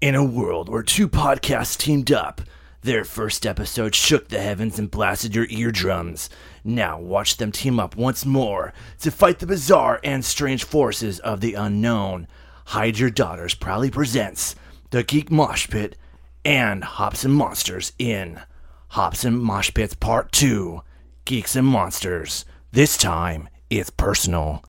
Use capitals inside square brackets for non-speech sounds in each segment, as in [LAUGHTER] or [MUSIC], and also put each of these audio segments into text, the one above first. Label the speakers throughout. Speaker 1: In a world where two podcasts teamed up, their first episode shook the heavens and blasted your eardrums. Now watch them team up once more to fight the bizarre and strange forces of the unknown. Hide Your Daughters proudly presents The Geek Mosh Pit and Hops and Monsters in Hops and Mosh Pits Part 2 Geeks and Monsters. This time, it's personal.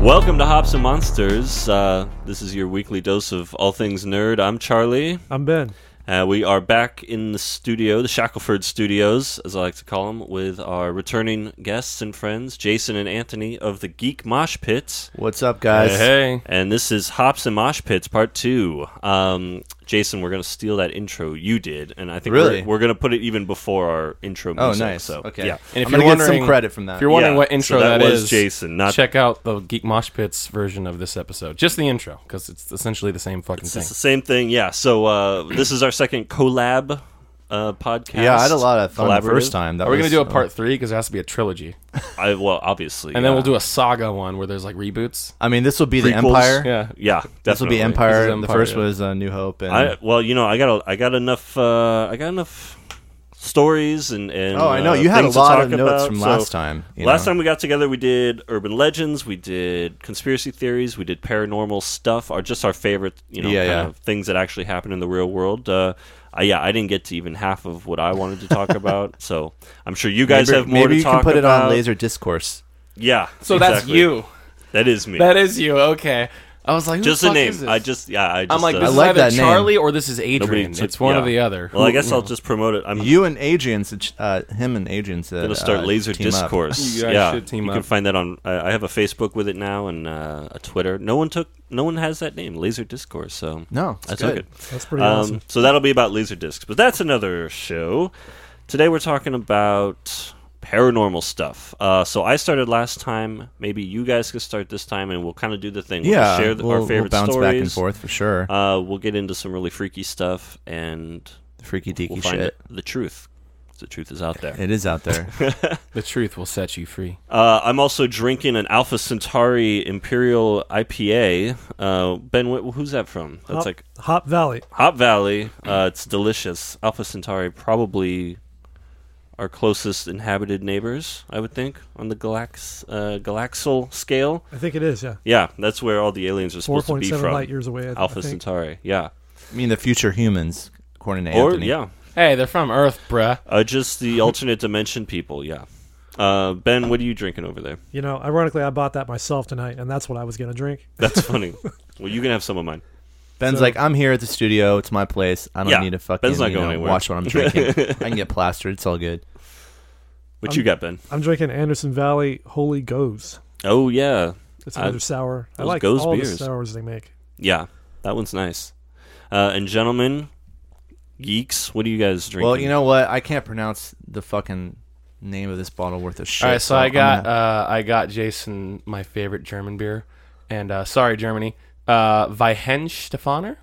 Speaker 2: Welcome to Hops and Monsters. Uh, this is your weekly dose of all things nerd. I'm Charlie.
Speaker 3: I'm Ben.
Speaker 2: Uh, we are back in the studio, the Shackelford Studios, as I like to call them, with our returning guests and friends, Jason and Anthony of the Geek Mosh Pit.
Speaker 4: What's up, guys?
Speaker 2: And this is Hops and Mosh Pits Part 2. Um, Jason, we're going to steal that intro you did, and I think
Speaker 4: Really?
Speaker 2: we're, we're going to put it even before our intro
Speaker 4: Oh,
Speaker 2: music,
Speaker 4: nice.
Speaker 2: So,
Speaker 4: okay.
Speaker 2: Yeah.
Speaker 4: And if
Speaker 5: I'm
Speaker 4: you're
Speaker 5: gonna get
Speaker 4: wondering, some credit from that.
Speaker 5: If you're wondering
Speaker 2: Yeah,
Speaker 5: what
Speaker 2: so
Speaker 5: intro
Speaker 2: that
Speaker 5: that
Speaker 2: was
Speaker 5: is,
Speaker 2: Jason, not-
Speaker 5: check out the Geek Mosh Pits version of this episode. Just the intro, because it's essentially the same fucking thing.
Speaker 2: It's the same thing, yeah. So uh, this is our second collab uh, podcast.
Speaker 4: yeah, I had a lot of fun the first
Speaker 2: Collaborative.
Speaker 4: time. That
Speaker 5: Are we gonna
Speaker 4: was- uh,
Speaker 5: do a part three? Because it has to be a trilogy,
Speaker 2: I, well, obviously, uh,
Speaker 5: and then we'll do a saga one where there's like reboots.
Speaker 4: I mean, this will be the
Speaker 2: Prequels?
Speaker 4: Empire.
Speaker 5: Yeah,
Speaker 2: yeah.
Speaker 4: This will be
Speaker 2: definitely.
Speaker 4: Empire.
Speaker 5: This is
Speaker 4: the
Speaker 5: Empire,
Speaker 4: first
Speaker 5: yeah.
Speaker 4: was uh, New Hope. And,
Speaker 2: I, well, you know, I got a, I got enough uh, I got enough stories and, and
Speaker 4: oh, I know
Speaker 2: uh,
Speaker 4: you had a
Speaker 2: things to
Speaker 4: lot
Speaker 2: talk
Speaker 4: of notes
Speaker 2: about,
Speaker 4: from
Speaker 2: so-
Speaker 4: last time. you
Speaker 2: Last
Speaker 4: know?
Speaker 2: time we got together, we did urban legends, we did conspiracy theories, we did paranormal stuff, or just our favorite, you know,
Speaker 4: Yeah,
Speaker 2: kind
Speaker 4: yeah.
Speaker 2: of things that actually happen in the real world. Uh, I, yeah, I didn't get to even half of what I wanted to talk
Speaker 4: [LAUGHS]
Speaker 2: about, so I'm sure you guys
Speaker 4: maybe,
Speaker 2: have more
Speaker 4: maybe
Speaker 2: to
Speaker 4: you
Speaker 2: talk
Speaker 4: can put it
Speaker 2: about.
Speaker 4: on Laser Discourse.
Speaker 2: Yeah.
Speaker 5: So that's
Speaker 2: exactly.
Speaker 5: you.
Speaker 2: That is me.
Speaker 5: That is you. Okay. I was like, who
Speaker 2: just
Speaker 5: the
Speaker 2: a
Speaker 5: fuck
Speaker 2: name.
Speaker 5: Is this?
Speaker 2: I just yeah. I just,
Speaker 5: I'm like,
Speaker 2: uh,
Speaker 5: this
Speaker 4: I
Speaker 5: is
Speaker 4: like
Speaker 5: either
Speaker 4: that name.
Speaker 5: Charlie or this is Adrian.
Speaker 2: took-
Speaker 5: it's one
Speaker 2: yeah.
Speaker 5: or the other.
Speaker 2: Well, I guess I'll just promote it. I'm
Speaker 4: You and Adrian, should ch- uh, him and Adrian, should,
Speaker 2: gonna start
Speaker 4: uh,
Speaker 2: Laser
Speaker 4: team up.
Speaker 2: Discourse.
Speaker 5: You guys
Speaker 2: yeah,
Speaker 5: should team
Speaker 2: you can
Speaker 5: up.
Speaker 2: find that on. uh, I I have a Facebook with it now and uh, a Twitter. No one took. No one has that name, Laser Discourse. So
Speaker 4: No, it's
Speaker 2: I took
Speaker 4: good.
Speaker 2: it.
Speaker 3: That's pretty
Speaker 2: Um,
Speaker 3: awesome.
Speaker 2: So that'll be about laser discs, but that's another show. Today we're talking about paranormal stuff. Uh, so I started last time. Maybe you guys can start this time, and we'll kind of do the thing. We'll
Speaker 4: Yeah,
Speaker 2: share the,
Speaker 4: we'll,
Speaker 2: our favorite
Speaker 4: we'll bounce
Speaker 2: stories.
Speaker 4: back and forth for sure.
Speaker 2: Uh, we'll get into some really freaky stuff, and
Speaker 4: Freaky deaky
Speaker 2: we'll find
Speaker 4: shit.
Speaker 2: the truth. The truth is out there.
Speaker 4: It is
Speaker 2: [LAUGHS]
Speaker 4: out there.
Speaker 5: the truth will set you free.
Speaker 2: Uh, I'm also drinking an Alpha Centauri Imperial IPA. Uh, ben, wh- who's that from? That's
Speaker 3: Hop,
Speaker 2: like
Speaker 3: Hop Valley.
Speaker 2: Hop Valley. Uh, it's delicious. Alpha Centauri probably our closest inhabited neighbors, I would think, on the galax uh, galaxal scale.
Speaker 3: I think it is. Yeah,
Speaker 2: Yeah, that's where all the aliens are
Speaker 3: four
Speaker 2: supposed to
Speaker 3: point
Speaker 2: be
Speaker 3: seven
Speaker 2: from.
Speaker 3: light years away. I,
Speaker 2: Alpha
Speaker 3: I think.
Speaker 2: Centauri. Yeah,
Speaker 4: I mean, the future humans, according to
Speaker 2: or
Speaker 4: Anthony.
Speaker 2: yeah,
Speaker 5: Hey, they're from Earth, bruh.
Speaker 2: uh, just the alternate dimension people. Yeah. Uh, ben, what are you drinking over there?
Speaker 3: You know, ironically, I bought that myself tonight, and that's what I was going to drink.
Speaker 2: That's
Speaker 3: [LAUGHS]
Speaker 2: funny. well, you can have some of mine.
Speaker 4: Ben's
Speaker 3: So-
Speaker 4: like, I'm here at the studio. It's my place. I don't
Speaker 2: Yeah,
Speaker 4: need to fucking
Speaker 2: Ben's not
Speaker 4: you
Speaker 2: going
Speaker 4: know,
Speaker 2: anywhere.
Speaker 4: watch what I'm drinking.
Speaker 2: [LAUGHS]
Speaker 4: I can get plastered. It's all good.
Speaker 2: What
Speaker 3: I'm-
Speaker 2: you got, Ben?
Speaker 3: I'm drinking Anderson Valley Holy Goes.
Speaker 2: Oh yeah,
Speaker 3: It's
Speaker 2: I-
Speaker 3: another sour. I
Speaker 2: those
Speaker 3: like
Speaker 2: Goes
Speaker 3: all
Speaker 2: beers.
Speaker 3: the sours they make.
Speaker 2: Yeah, that one's nice. Uh, and gentlemen, geeks, what are you guys drinking?
Speaker 4: Well, you know what? I can't pronounce the fucking name of this bottle worth of shit.
Speaker 5: All right, so I
Speaker 4: I'm
Speaker 5: got
Speaker 4: gonna-
Speaker 5: uh, I got Jason my favorite German beer, and uh, sorry Germany, uh, Weihenstephaner.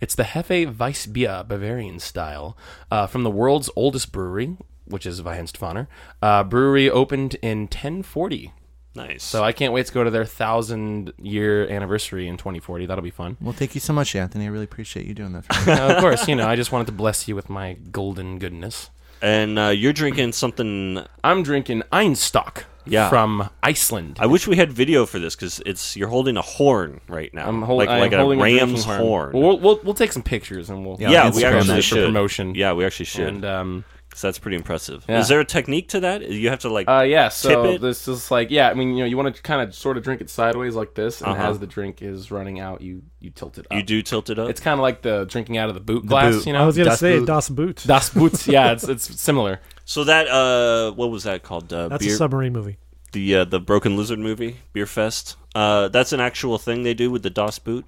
Speaker 5: It's the Hefe Weissbier Bavarian style uh, from the world's oldest brewery, which is Weihenstephaner. Uh, brewery opened in 1040,
Speaker 2: nice.
Speaker 5: so I can't wait to go to their thousand year anniversary in 2040. That'll be fun.
Speaker 4: Well, thank you so much, Anthony. I really appreciate you doing
Speaker 2: [LAUGHS]
Speaker 4: that. For me.
Speaker 5: Now, of course, you know I just wanted to bless you with my golden goodness.
Speaker 2: and uh, you're drinking something.
Speaker 5: I'm drinking Einstock
Speaker 2: Yeah.
Speaker 5: from Iceland.
Speaker 2: I wish we had video for this because it's you're holding a horn right now.
Speaker 5: I'm, hold-
Speaker 2: like,
Speaker 5: I'm
Speaker 2: like
Speaker 5: holding
Speaker 2: a
Speaker 5: drinking
Speaker 2: ram's horn.
Speaker 5: Well, We'll, we'll we'll take some pictures and we'll
Speaker 4: Yeah,
Speaker 2: yeah,
Speaker 4: on
Speaker 2: we
Speaker 4: Instagram
Speaker 2: actually
Speaker 4: that.
Speaker 2: should
Speaker 5: for promotion.
Speaker 2: Yeah, we actually should.
Speaker 5: and um
Speaker 2: 'Cause that's pretty impressive.
Speaker 5: Yeah.
Speaker 2: Is there a technique to that? You have to like.
Speaker 5: uh yeah. So
Speaker 2: Tip it?
Speaker 5: this is like yeah. I mean you know you want to kind of sort of drink it sideways like this, and
Speaker 2: Uh-huh.
Speaker 5: as the drink is running out, you you tilt it up.
Speaker 2: you do tilt it up.
Speaker 5: It's kind of like the drinking out of the boot glass.
Speaker 4: boot.
Speaker 5: You
Speaker 3: I
Speaker 2: Um,
Speaker 5: know.
Speaker 3: was going to
Speaker 4: Das
Speaker 3: say
Speaker 4: Boot.
Speaker 3: Das Boot.
Speaker 5: Das Boots, [LAUGHS] yeah, it's, it's similar.
Speaker 2: so that uh, what was that called? Uh,
Speaker 3: that's
Speaker 2: beer,
Speaker 3: a submarine movie.
Speaker 2: the uh, the Broken Lizard movie, Beer Fest. Uh, that's an actual thing they do with the DOS boot.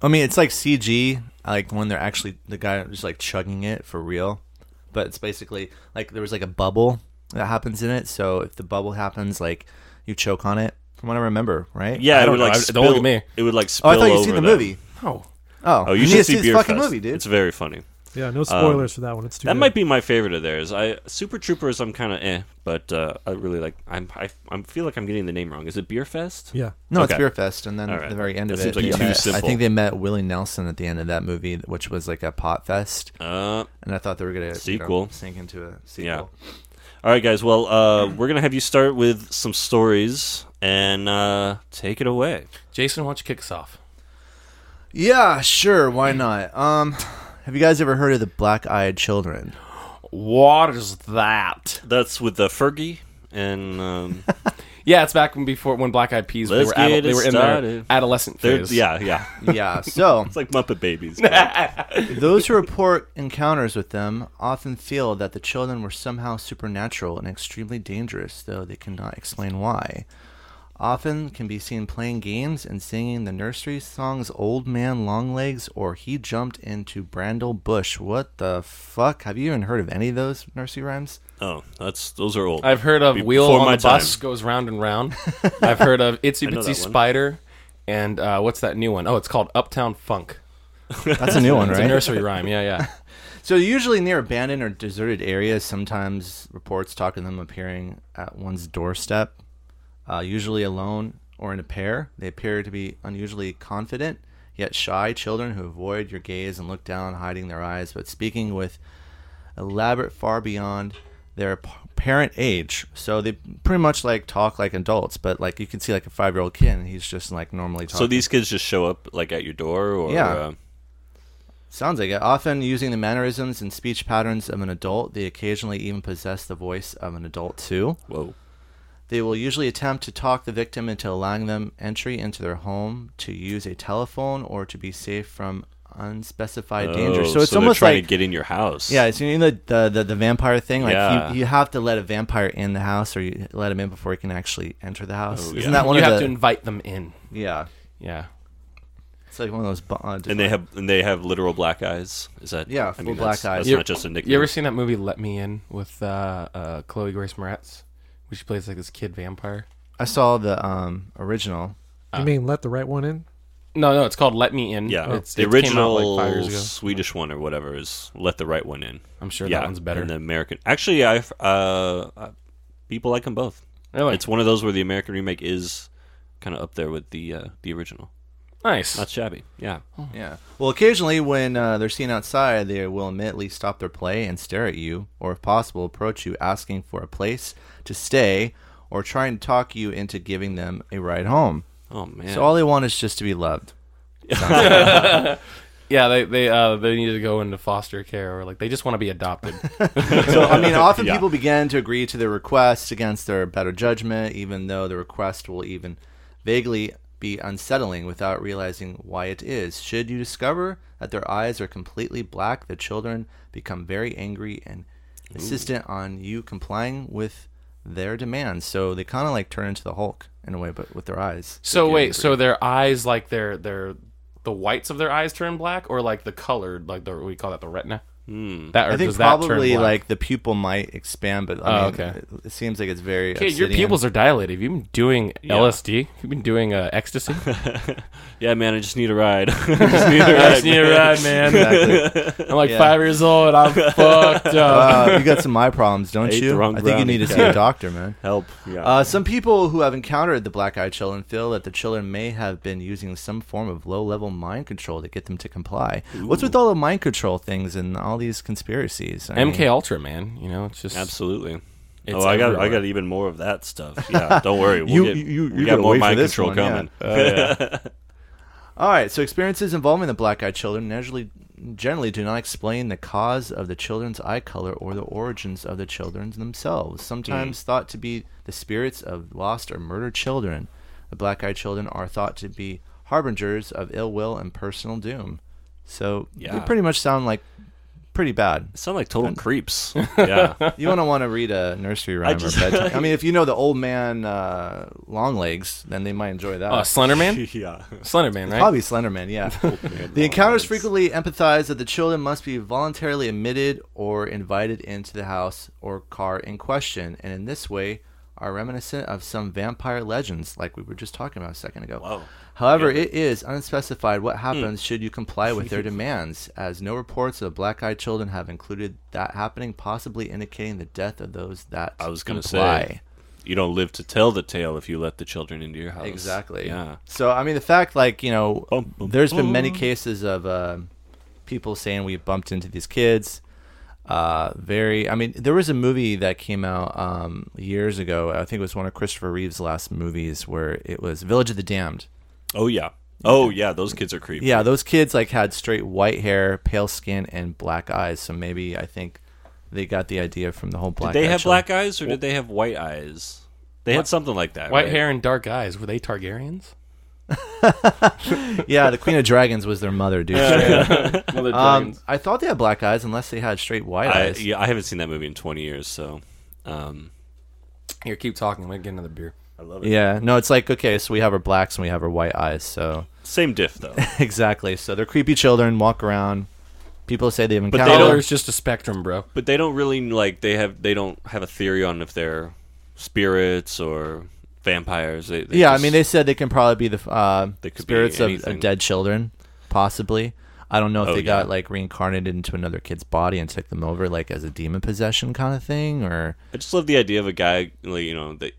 Speaker 4: I mean, it's like CG, like when they're actually the guy is like chugging it for real. but it's basically like there was like a bubble that happens in it. So if the bubble happens, like you choke on it. From what I remember, right?
Speaker 2: Yeah,
Speaker 5: I
Speaker 2: it
Speaker 5: don't
Speaker 2: would
Speaker 5: know.
Speaker 2: like
Speaker 5: I-
Speaker 2: spill.
Speaker 5: don't look at me.
Speaker 2: It would like spill
Speaker 4: Oh, I thought
Speaker 2: over
Speaker 4: you'd seen the
Speaker 2: them.
Speaker 4: movie.
Speaker 5: Oh,
Speaker 4: Oh,
Speaker 2: Oh, you, should
Speaker 4: need to
Speaker 2: see
Speaker 4: this
Speaker 2: Beer
Speaker 4: fucking
Speaker 2: Fest.
Speaker 4: movie, dude.
Speaker 2: It's very funny.
Speaker 3: Yeah, no spoilers for that one. It's too
Speaker 2: Um, That
Speaker 3: good.
Speaker 2: might be my favorite of theirs. I Super Troopers, I'm kind of eh, but uh, I really like. I'm I, I feel like I'm getting the name wrong. Is it Beer Fest?
Speaker 3: Yeah.
Speaker 4: No,
Speaker 2: Okay.
Speaker 4: it's Beer Fest, and then
Speaker 2: All right.
Speaker 4: the very end
Speaker 2: That
Speaker 4: of
Speaker 2: seems
Speaker 4: it,
Speaker 2: like
Speaker 4: he
Speaker 2: too
Speaker 4: met- I
Speaker 2: simple.
Speaker 4: think they met Willie Nelson at the end of that movie, which was like a pot fest,
Speaker 2: Uh,
Speaker 4: and I thought they were gonna you know,
Speaker 2: Sequel.
Speaker 4: sink into a sequel.
Speaker 2: Yeah. all right, guys. Well, uh, we're gonna have you start with some stories and uh, take it away.
Speaker 5: Jason, why don't you kick us off?
Speaker 4: Yeah, sure, why not? Um, have you guys ever heard of the Black Eyed Children?
Speaker 5: What is that?
Speaker 2: That's with the Fergie and
Speaker 4: [LAUGHS]
Speaker 2: um,
Speaker 5: Yeah, it's back when before when Black Eyed Peas they
Speaker 2: Let's
Speaker 5: were adol-
Speaker 2: get it
Speaker 5: they were in
Speaker 2: started.
Speaker 5: their adolescent
Speaker 2: they're,
Speaker 5: phase.
Speaker 2: yeah, yeah.
Speaker 4: Yeah, so
Speaker 2: It's like Muppet
Speaker 4: [LAUGHS]
Speaker 2: Babies.
Speaker 4: Those who report encounters with them often feel that the children were somehow supernatural and extremely dangerous, though they cannot explain why. Often can be seen playing games and singing the nursery songs Old Man Longlegs or He Jumped into Brandel Bush. What the fuck? Have you even heard of any of those nursery rhymes?
Speaker 2: oh, that's those are old.
Speaker 5: I've heard of
Speaker 2: Be-
Speaker 5: Wheel
Speaker 2: before
Speaker 5: on
Speaker 2: my
Speaker 5: the Bus
Speaker 2: time.
Speaker 5: goes round
Speaker 2: [LAUGHS]
Speaker 5: and round. I've heard of Itsy
Speaker 2: I know
Speaker 5: Bitsy
Speaker 2: that one.
Speaker 5: Spider, and uh, what's that new one? Oh, it's called Uptown Funk. [LAUGHS]
Speaker 4: That's a new one,
Speaker 5: It's
Speaker 4: right?
Speaker 5: a nursery rhyme. Yeah, yeah.
Speaker 4: So usually near abandoned or deserted areas, sometimes reports talk of them appearing at one's doorstep, uh, usually alone or in a pair. They appear to be unusually confident, yet shy children who avoid your gaze and look down, hiding their eyes, but speaking with elaborate far beyond their p- parent age. So they pretty much like talk like adults, but like you can see like a five year old kid, and he's just like normally talking.
Speaker 2: so these kids just show up like at your door, or
Speaker 4: Yeah.
Speaker 2: uh,
Speaker 4: Sounds like it. Often using the mannerisms and speech patterns of an adult, they occasionally even possess the voice of an adult too.
Speaker 2: whoa.
Speaker 4: They will usually attempt to talk the victim into allowing them entry into their home, to use a telephone, or to be safe from unspecified danger.
Speaker 2: Oh,
Speaker 4: So it's
Speaker 2: they're
Speaker 4: almost
Speaker 2: trying
Speaker 4: like
Speaker 2: to get in your house.
Speaker 4: yeah, it's you know the the, the, the vampire thing. Like
Speaker 2: Yeah.
Speaker 4: you, you have to let a vampire in the house, or you let him in before he can actually enter the house.
Speaker 2: Oh,
Speaker 4: Isn't
Speaker 2: yeah.
Speaker 4: that [LAUGHS] one
Speaker 5: you
Speaker 4: of
Speaker 5: have
Speaker 4: the
Speaker 5: to invite them in.
Speaker 4: yeah?
Speaker 5: Yeah.
Speaker 4: It's like one of those uh, bond.
Speaker 2: and they have and they have literal black eyes. Is that
Speaker 4: Yeah, full
Speaker 2: that's-
Speaker 4: black eyes.
Speaker 2: That's
Speaker 5: You-
Speaker 2: not just a nickname.
Speaker 5: You ever seen that movie Let Me In with uh, uh, Chloe Grace Moretz, where she plays like this kid vampire?
Speaker 4: I saw the um, original.
Speaker 2: Ah.
Speaker 3: You mean let the right one in?
Speaker 5: No, no, it's called Let Me In.
Speaker 2: yeah,
Speaker 5: it's
Speaker 2: the
Speaker 5: it came out,
Speaker 2: original
Speaker 5: like five years ago.
Speaker 2: Swedish one or whatever is "Let the Right One In."
Speaker 5: I'm sure
Speaker 2: yeah,
Speaker 5: that one's better.
Speaker 2: And the American, actually, I uh, uh, people like them both.
Speaker 5: Really?
Speaker 2: It's one of those where the American remake is kind of up there with the uh, the original.
Speaker 5: nice.
Speaker 2: Not shabby. Yeah,
Speaker 5: Oh.
Speaker 4: Yeah. Well, occasionally when uh, they're seen outside, they will admittedly stop their play and stare at you, or if possible, approach you asking for a place to stay or trying to talk you into giving them a ride home.
Speaker 2: Oh man.
Speaker 4: So all they want is just to be loved.
Speaker 5: yeah, they they uh, they need to go into foster care or like they just want to be adopted.
Speaker 4: So,
Speaker 5: [LAUGHS]
Speaker 4: I mean, often
Speaker 2: Yeah.
Speaker 4: people begin to agree to their requests against their better judgment, even though the request will even vaguely be unsettling without realizing why it is. Should you discover that their eyes are completely black, the children become very angry and insistent on you complying with their demands. So they kind of like turn into the Hulk in a way, but with their eyes.
Speaker 5: so wait, so their eyes like their their the whites of their eyes turn black or like the colored like the we call that the retina. Mm. That or
Speaker 4: I think
Speaker 5: does that
Speaker 4: probably
Speaker 5: turn black?
Speaker 4: like the pupil might expand, but I
Speaker 5: Oh,
Speaker 4: mean,
Speaker 5: okay.
Speaker 4: it, it seems like it's very.
Speaker 5: Kid, your
Speaker 4: obsidian. [LAUGHS]
Speaker 5: pupils are dilated. Have you been doing LSD? You've been doing uh, [LAUGHS] ecstasy.
Speaker 2: yeah, man. I just need a ride. [LAUGHS] I
Speaker 5: [LAUGHS]
Speaker 2: just need a ride.
Speaker 5: man. I'm like five years old. and
Speaker 4: [LAUGHS]
Speaker 5: I'm fucked
Speaker 2: [LAUGHS]
Speaker 5: up.
Speaker 4: Wow, Uh, you got some eye problems, don't
Speaker 2: I ate the
Speaker 4: you?
Speaker 2: wrong
Speaker 4: I think you
Speaker 2: brownie.
Speaker 4: need
Speaker 2: [LAUGHS]
Speaker 4: to see a doctor, man.
Speaker 2: Help. Yeah.
Speaker 4: Uh, some people who have encountered the black eyed children feel that the children may have been using some form of low level mind control to get them to comply. What's with all the mind control things and all these conspiracies? I
Speaker 5: MK
Speaker 4: mean,
Speaker 5: Ultra, man. You know, it's just
Speaker 2: Absolutely.
Speaker 5: It's
Speaker 2: oh, I got I
Speaker 5: everywhere.
Speaker 2: got even more of that
Speaker 4: [LAUGHS]
Speaker 2: stuff. Yeah, don't worry. We'll
Speaker 4: You-
Speaker 2: get,
Speaker 4: you- you-
Speaker 2: we
Speaker 4: you
Speaker 2: got
Speaker 4: gotta
Speaker 2: more
Speaker 4: wait for
Speaker 2: mind
Speaker 4: this
Speaker 2: control
Speaker 4: one, yeah.
Speaker 2: coming.
Speaker 4: all right, so experiences involving the black eyed children naturally, generally do not explain the cause of the children's eye color or the origins of the children themselves, sometimes thought to be the spirits of lost or murdered children. The black eyed children are thought to be harbingers of ill will and personal doom. So
Speaker 2: Yeah.
Speaker 4: they pretty much sound like pretty bad.
Speaker 2: sound like
Speaker 4: [LAUGHS]
Speaker 1: [LAUGHS]
Speaker 2: total creeps. Yeah.
Speaker 4: You don't want to read a nursery rhyme
Speaker 2: just-
Speaker 4: or bedtime. I mean, if you know the old man uh, Longlegs, then they might enjoy that.
Speaker 5: Uh, Slenderman?
Speaker 2: [LAUGHS] yeah.
Speaker 5: Slenderman, right?
Speaker 4: Probably Slenderman, yeah.
Speaker 1: [LAUGHS]
Speaker 4: the encounters frequently empathize that the children must be voluntarily admitted or invited into the house or car in question, and in this way are reminiscent of some vampire legends, like we were just talking about a second ago.
Speaker 2: Wow.
Speaker 4: However, it is unspecified
Speaker 2: Hmm.
Speaker 4: what happens should you comply
Speaker 2: [LAUGHS]
Speaker 4: with their demands, as no reports of black eyed children have included that happening, possibly indicating the death of those that
Speaker 2: I was gonna
Speaker 4: comply.
Speaker 2: say you don't live to tell the tale if you let the children into your house.
Speaker 4: Exactly.
Speaker 2: Yeah.
Speaker 4: So I mean, the fact like you know, there's
Speaker 2: Bum, bum,
Speaker 4: been many cases of uh, people saying we bumped into these kids. Uh, very. I mean, there was a movie that came out um, years ago. I think it was one of Christopher Reeve's last movies, where it was Village of the Damned.
Speaker 2: Oh yeah. Oh yeah. Those kids are creepy.
Speaker 4: Yeah, those kids like had straight white hair, pale skin, and black eyes. So maybe I think they got the idea from the whole black.
Speaker 2: Did they
Speaker 4: eye
Speaker 2: have
Speaker 4: children.
Speaker 2: black eyes or did they have white eyes? They had something like that.
Speaker 5: White
Speaker 2: right?
Speaker 5: hair and dark eyes. Were they Targaryens?
Speaker 4: [LAUGHS] Yeah, the Queen of Dragons was their mother, dude. [LAUGHS]
Speaker 5: Well, the
Speaker 4: Um, I thought they had black eyes, unless they had straight white
Speaker 2: I,
Speaker 4: eyes.
Speaker 2: yeah, I haven't seen that movie in 20 years, so um,
Speaker 5: Here, keep talking. Let me get another beer.
Speaker 2: I love it.
Speaker 4: Yeah, no, it's like okay, so we have our blacks and we have our white eyes. So [LAUGHS]
Speaker 2: Same diff though.
Speaker 4: exactly, so they're creepy children walk around. People say they've
Speaker 2: They
Speaker 4: encountered.
Speaker 5: Color
Speaker 2: don't-
Speaker 5: is just a spectrum, bro.
Speaker 2: but they don't really like they have they don't have a theory on if they're spirits or vampires. They, they
Speaker 4: yeah,
Speaker 2: just-
Speaker 4: I mean, they said they can probably be the uh,
Speaker 2: They could be
Speaker 4: spirits of,
Speaker 2: anything.
Speaker 4: of dead children, possibly. I don't know if
Speaker 2: Oh,
Speaker 4: they
Speaker 2: yeah.
Speaker 4: got like reincarnated into another kid's body and took them over, like as a demon possession kind of thing, or
Speaker 2: I just love the idea of a guy, like, you know, the,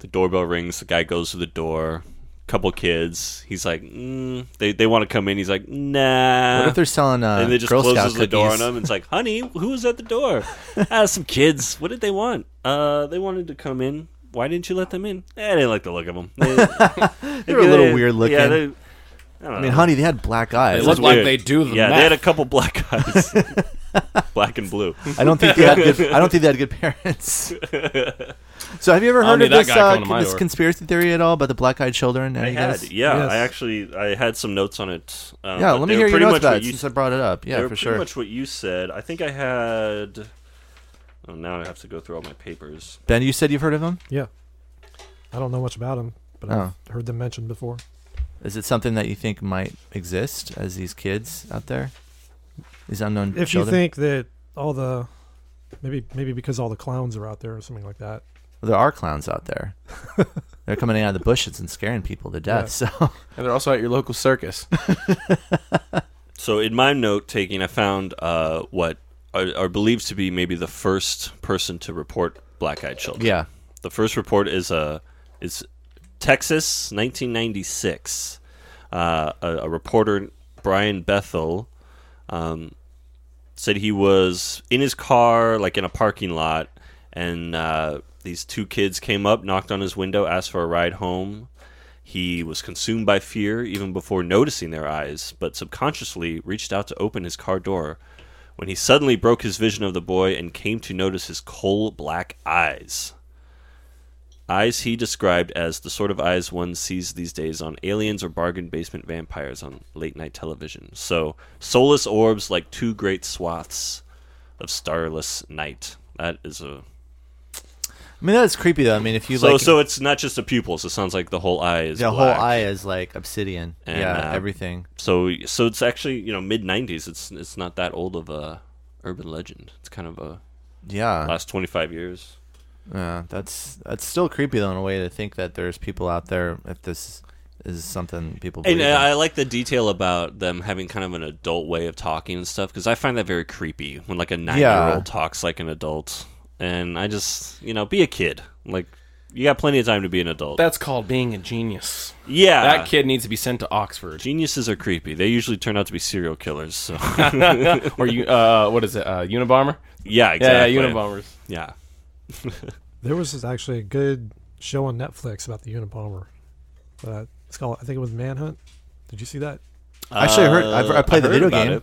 Speaker 2: the doorbell rings, the guy goes to the door, couple kids. He's like, mm, they, they want to come in. He's like, nah.
Speaker 4: what if they're selling uh,
Speaker 2: and they just
Speaker 4: Girl
Speaker 2: closes
Speaker 4: Scout
Speaker 2: the door on
Speaker 4: cookies?
Speaker 2: him. And it's like, honey, who was at the door?
Speaker 4: [LAUGHS]
Speaker 2: ah, some kids. What did they want? Uh, they wanted to come in. Why didn't you let them in? Eh, I didn't like the look
Speaker 4: [LAUGHS]
Speaker 2: of them. They,
Speaker 4: They're a little weird looking.
Speaker 2: Yeah, they, I, don't
Speaker 4: I mean,
Speaker 2: know.
Speaker 4: honey, they had black eyes.
Speaker 5: They look like
Speaker 2: weird.
Speaker 5: they do the
Speaker 2: Yeah,
Speaker 5: math.
Speaker 2: they had a couple
Speaker 4: [LAUGHS]
Speaker 2: black eyes, black and blue.
Speaker 4: I don't think they had good. I don't think they had
Speaker 2: [LAUGHS]
Speaker 4: good parents. So have you ever
Speaker 5: I don't
Speaker 4: heard of
Speaker 5: need that
Speaker 4: this,
Speaker 5: guy
Speaker 4: uh,
Speaker 5: coming to my
Speaker 4: this
Speaker 5: door.
Speaker 4: conspiracy theory at all about the black-eyed children?
Speaker 2: I
Speaker 4: Any
Speaker 2: had,
Speaker 4: guys?
Speaker 2: yeah.
Speaker 3: Yes.
Speaker 2: I actually I had some notes on it. Um,
Speaker 4: Yeah,
Speaker 2: but
Speaker 4: let
Speaker 2: they were
Speaker 4: me hear your
Speaker 2: pretty
Speaker 4: notes
Speaker 2: much
Speaker 4: about
Speaker 2: what
Speaker 4: it
Speaker 2: you
Speaker 4: since I brought it up.
Speaker 2: they
Speaker 4: Yeah,
Speaker 2: were
Speaker 4: for
Speaker 2: pretty
Speaker 4: sure.
Speaker 2: much what you said. I think I had. Oh, now I have to go through all my papers.
Speaker 4: Ben, you said you've heard of them.
Speaker 3: Yeah. I don't know much about them, but I've heard them mentioned before.
Speaker 4: Is it something that you think might exist as these kids out there? These unknown
Speaker 3: If you
Speaker 4: children.
Speaker 3: think that all the maybe maybe because all the clowns are out there or something like that.
Speaker 4: there are clowns out
Speaker 3: [LAUGHS]
Speaker 4: there. They're coming out of the bushes and scaring people to death. So [LAUGHS]
Speaker 5: And they're also at your local circus.
Speaker 2: So in my note taking, I found uh, what are, are believed to be maybe the first person to report black-eyed children.
Speaker 4: yeah,
Speaker 2: The first report is uh, is Texas, 1996. Uh, a, a reporter, Brian Bethel, um, said he was in his car, like in a parking lot, and uh, these two kids came up, knocked on his window, asked for a ride home. He was consumed by fear even before noticing their eyes, but subconsciously reached out to open his car door when he suddenly broke his vision of the boy and came to notice his coal black eyes. Eyes he described as the sort of eyes one sees these days on aliens or bargain basement vampires on late night television. So, soulless orbs like two great swaths of starless night. That is a.
Speaker 4: I mean that's creepy though. I mean if you
Speaker 2: So,
Speaker 4: like
Speaker 2: so it's not just the pupils. It sounds like the whole eye is.
Speaker 4: the whole
Speaker 2: black.
Speaker 4: eye is like obsidian.
Speaker 2: And,
Speaker 4: yeah,
Speaker 2: uh,
Speaker 4: everything.
Speaker 2: So, so it's actually you know mid '90s. It's it's not that old of a urban legend. It's kind of a
Speaker 4: Yeah.
Speaker 2: last 25 years.
Speaker 4: Yeah, that's that's still creepy though in a way to think that there's people out there if this is something people believe.
Speaker 2: And uh, I
Speaker 4: in.
Speaker 2: like the detail about them having kind of an adult way of talking and stuff because I find that very creepy when like a nine year
Speaker 4: Yeah.
Speaker 2: old talks like an adult. And I just, you know, be a kid. Like, you got plenty of time to be an adult.
Speaker 5: That's called being a genius.
Speaker 2: yeah.
Speaker 5: That kid needs to be sent to Oxford.
Speaker 2: Geniuses are creepy. They usually turn out to be serial killers.
Speaker 4: [LAUGHS]
Speaker 2: So, [LAUGHS]
Speaker 5: [LAUGHS] or you, uh, what is it? Uh, Unabomber?
Speaker 2: yeah, exactly.
Speaker 5: Yeah, yeah, Unabombers.
Speaker 2: Yeah.
Speaker 3: There was this actually a good show on Netflix about the Unabomber. Uh, it's called I think it was Manhunt. Did you see that?
Speaker 4: Actually, I heard- I've- I played the
Speaker 2: heard
Speaker 4: video
Speaker 2: about
Speaker 4: game.
Speaker 2: it.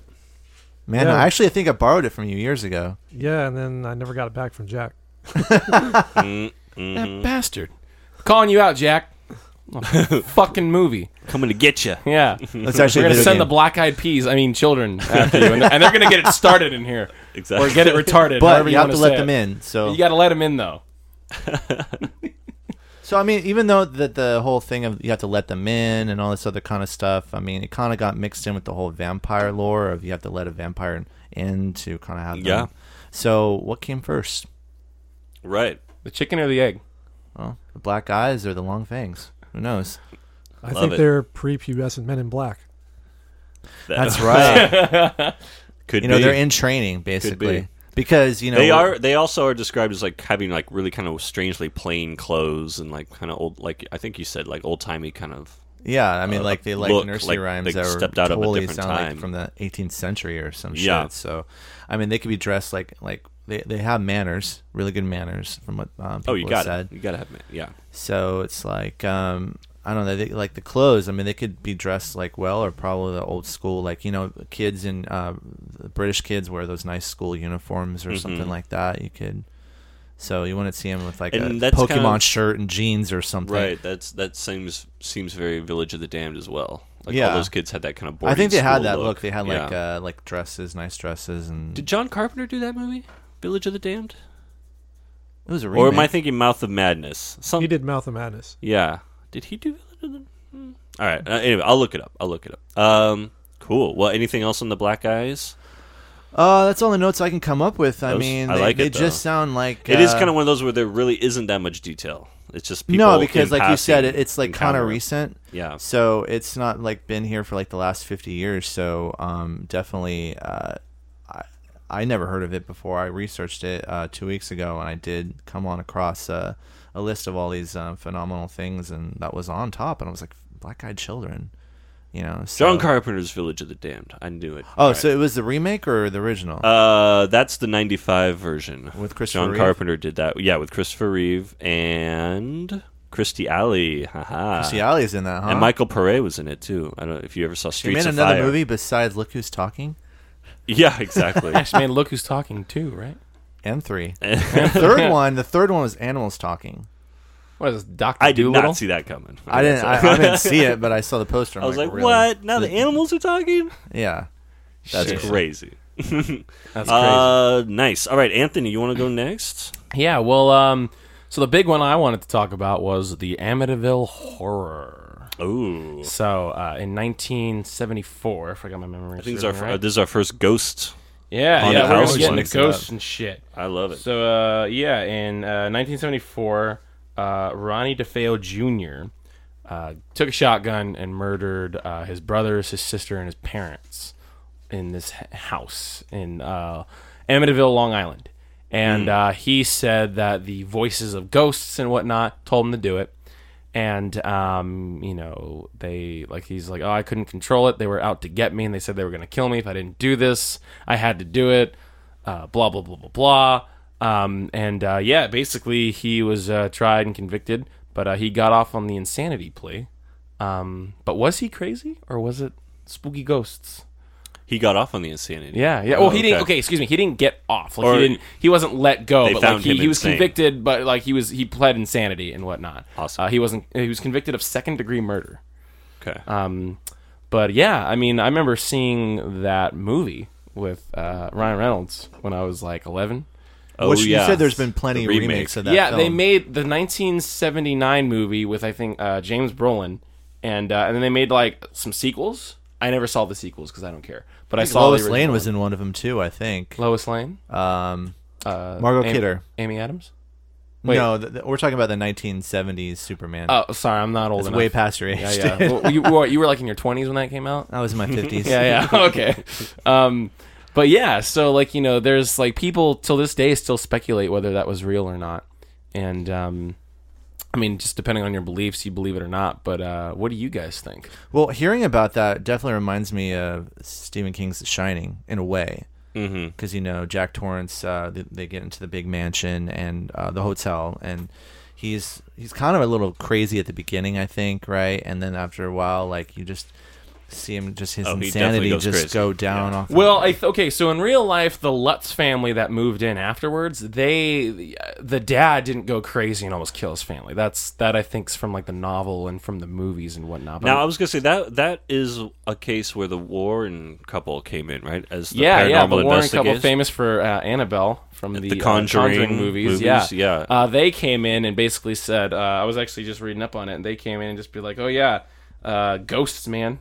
Speaker 4: Man,
Speaker 3: Yeah.
Speaker 4: I actually think I borrowed it from you years ago.
Speaker 3: Yeah, and then I never got it back from Jack.
Speaker 2: Mm-hmm. [LAUGHS]
Speaker 5: That bastard. Calling you out, Jack. fucking movie.
Speaker 2: Coming to get you. [LAUGHS]
Speaker 5: Yeah.
Speaker 1: That's actually
Speaker 5: We're
Speaker 1: a
Speaker 5: going to
Speaker 1: video
Speaker 5: send the
Speaker 1: game.
Speaker 5: black eyed peas, I mean children, after you. And, and they're going to get it started in here.
Speaker 2: Exactly.
Speaker 5: Or get it retarded.
Speaker 4: [LAUGHS] But
Speaker 5: however
Speaker 4: you have
Speaker 5: wanna
Speaker 4: to let
Speaker 5: say
Speaker 4: them
Speaker 5: it.
Speaker 4: in. So
Speaker 5: You got to let them in, though.
Speaker 4: So I mean, even though that the whole thing of you have to let them in and all this other kind of stuff, I mean, it kind of got mixed in with the whole vampire lore of you have to let a vampire in to kind of have them.
Speaker 2: Yeah.
Speaker 4: So what came first?
Speaker 2: Right.
Speaker 5: The chicken or the egg?
Speaker 4: Well, the black eyes or the long fangs? Who knows?
Speaker 3: I
Speaker 2: Love
Speaker 3: think
Speaker 2: it.
Speaker 3: they're prepubescent men in black.
Speaker 2: That-
Speaker 4: That's [LAUGHS] right.
Speaker 2: Could
Speaker 4: you know,
Speaker 2: be.
Speaker 4: they're in training basically
Speaker 2: be.
Speaker 4: because you know
Speaker 2: they are. They also are described as like having like really kind of strangely plain clothes and like kind of old. Like I think you said like old timey kind of.
Speaker 4: Yeah, I mean,
Speaker 2: uh,
Speaker 4: like they like
Speaker 2: look,
Speaker 4: nursery
Speaker 2: like
Speaker 4: rhymes
Speaker 2: they
Speaker 4: that were
Speaker 2: stepped out of a
Speaker 4: totally
Speaker 2: different
Speaker 4: sound
Speaker 2: time.
Speaker 4: like from the 18th century or some
Speaker 2: Yeah.
Speaker 4: shit. So, I mean, they could be dressed like like they, they have manners, really good manners, from what um, people
Speaker 2: Oh, you
Speaker 4: have
Speaker 2: got
Speaker 4: said.
Speaker 2: it. You got to have it. Yeah.
Speaker 4: So it's like um, I don't know, they, like the clothes. I mean, they could be dressed like well, or probably the old school, like you know, kids in uh, the British kids wear those nice school uniforms or
Speaker 2: Mm-hmm.
Speaker 4: something like that. You could. So you wouldn't see him with like
Speaker 2: And
Speaker 4: a
Speaker 2: that's
Speaker 4: Pokemon
Speaker 2: kind of-
Speaker 4: shirt and jeans or something.
Speaker 2: Right. That's that seems seems very Village of the Damned as well. Like all
Speaker 4: Yeah.
Speaker 2: those kids had that kind of.
Speaker 4: I
Speaker 2: Boarding
Speaker 4: think they
Speaker 2: school
Speaker 4: had that
Speaker 2: look.
Speaker 4: look. They had
Speaker 2: Yeah.
Speaker 4: like uh, like dresses, nice dresses, and
Speaker 2: Did John Carpenter do that movie, Village of the Damned,
Speaker 4: it was a
Speaker 2: or
Speaker 4: remake.
Speaker 2: am I thinking Mouth of Madness? Some,
Speaker 3: He did Mouth of Madness.
Speaker 2: Yeah. Did he do Village of the? Hmm. All right. Uh, anyway, I'll look it up. I'll look it up. Um. Cool. Well, anything else on the Black Eyes?
Speaker 4: uh, that's all the notes I can come up with. I
Speaker 2: Those-
Speaker 4: mean,
Speaker 2: I
Speaker 4: they,
Speaker 2: like it,
Speaker 4: they
Speaker 2: though.
Speaker 4: just sound like
Speaker 2: It is
Speaker 4: uh,
Speaker 2: kind of one of those where there really isn't that much detail. It's just people
Speaker 4: no, because
Speaker 2: in
Speaker 4: like you said,
Speaker 2: passing
Speaker 4: it, it's like kind of
Speaker 2: encounter.
Speaker 4: recent.
Speaker 2: Yeah.
Speaker 4: So it's not like been here for like the last fifty years. So um, definitely, uh, I I never heard of it before. I researched it uh, two weeks ago, and I did come on across uh, a list of all these um, phenomenal things, and that was on top. And I was like, Black Eyed Children, you know. So.
Speaker 2: John Carpenter's Village of the Damned. I knew it.
Speaker 4: Oh,
Speaker 2: All right.
Speaker 4: so it was the remake or the original?
Speaker 2: Uh, that's the '95 version
Speaker 4: With Christopher
Speaker 2: John
Speaker 4: Reeve?
Speaker 2: Carpenter did that. Yeah, with Christopher Reeve and Christy Alley. Haha.
Speaker 4: Christy Alley's in that, huh?
Speaker 2: And Michael Pare was in it too. I don't know if you ever saw
Speaker 4: She
Speaker 2: Streets
Speaker 4: made
Speaker 2: of
Speaker 4: another
Speaker 2: Fire.
Speaker 4: movie besides Look Who's Talking
Speaker 2: [LAUGHS] Yeah,
Speaker 4: [LAUGHS]
Speaker 2: exactly. [LAUGHS]
Speaker 5: Gosh, man, look who's talking, too, right?
Speaker 4: and three. and third one, the third one was Animals Talking.
Speaker 5: What is this, Dr.
Speaker 2: I did
Speaker 5: Dolittle?
Speaker 2: not see that coming.
Speaker 4: I didn't. I,
Speaker 2: [LAUGHS]
Speaker 4: I didn't see it, but I saw the poster. i
Speaker 2: I was like,
Speaker 4: really?
Speaker 2: what? Now the animals are talking?
Speaker 4: Yeah.
Speaker 2: That's
Speaker 5: Shit.
Speaker 2: crazy.
Speaker 5: That's crazy.
Speaker 2: Uh, nice. All right, Anthony, you want to go next?
Speaker 5: Yeah, well, um, so the big one I wanted to talk about was the Amityville Horror.
Speaker 2: Oh,
Speaker 5: So uh, in 1974, if I got my memory.
Speaker 2: I think this is, our,
Speaker 5: serving
Speaker 2: fir-
Speaker 5: right.
Speaker 2: this is our first ghost.
Speaker 5: yeah,
Speaker 2: haunted
Speaker 5: yeah, we're
Speaker 2: house
Speaker 5: just getting
Speaker 2: one.
Speaker 5: ghosts and shit.
Speaker 2: I love it.
Speaker 5: So uh, yeah, in uh, 1974, uh, Ronnie DeFeo Jr. Uh, took a shotgun and murdered uh, his brothers, his sister, and his parents in this h- house in uh, Amityville, Long Island. And
Speaker 2: Hmm.
Speaker 5: uh, he said that the voices of ghosts and whatnot told him to do it. And um, you know, they like he's like, oh, I couldn't control it. They were out to get me, and they said they were going to kill me if I didn't do this. I had to do it uh, blah blah blah blah blah. Um, and uh, yeah, basically he was uh, tried and convicted, but uh, he got off on the insanity plea. Um, but was he crazy or was it spooky ghosts?
Speaker 2: he got off on the insanity.
Speaker 5: Yeah, yeah. Well,
Speaker 2: Oh,
Speaker 5: he didn't.
Speaker 2: okay.
Speaker 5: Okay, excuse me. He didn't get off. Like
Speaker 2: Or-
Speaker 5: he didn't. He wasn't let go.
Speaker 2: They
Speaker 5: but
Speaker 2: found
Speaker 5: like he,
Speaker 2: him
Speaker 5: he was
Speaker 2: insane.
Speaker 5: convicted, but like he was he pled insanity and whatnot.
Speaker 2: Awesome.
Speaker 5: Uh, he wasn't. He was convicted of second degree murder.
Speaker 2: Okay.
Speaker 5: Um, but yeah, I mean, I remember seeing that movie with uh, Ryan Reynolds when I was like 11.
Speaker 2: oh,
Speaker 4: Which you
Speaker 2: yeah.
Speaker 4: said there's been plenty
Speaker 2: The
Speaker 4: of
Speaker 2: remake.
Speaker 4: remakes of that.
Speaker 5: yeah, they
Speaker 4: film.
Speaker 5: made the 1979 movie with I think uh, James Brolin, and uh, and then they made like some sequels. I never saw the sequels because I don't care. But I, saw
Speaker 4: Lois
Speaker 5: the
Speaker 4: Lane
Speaker 5: original
Speaker 4: was
Speaker 5: one.
Speaker 4: in one of them too, I think.
Speaker 5: Lois Lane,
Speaker 4: Um,
Speaker 5: uh,
Speaker 4: Margot
Speaker 5: Amy,
Speaker 4: Kidder.
Speaker 5: Amy Adams. Wait.
Speaker 4: no, th- th- we're talking about the 1970s Superman.
Speaker 5: Oh, sorry, I'm not old
Speaker 4: it's
Speaker 5: enough.
Speaker 4: way past your age.
Speaker 5: yeah,
Speaker 4: [LAUGHS]
Speaker 5: yeah. well, you, what, you were like in your 20s when that came out.
Speaker 4: I was in my 50s.
Speaker 5: yeah, [LAUGHS] yeah. okay. Um, but yeah, so like you know, there's like people till this day still speculate whether that was real or not, and um, I mean, just depending on your beliefs, you believe it or not. But uh, what do you guys think?
Speaker 4: Well, hearing about that definitely reminds me of Stephen King's The Shining in a way.
Speaker 2: Mm-hmm.
Speaker 4: Because, you know, Jack Torrance, uh, they, they get into the big mansion and uh, the hotel, and he's he's kind of a little crazy at the beginning, I think, right? And then after a while, like, you just see him just his
Speaker 2: Oh, he definitely
Speaker 4: insanity
Speaker 2: goes
Speaker 4: just
Speaker 2: crazy.
Speaker 4: go down off.
Speaker 5: Well, I th- okay, so in real life, the Lutz family that moved in afterwards, they the dad didn't go crazy and almost kill his family. That's that I think's from like the novel and from the movies and whatnot. But
Speaker 2: Now I was gonna say that that is a case where the Warren couple came in, right? As the
Speaker 5: yeah,
Speaker 2: paranormal
Speaker 5: yeah, the Warren couple
Speaker 2: investigators.
Speaker 5: famous for uh, Annabelle from the,
Speaker 2: The
Speaker 5: uh,
Speaker 2: Conjuring
Speaker 5: movies.
Speaker 2: movies,
Speaker 5: Yeah,
Speaker 2: yeah.
Speaker 5: Uh, they came in and basically said, uh, I was actually just reading up on it, and they came in and just be like, oh yeah, uh, ghosts, man.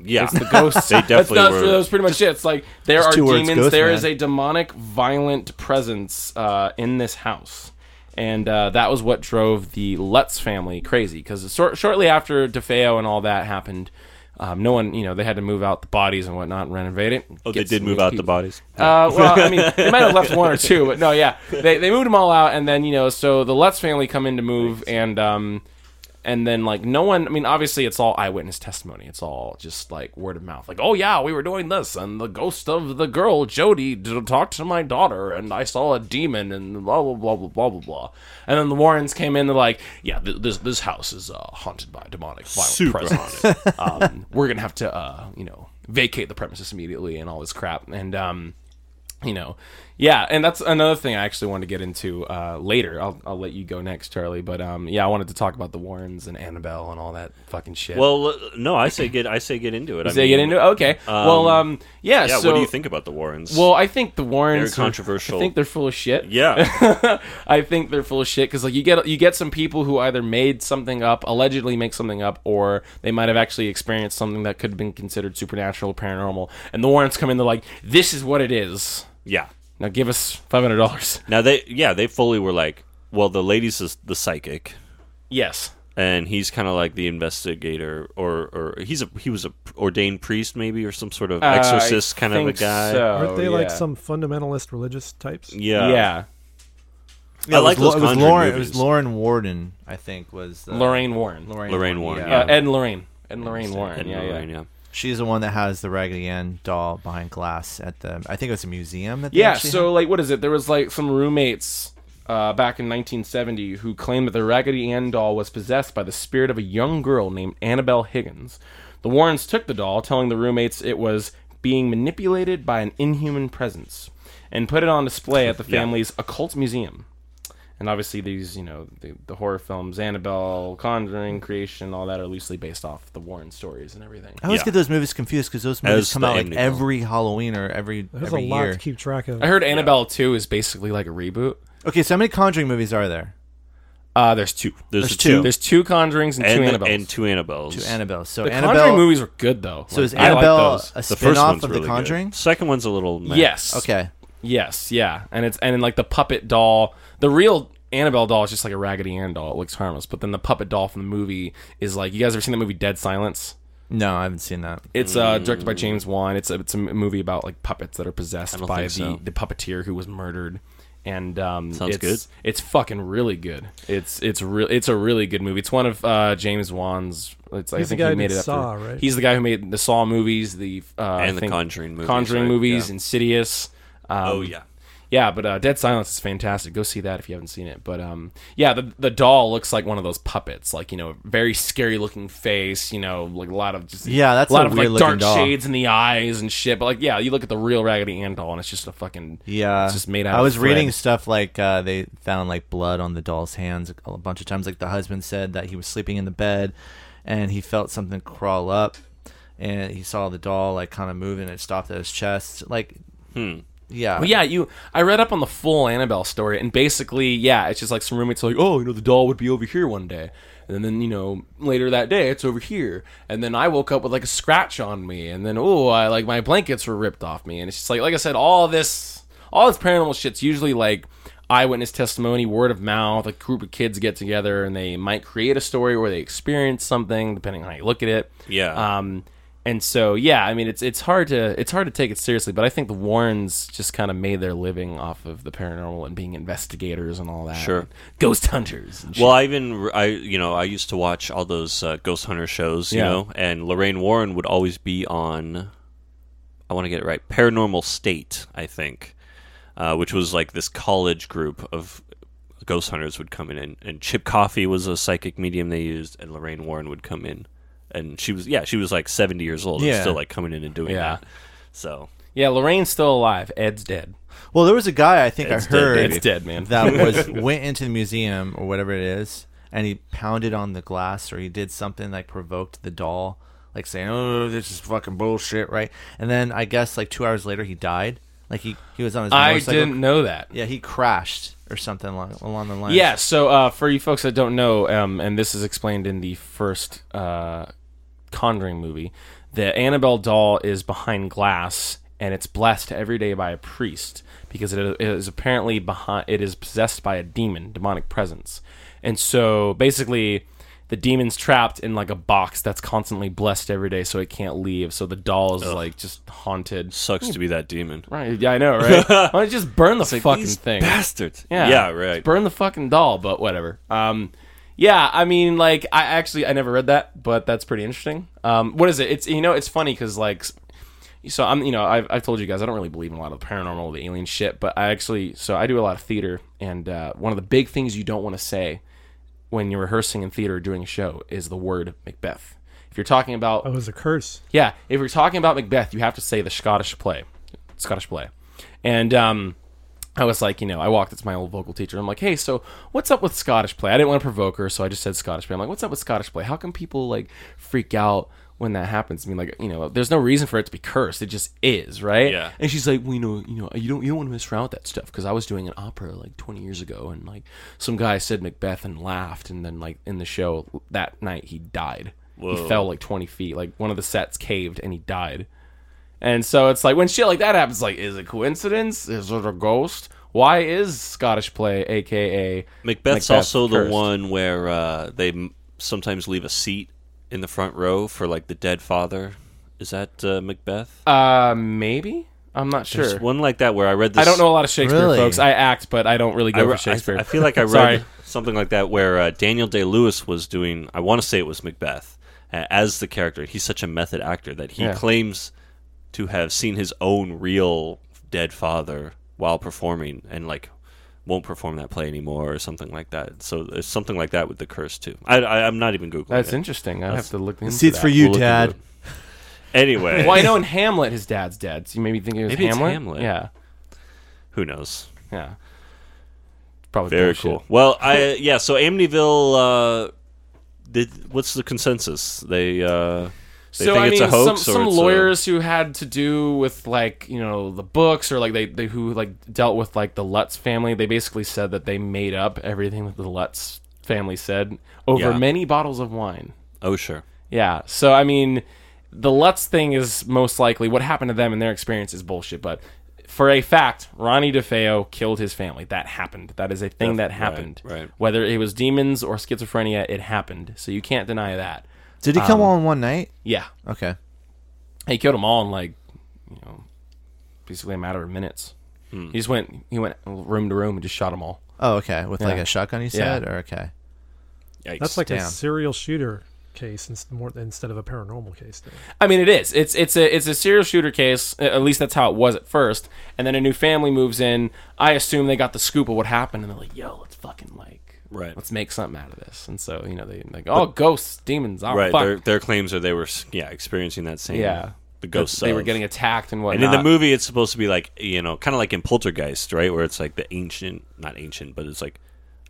Speaker 2: yeah, [LAUGHS]
Speaker 5: It's the [LAUGHS] ghosts.
Speaker 2: They definitely
Speaker 5: that's,
Speaker 2: were.
Speaker 5: That's, that's pretty much it. It's like there
Speaker 4: Just
Speaker 5: are
Speaker 4: two words,
Speaker 5: demons.
Speaker 4: ghost
Speaker 5: There
Speaker 4: man.
Speaker 5: is a demonic, violent presence uh, in this house, and uh, that was what drove the Lutz family crazy. Because shortly after DeFeo and all that happened, um, no one, you know, they had to move out the bodies and whatnot and renovate it.
Speaker 2: oh,
Speaker 5: Get
Speaker 2: they did
Speaker 5: some
Speaker 2: move
Speaker 5: new
Speaker 2: out the
Speaker 5: people.
Speaker 2: bodies.
Speaker 5: Uh, well, I mean, they might have left one or two, but no, yeah, they they moved them all out, and then you know, so the Lutz family come in to move, and um, and then like no one, I mean, obviously it's all eyewitness testimony, it's all just like word of mouth, like oh yeah, we were doing this, and the ghost of the girl Jody d- talked to my daughter, and I saw a demon, and blah blah blah blah blah blah blah, and then the Warrens came in, they're like, yeah, th- this this house is uh, haunted by a demonic violent
Speaker 2: Super
Speaker 5: presence, um, we're gonna have to uh, you know vacate the premises immediately and all this crap, and um you know yeah and that's another thing i actually wanted to get into uh, later I'll, I'll let you go next charlie but um, yeah i wanted to talk about the warrens and annabelle and all that fucking shit
Speaker 2: Well, uh, no, I say get I say get into it. I
Speaker 5: Did they get
Speaker 2: mean,
Speaker 5: into okay well um, yeah,
Speaker 2: Yeah,
Speaker 5: so
Speaker 2: what do you think about the Warrens?
Speaker 5: well i think the warrens
Speaker 2: They're
Speaker 5: are-
Speaker 2: controversial.
Speaker 5: i think they're full of shit
Speaker 2: yeah,
Speaker 5: [LAUGHS] I think they're full of shit because like you get you get some people who either made something up, allegedly make something up, or they might have actually experienced something that could have been considered supernatural, paranormal. And the warrants come in, they're like, "This is what it is."
Speaker 2: yeah.
Speaker 5: Now give us five hundred dollars. [LAUGHS]
Speaker 2: Now they yeah they fully were like, well, the lady's is the psychic,
Speaker 5: Yes.
Speaker 2: and he's kind of like the investigator, or or he's a he was a ordained priest maybe, or some sort of exorcist
Speaker 5: Uh, I
Speaker 2: kind of a
Speaker 5: think
Speaker 2: guy.
Speaker 5: so,
Speaker 3: Aren't they like
Speaker 5: Oh, yeah.
Speaker 3: some fundamentalist religious types?
Speaker 2: Yeah,
Speaker 5: Yeah.
Speaker 2: I like
Speaker 4: it
Speaker 2: those
Speaker 4: was, Lo- it was
Speaker 2: Conjuring
Speaker 4: Lauren. It
Speaker 2: movies.
Speaker 4: was Lauren Warden, I think, was the,
Speaker 5: Lorraine Warren.
Speaker 4: Lorraine,
Speaker 2: Lorraine Warren,
Speaker 5: Uh,
Speaker 2: yeah.
Speaker 5: Ed and Lorraine. Ed and Lorraine Warren.
Speaker 2: And
Speaker 5: yeah,
Speaker 2: Lorraine,
Speaker 5: yeah.
Speaker 2: yeah.
Speaker 4: She's the one that has the Raggedy Ann doll behind glass at the. I think it was a museum. That they
Speaker 5: Yeah,
Speaker 4: actually
Speaker 5: so like, what is it? There was like some roommates uh, back in 1970 who claimed that the Raggedy Ann doll was possessed by the spirit of a young girl named Annabelle Higgins. The Warrens took the doll, telling the roommates it was being manipulated by an inhuman presence, and put it on display at the
Speaker 2: Yeah.
Speaker 5: family's occult museum. And obviously, these you know the, the horror films, Annabelle, Conjuring, Creation, all that are loosely based off the Warren stories and everything.
Speaker 4: I always
Speaker 2: Yeah.
Speaker 4: get those movies confused because those movies
Speaker 2: As
Speaker 4: come
Speaker 2: the
Speaker 4: out like
Speaker 2: Amityville.
Speaker 4: every Halloween or every
Speaker 3: There's
Speaker 4: every
Speaker 3: a lot
Speaker 4: year.
Speaker 3: to keep track of.
Speaker 5: I heard Annabelle 2 is basically like a reboot.
Speaker 4: Okay, so how many Conjuring movies are there?
Speaker 5: Uh, there's two.
Speaker 2: There's,
Speaker 4: There's
Speaker 2: the two,
Speaker 4: two.
Speaker 5: There's two Conjurings and,
Speaker 2: and
Speaker 5: two
Speaker 2: the-
Speaker 5: Annabelles.
Speaker 2: and two Annabelles.
Speaker 4: To Annabelle. So
Speaker 5: the
Speaker 4: Annabelle.
Speaker 5: Conjuring movies were good though.
Speaker 4: so is
Speaker 5: Like, I like
Speaker 4: Annabelle
Speaker 5: those.
Speaker 4: a
Speaker 2: the first
Speaker 4: spin-off
Speaker 2: one's
Speaker 4: of
Speaker 2: really
Speaker 4: the
Speaker 2: good.
Speaker 4: Conjuring?
Speaker 2: Second one's a little meh.
Speaker 5: yes.
Speaker 4: Okay.
Speaker 5: Yes. Yeah. And it's and like the puppet doll, the real Annabelle doll is just like a Raggedy Ann doll. It looks harmless, but then the puppet doll from the movie is like you guys ever seen the movie Dead Silence?
Speaker 4: No, I haven't seen that.
Speaker 5: It's uh, directed by James Wan. It's a, it's a m- movie about like puppets that are possessed
Speaker 2: Mm. don't
Speaker 5: by the,
Speaker 2: think so.
Speaker 5: the puppeteer who was murdered. And um,
Speaker 2: Sounds
Speaker 5: it's,
Speaker 2: good.
Speaker 5: It's fucking really good. It's it's real. It's a really good movie. It's one of uh, James Wan's. It's, I
Speaker 3: He's the
Speaker 5: think
Speaker 3: guy
Speaker 5: he
Speaker 3: who
Speaker 5: made
Speaker 3: did
Speaker 5: it up.
Speaker 3: Saw,
Speaker 5: for-
Speaker 3: right?
Speaker 5: He's the guy who made the Saw movies, the uh, I
Speaker 2: the
Speaker 5: think
Speaker 2: Conjuring movies,
Speaker 5: Conjuring
Speaker 2: right?
Speaker 5: movies,
Speaker 2: Yeah.
Speaker 5: Insidious. Um,
Speaker 2: Oh yeah.
Speaker 5: yeah, but uh, Dead Silence is fantastic. Go see that if you haven't seen it. But um, yeah, the the doll looks like one of those puppets, like you know, very scary looking face. You know, like a lot of just
Speaker 4: Yeah, that's
Speaker 5: a lot
Speaker 4: a
Speaker 5: of like
Speaker 4: weird-looking
Speaker 5: dark
Speaker 4: doll.
Speaker 5: shades in the eyes and shit. But like, yeah, you look at the real Raggedy Ann doll, and it's just a fucking
Speaker 4: Yeah,
Speaker 5: it's just made out.
Speaker 4: I
Speaker 5: of
Speaker 4: was
Speaker 5: thread.
Speaker 4: reading stuff like uh, they found like blood on the doll's hands a bunch of times. Like the husband said that he was sleeping in the bed, and he felt something crawl up, and he saw the doll like kind of moving. It stopped at his chest. Like, yeah,
Speaker 5: But Hmm. yeah, you. I read up on the full Annabelle story, and basically, yeah, it's just like some roommates are like, oh, you know, the doll would be over here one day, and then you know later that day it's over here, and then I woke up with like a scratch on me, and then oh, I like my blankets were ripped off me, and it's just like like I said, all this, all this paranormal shit's usually like eyewitness testimony, word of mouth. A group of kids get together and they might create a story where they experience something, depending on how you look at it.
Speaker 2: Yeah.
Speaker 5: Um, and so yeah, I mean it's it's hard to it's hard to take it seriously, but I think the Warrens just kind of made their living off of the paranormal and being investigators and all that.
Speaker 2: Sure.
Speaker 5: ghost hunters. And shit.
Speaker 2: Well, I even I you know I used to watch all those uh, ghost hunter shows, you
Speaker 5: Yeah.
Speaker 2: know, and Lorraine Warren would always be on. I want to get it right. Paranormal State, I think, uh, which was like this college group of ghost hunters would come in, and, and Chip Coffee was a psychic medium they used, and Lorraine Warren would come in and she was yeah she was like 70 years old and
Speaker 4: Yeah.
Speaker 2: still like coming in and doing
Speaker 5: Yeah.
Speaker 2: that so
Speaker 5: Yeah, Lorraine's still alive. Ed's dead.
Speaker 4: Well, there was a guy I think
Speaker 2: It's
Speaker 4: I
Speaker 2: dead,
Speaker 4: heard
Speaker 5: baby. It's dead, man. [LAUGHS]
Speaker 4: that was went into the museum or whatever it is, and he pounded on the glass or he did something like provoked the doll, like saying, "Oh, this is fucking bullshit," right? And then I guess like two hours later he died. Like he he was on his
Speaker 5: I
Speaker 4: motorcycle.
Speaker 5: didn't know that.
Speaker 4: Yeah, he crashed or something along, along the lines.
Speaker 5: Yeah, so uh, for you folks that don't know, um, and this is explained in the first uh, Conjuring movie, the Annabelle doll is behind glass and it's blessed every day by a priest because it it is apparently behind. It is possessed by a demon, demonic presence, and so basically. The demon's trapped in like a box that's constantly blessed every day, so it can't leave. So the doll is like just haunted.
Speaker 2: sucks to be that demon
Speaker 5: Hmm. Right? Yeah, I know, right? Why don't you just burn the fucking
Speaker 2: These
Speaker 5: thing?
Speaker 2: bastards
Speaker 5: Yeah.
Speaker 2: yeah right
Speaker 5: Just burn the fucking doll, but whatever. Um, yeah, I mean, like, I actually I never read that, but that's pretty interesting. Um, what is it? It's you know, it's funny because like, s- so I'm you know I've I've told you guys I don't really believe in a lot of the paranormal, the alien shit, but I actually so I do a lot of theater, and uh, one of the big things you don't want to say when you're rehearsing in theater or doing a show is the word Macbeth. If you're talking about
Speaker 3: Oh, it was a curse.
Speaker 5: yeah, if you're talking about Macbeth, you have to say the Scottish play, Scottish play, and um, I was like, you know, I walked up to my old vocal teacher. I'm like, hey, so what's up with Scottish play? I didn't want to provoke her, so I just said Scottish play. I'm like, what's up with Scottish play? How come people like freak out when that happens? I mean, like, you know, there's no reason for it to be cursed. It just is, right?
Speaker 2: Yeah.
Speaker 5: And she's like, well, you know, you know, you don't, you don't want to mess around with that stuff because I was doing an opera like 20 years ago, and like some guy said Macbeth and laughed, and then like in the show that night he died. He
Speaker 2: Whoa.
Speaker 5: fell like 20 feet. Like one of the sets caved, and he died. And so it's like when shit like that happens, like, is it coincidence? Is it a ghost? Why is Scottish play, aka
Speaker 2: Macbeth's
Speaker 5: Macbeth
Speaker 2: also the
Speaker 5: cursed?
Speaker 2: one where uh, they m- sometimes leave a seat in the front row for like the dead father. Is that uh, Macbeth?
Speaker 5: Uh, maybe I'm not sure.
Speaker 2: There's one like that where I read. This,
Speaker 5: I don't know a lot of Shakespeare,
Speaker 4: Really?
Speaker 5: folks. I act, but I don't really
Speaker 2: I,
Speaker 5: go
Speaker 2: re-
Speaker 5: for Shakespeare.
Speaker 2: I, I feel
Speaker 5: [LAUGHS]
Speaker 2: like I
Speaker 5: Sorry.
Speaker 2: read something like that where uh, Daniel Day Lewis was doing. I want to say it was Macbeth uh, as the character. He's such a method actor that he
Speaker 5: Yeah.
Speaker 2: claims to have seen his own real dead father while performing, and like won't perform that play anymore or something like that. So it's something like that with the curse too. I, I, am not even googling.
Speaker 5: That's
Speaker 2: it.
Speaker 5: interesting. I have to look into
Speaker 4: Seats
Speaker 5: that.
Speaker 4: for you,
Speaker 2: We'll look
Speaker 4: Dad.
Speaker 2: into it. Anyway,
Speaker 5: Well, I know in Hamlet his dad's dead, so you maybe think it was
Speaker 2: Maybe it's
Speaker 5: Hamlet?
Speaker 2: Hamlet.
Speaker 5: Yeah,
Speaker 2: who knows?
Speaker 5: yeah. Probably
Speaker 2: Very
Speaker 5: bullshit.
Speaker 2: cool. Well, I yeah. So Amityville. Uh, did, what's the consensus? They uh, they
Speaker 5: so
Speaker 2: think
Speaker 5: I
Speaker 2: it's
Speaker 5: mean,
Speaker 2: a hoax
Speaker 5: some,
Speaker 2: or
Speaker 5: some
Speaker 2: it's a-
Speaker 5: lawyers who had to do with like you know the books or like they, they who like dealt with like the Lutz family. They basically said that they made up everything that the Lutz family said over
Speaker 2: Yeah.
Speaker 5: many bottles of wine.
Speaker 2: oh sure.
Speaker 5: Yeah. So I mean, the Lutz thing is most likely what happened to them in their experience is bullshit. But for a fact, Ronnie DeFeo killed his family. That happened. That is a thing that happened.
Speaker 2: right.
Speaker 5: Whether it was demons or schizophrenia, it happened. So you can't deny that.
Speaker 4: Did he come on one night?
Speaker 5: Yeah.
Speaker 4: Okay.
Speaker 5: He killed them all in like, you know, basically a matter of minutes.
Speaker 2: Hmm.
Speaker 5: He just went. He went room to room and just shot them all.
Speaker 4: Oh, okay. With like
Speaker 5: Yeah.
Speaker 4: a shotgun, you
Speaker 5: Yeah.
Speaker 4: said, or okay.
Speaker 2: Yikes.
Speaker 3: That's like a
Speaker 4: Damn.
Speaker 3: serial shooter case instead, more, instead of a paranormal case. Though.
Speaker 5: I mean, it is. It's it's a it's a serial shooter case. a- At least that's how it was at first. And then a new family moves in. I assume they got the scoop of what happened, and they're like, "Yo, let's fucking like,
Speaker 2: Right.
Speaker 5: let's make something out of this." And so you know they like, "Oh, ghosts, demons, oh
Speaker 2: right.
Speaker 5: fuck,
Speaker 2: Their their claims are they were yeah experiencing that same
Speaker 5: Yeah.
Speaker 2: the ghosts
Speaker 5: they were
Speaker 2: of.
Speaker 5: getting attacked and
Speaker 2: And
Speaker 5: whatnot."
Speaker 2: in the movie, it's supposed to be like you know, kind of like in Poltergeist, right? Where it's like the ancient, not ancient, but it's like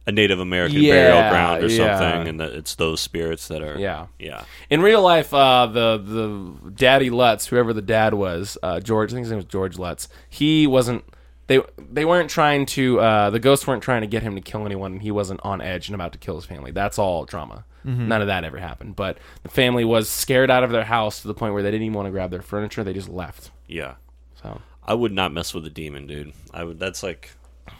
Speaker 2: a Native American
Speaker 5: Yeah,
Speaker 2: burial ground or
Speaker 5: yeah.
Speaker 2: something, and that it's those spirits that are
Speaker 5: Yeah.
Speaker 2: yeah.
Speaker 5: In real life, uh, the the daddy Lutz, whoever the dad was, uh, George, I think his name was George Lutz. He wasn't. They they weren't trying to. Uh, the ghosts weren't trying to get him to kill anyone, and he wasn't on edge and about to kill his family. That's all drama. None of that ever happened. But the family was scared out of their house to the point where they didn't even want to grab their furniture. They just left.
Speaker 2: yeah.
Speaker 5: [LAUGHS] So
Speaker 2: I would not mess with a demon, dude. I would. That's like,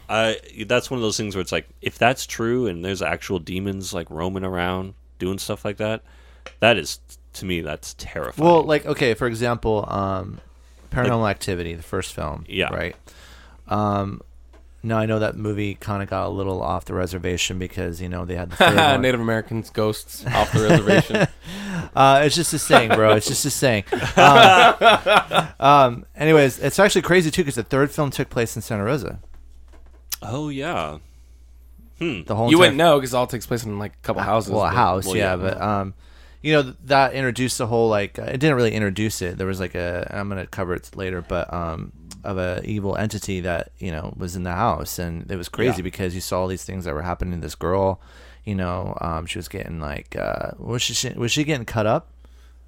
Speaker 2: I. That's one of those things where it's like, if that's true and there's actual demons like roaming around doing stuff like that, that is to me that's terrifying.
Speaker 4: Well, like okay, for example, um, Paranormal Activity, the first film.
Speaker 2: Yeah.
Speaker 4: Right. Um, now I know that movie kind of got a little off the reservation because you know they had the third one.
Speaker 5: Native Americans, ghosts off the [LAUGHS] reservation.
Speaker 4: Uh, it's just a saying, bro. It's just a saying. Um, um, anyways, it's actually crazy too because the third film took place in Santa Rosa.
Speaker 2: oh yeah,
Speaker 4: The whole
Speaker 5: you
Speaker 4: entire-
Speaker 5: wouldn't know because all takes place in like Uh, a couple houses.
Speaker 4: well, a
Speaker 5: but- Uh,
Speaker 4: house,
Speaker 2: well,
Speaker 4: yeah,
Speaker 2: yeah.
Speaker 4: but um, you know th- that introduced the whole like uh, it didn't really introduce it. There was like a I'm gonna cover it later, but um of a evil entity that you know was in the house, and it was crazy because you saw all these things that were happening to this girl. You know, um, she was getting like uh, was she- she was she getting cut up?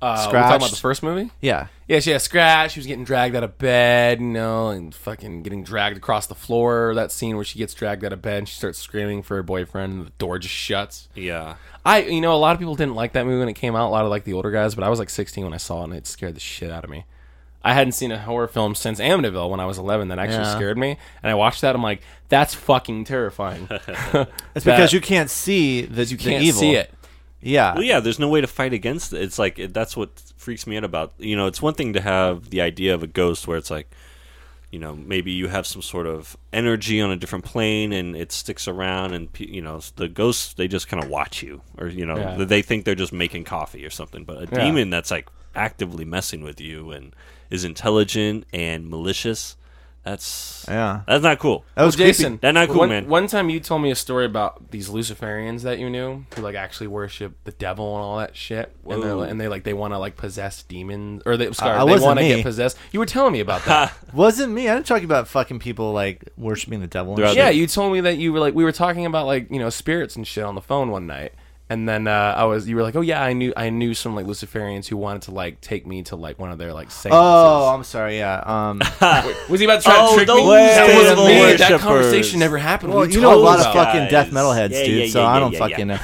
Speaker 5: Uh, we talking about
Speaker 4: Scratched.
Speaker 5: the first movie?
Speaker 4: Yeah,
Speaker 5: Yeah, she had a scratch. She was getting dragged out of bed, you know, and fucking getting dragged across the floor. That scene where she gets dragged out of bed and she starts screaming for her boyfriend, and the door just shuts.
Speaker 2: Yeah.
Speaker 5: I, you know, a lot of people didn't like that movie when it came out. A lot of like the older guys, but I was like 16 when I saw it, and it scared the shit out of me. I hadn't seen a horror film since Amityville when I was 11 that actually
Speaker 4: Yeah.
Speaker 5: scared me, and I watched that. I'm like, that's fucking
Speaker 4: [LAUGHS]
Speaker 5: terrifying.
Speaker 4: it's
Speaker 5: That-
Speaker 4: because you can't see the you
Speaker 5: Can't
Speaker 4: the evil.
Speaker 5: see it.
Speaker 4: Yeah,
Speaker 2: Well, yeah, there's no way to fight against it. It's like it, that's what freaks me out about. You know, it's one thing to have the idea of a ghost where it's like, you know, maybe you have some sort of energy on a different plane and it sticks around, and pe- you know, the ghosts they just kind of watch you, or you know,
Speaker 5: Yeah.
Speaker 2: th- they think they're just making coffee or something. But a
Speaker 5: Yeah.
Speaker 2: demon that's like actively messing with you and is intelligent and malicious, that's
Speaker 4: Yeah.
Speaker 2: that's not cool.
Speaker 4: that was
Speaker 5: Well,
Speaker 4: creepy.
Speaker 5: Jason.
Speaker 2: They're not cool,
Speaker 5: one,
Speaker 2: man.
Speaker 5: One time you told me a story about these Luciferians that you knew who like actually worship the devil and all that shit, and, they're,
Speaker 2: Whoa.
Speaker 5: like- and they like they want to like possess demons or they sorry,
Speaker 4: I
Speaker 5: they
Speaker 4: wasn't
Speaker 5: want to
Speaker 4: me.
Speaker 5: get possessed. You were telling me about
Speaker 2: [LAUGHS]
Speaker 5: that.
Speaker 4: Wasn't me. I'm talking about fucking people like worshiping the devil. And
Speaker 2: They're out
Speaker 4: shit.
Speaker 5: yeah, you told me that you were like we were talking about like you know spirits and shit on the phone one night. And then uh, I was, you were like, oh yeah, I knew, I knew some like Luciferians who wanted to like take me to like one of their like seances.
Speaker 4: Oh, I'm sorry. Yeah. Um,
Speaker 5: was he about to try
Speaker 2: Oh,
Speaker 5: to trick
Speaker 2: the
Speaker 5: me? That wasn't
Speaker 2: devil
Speaker 5: me. That
Speaker 2: worshippers.
Speaker 5: conversation never happened.
Speaker 4: well,
Speaker 5: We
Speaker 4: Oh, you know a
Speaker 5: told
Speaker 4: lot of
Speaker 5: about it.
Speaker 4: fucking death
Speaker 2: guys.
Speaker 4: metal heads,
Speaker 2: Yeah,
Speaker 4: dude.
Speaker 2: yeah,
Speaker 4: so
Speaker 2: yeah,
Speaker 4: I
Speaker 2: yeah,
Speaker 4: don't
Speaker 2: yeah, [LAUGHS]
Speaker 4: fucking know.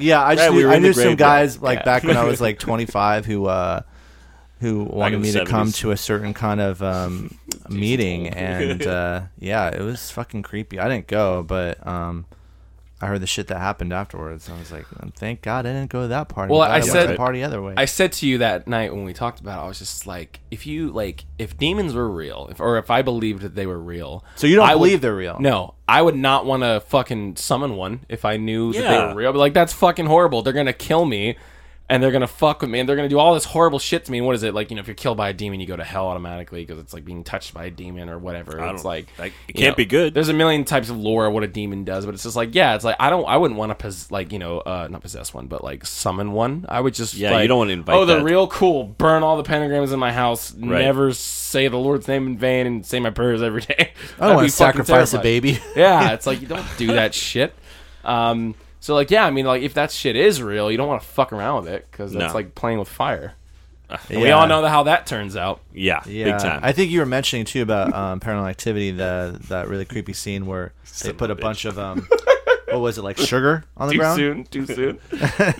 Speaker 4: Yeah, I just
Speaker 2: Right, we
Speaker 4: knew,
Speaker 2: were
Speaker 4: I
Speaker 2: in the
Speaker 4: knew some
Speaker 2: graveyard.
Speaker 4: guys like
Speaker 2: Yeah.
Speaker 4: back
Speaker 2: [LAUGHS]
Speaker 4: when I was like 25 who uh, who wanted
Speaker 2: in
Speaker 4: me
Speaker 2: the
Speaker 4: to come
Speaker 2: 70s.
Speaker 4: to a certain kind
Speaker 2: [LAUGHS]
Speaker 4: of um, meeting, and uh, yeah, it was fucking creepy. I didn't go, but um, I heard the shit that happened afterwards. I was like, thank God I didn't go to that party.
Speaker 5: Well,
Speaker 4: I'm glad
Speaker 5: I
Speaker 4: went
Speaker 5: said-
Speaker 4: to the party other way.
Speaker 5: I said to you that night when we talked about it, I was just like, if you like, if demons were real, if, or if I believed that they were real,
Speaker 4: so you don't
Speaker 5: I would-
Speaker 4: believe they're real?
Speaker 5: No, I would not want to fucking summon one if I knew that they
Speaker 2: Yeah.
Speaker 5: were real. But like, that's fucking horrible. They're gonna kill me, and they're gonna fuck with me, and they're gonna do all this horrible shit to me. And what is it like? You know, if you're killed by a demon, you go to hell automatically because it's like being touched by a demon or whatever.
Speaker 2: I
Speaker 5: it's
Speaker 2: don't-
Speaker 5: like
Speaker 2: that- it
Speaker 5: you
Speaker 2: can't be good.
Speaker 5: There's a million types of lore of what a demon does, but it's just like, yeah, it's like I don't, I wouldn't want to pos- like you know, uh, not possess one, but like summon one. I would just
Speaker 2: Yeah,
Speaker 5: like,
Speaker 2: you don't wanna invite
Speaker 5: Oh, they're
Speaker 2: that.
Speaker 5: real cool. Burn all the pentagrams in my house.
Speaker 2: Right.
Speaker 5: Never say the Lord's name in vain and say my prayers every day. [LAUGHS]
Speaker 4: I
Speaker 5: I'd
Speaker 4: don't want
Speaker 5: be
Speaker 4: to
Speaker 5: fucking
Speaker 4: sacrifice a
Speaker 5: terrified.
Speaker 4: baby. [LAUGHS]
Speaker 5: yeah, it's like you don't do that shit. Um, so like, yeah, I mean, like if that shit is real, you don't want to fuck around with it because that's
Speaker 2: No. Uh,
Speaker 5: like playing with fire. And We
Speaker 4: Yeah.
Speaker 5: all know the- how that turns out.
Speaker 2: Yeah, big time.
Speaker 4: I think you were mentioning too about um, Paranormal Activity, the that really creepy scene where they put a bunch
Speaker 2: [LAUGHS]
Speaker 4: of um, what was it like sugar on the
Speaker 5: Too
Speaker 4: ground?
Speaker 5: soon, too soon.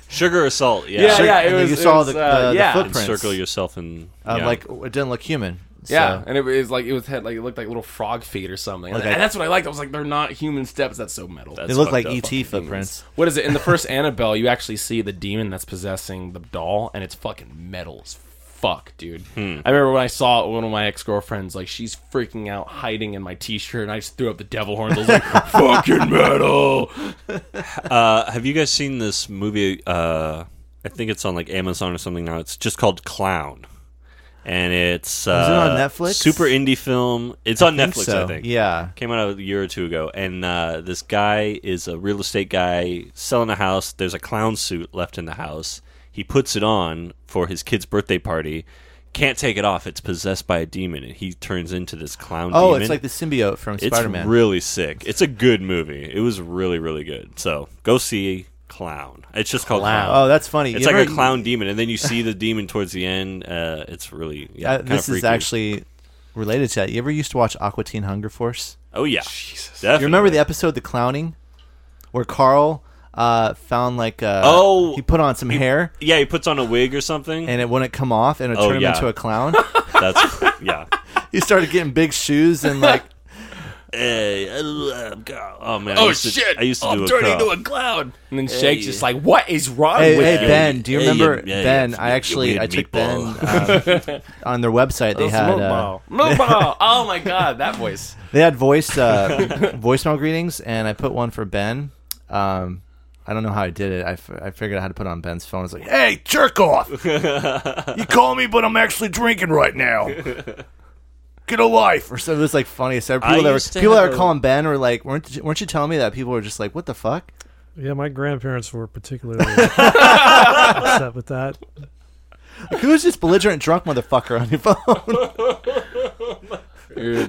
Speaker 2: Sugar assault. Yeah,
Speaker 5: Yeah,
Speaker 4: Sugar-
Speaker 5: yeah, it
Speaker 4: and then
Speaker 5: was-
Speaker 4: you
Speaker 5: it
Speaker 4: saw
Speaker 5: was,
Speaker 4: the,
Speaker 5: uh,
Speaker 4: the, the
Speaker 5: yeah.
Speaker 4: footprints.
Speaker 2: Circle yourself and
Speaker 4: Um,
Speaker 2: yeah.
Speaker 4: Like it didn't look human.
Speaker 5: Yeah,
Speaker 4: so-
Speaker 5: and it was like it was had like it looked like little frog feet or something, and,
Speaker 4: Like I-
Speaker 5: and that's what I liked. I was like, they're not human steps. That's so metal.
Speaker 2: That's
Speaker 4: they look
Speaker 2: fucked
Speaker 4: like
Speaker 2: up.
Speaker 4: ET footprints.
Speaker 5: what is it in the first Annabelle? You actually see the demon that's possessing the doll, and it's fucking metal as fuck, dude.
Speaker 2: Hmm.
Speaker 5: I remember when I saw it, one of my ex girlfriends, like she's freaking out, hiding in my t shirt, and I just threw up the devil horns. I
Speaker 2: [LAUGHS]
Speaker 5: was like, fucking metal.
Speaker 2: Uh, have you guys seen this movie? Uh, I think it's on like Amazon or something now. It's just called Clown, and it's uh,
Speaker 4: it on Netflix?
Speaker 2: Super indie film. It's on
Speaker 4: think
Speaker 2: Netflix,
Speaker 4: so.
Speaker 2: I think.
Speaker 4: Yeah.
Speaker 2: came out a year or two ago, and uh, this guy is a real estate guy selling a house. There's a clown suit left in the house. He puts it on for his kid's birthday party. Can't take it off. It's possessed by a demon, and he turns into this clown.
Speaker 4: Oh,
Speaker 2: demon.
Speaker 4: it's like the symbiote from
Speaker 2: It's
Speaker 4: Spider Man.
Speaker 2: really sick. It's a good movie. It was really, really good. So go see Clown. It's just called Clown.
Speaker 4: oh, that's funny.
Speaker 2: it's
Speaker 4: You
Speaker 2: like
Speaker 4: ever-
Speaker 2: a clown demon, and then you see the demon towards the end. Uh, it's really yeah.
Speaker 4: uh,
Speaker 2: kinda
Speaker 4: this is
Speaker 2: freaky.
Speaker 4: actually related to that. You ever used to watch Aqua Teen Hunger Force?
Speaker 2: oh yeah. Jesus, definitely.
Speaker 4: You remember the episode, the clowning, where Carl uh, found like uh,
Speaker 2: Oh,
Speaker 4: he put on some hair.
Speaker 2: yeah, he puts on a wig or something.
Speaker 4: and it wouldn't come off and it
Speaker 2: Oh,
Speaker 4: turned
Speaker 2: yeah.
Speaker 4: him into
Speaker 2: [LAUGHS]
Speaker 4: a clown. [LAUGHS]
Speaker 2: That's yeah.
Speaker 4: he started getting big shoes and like
Speaker 2: Hey, I love God. oh man. I
Speaker 5: Oh
Speaker 2: used to,
Speaker 5: shit!
Speaker 2: I used to
Speaker 5: am
Speaker 2: do a
Speaker 5: turning
Speaker 2: crawl.
Speaker 5: into a cloud. And then Shake's just like, "What is wrong
Speaker 4: hey,
Speaker 5: with
Speaker 4: hey,
Speaker 5: you?"
Speaker 4: Ben, do you
Speaker 2: Hey,
Speaker 4: remember
Speaker 2: you- yeah,
Speaker 4: Ben?
Speaker 2: you-
Speaker 4: I
Speaker 2: you
Speaker 4: actually
Speaker 2: weird
Speaker 4: I took
Speaker 2: meatball.
Speaker 4: Ben um, on their website. They
Speaker 5: That's
Speaker 4: had uh,
Speaker 5: Moonball. Moonball. Oh my god,
Speaker 2: [LAUGHS]
Speaker 5: that voice.
Speaker 4: they had voice uh, voicemail greetings, and I put one for Ben. Um, I don't know how I did it. I, f- I figured out how to put it on Ben's phone. I was like, "Hey,
Speaker 1: [LAUGHS]
Speaker 4: jerk off! you call me, but I'm actually drinking
Speaker 2: [LAUGHS]
Speaker 4: right now. Get a life!" Or so it was like funny. So people
Speaker 2: I
Speaker 4: that were
Speaker 2: used to
Speaker 4: people that
Speaker 2: have
Speaker 4: were
Speaker 2: a-
Speaker 4: calling Ben were like, "Weren't you- weren't you telling me that?" People were just like, "What the fuck?"
Speaker 3: Yeah, my grandparents were particularly [LAUGHS] upset with that.
Speaker 4: Who's this belligerent drunk motherfucker on your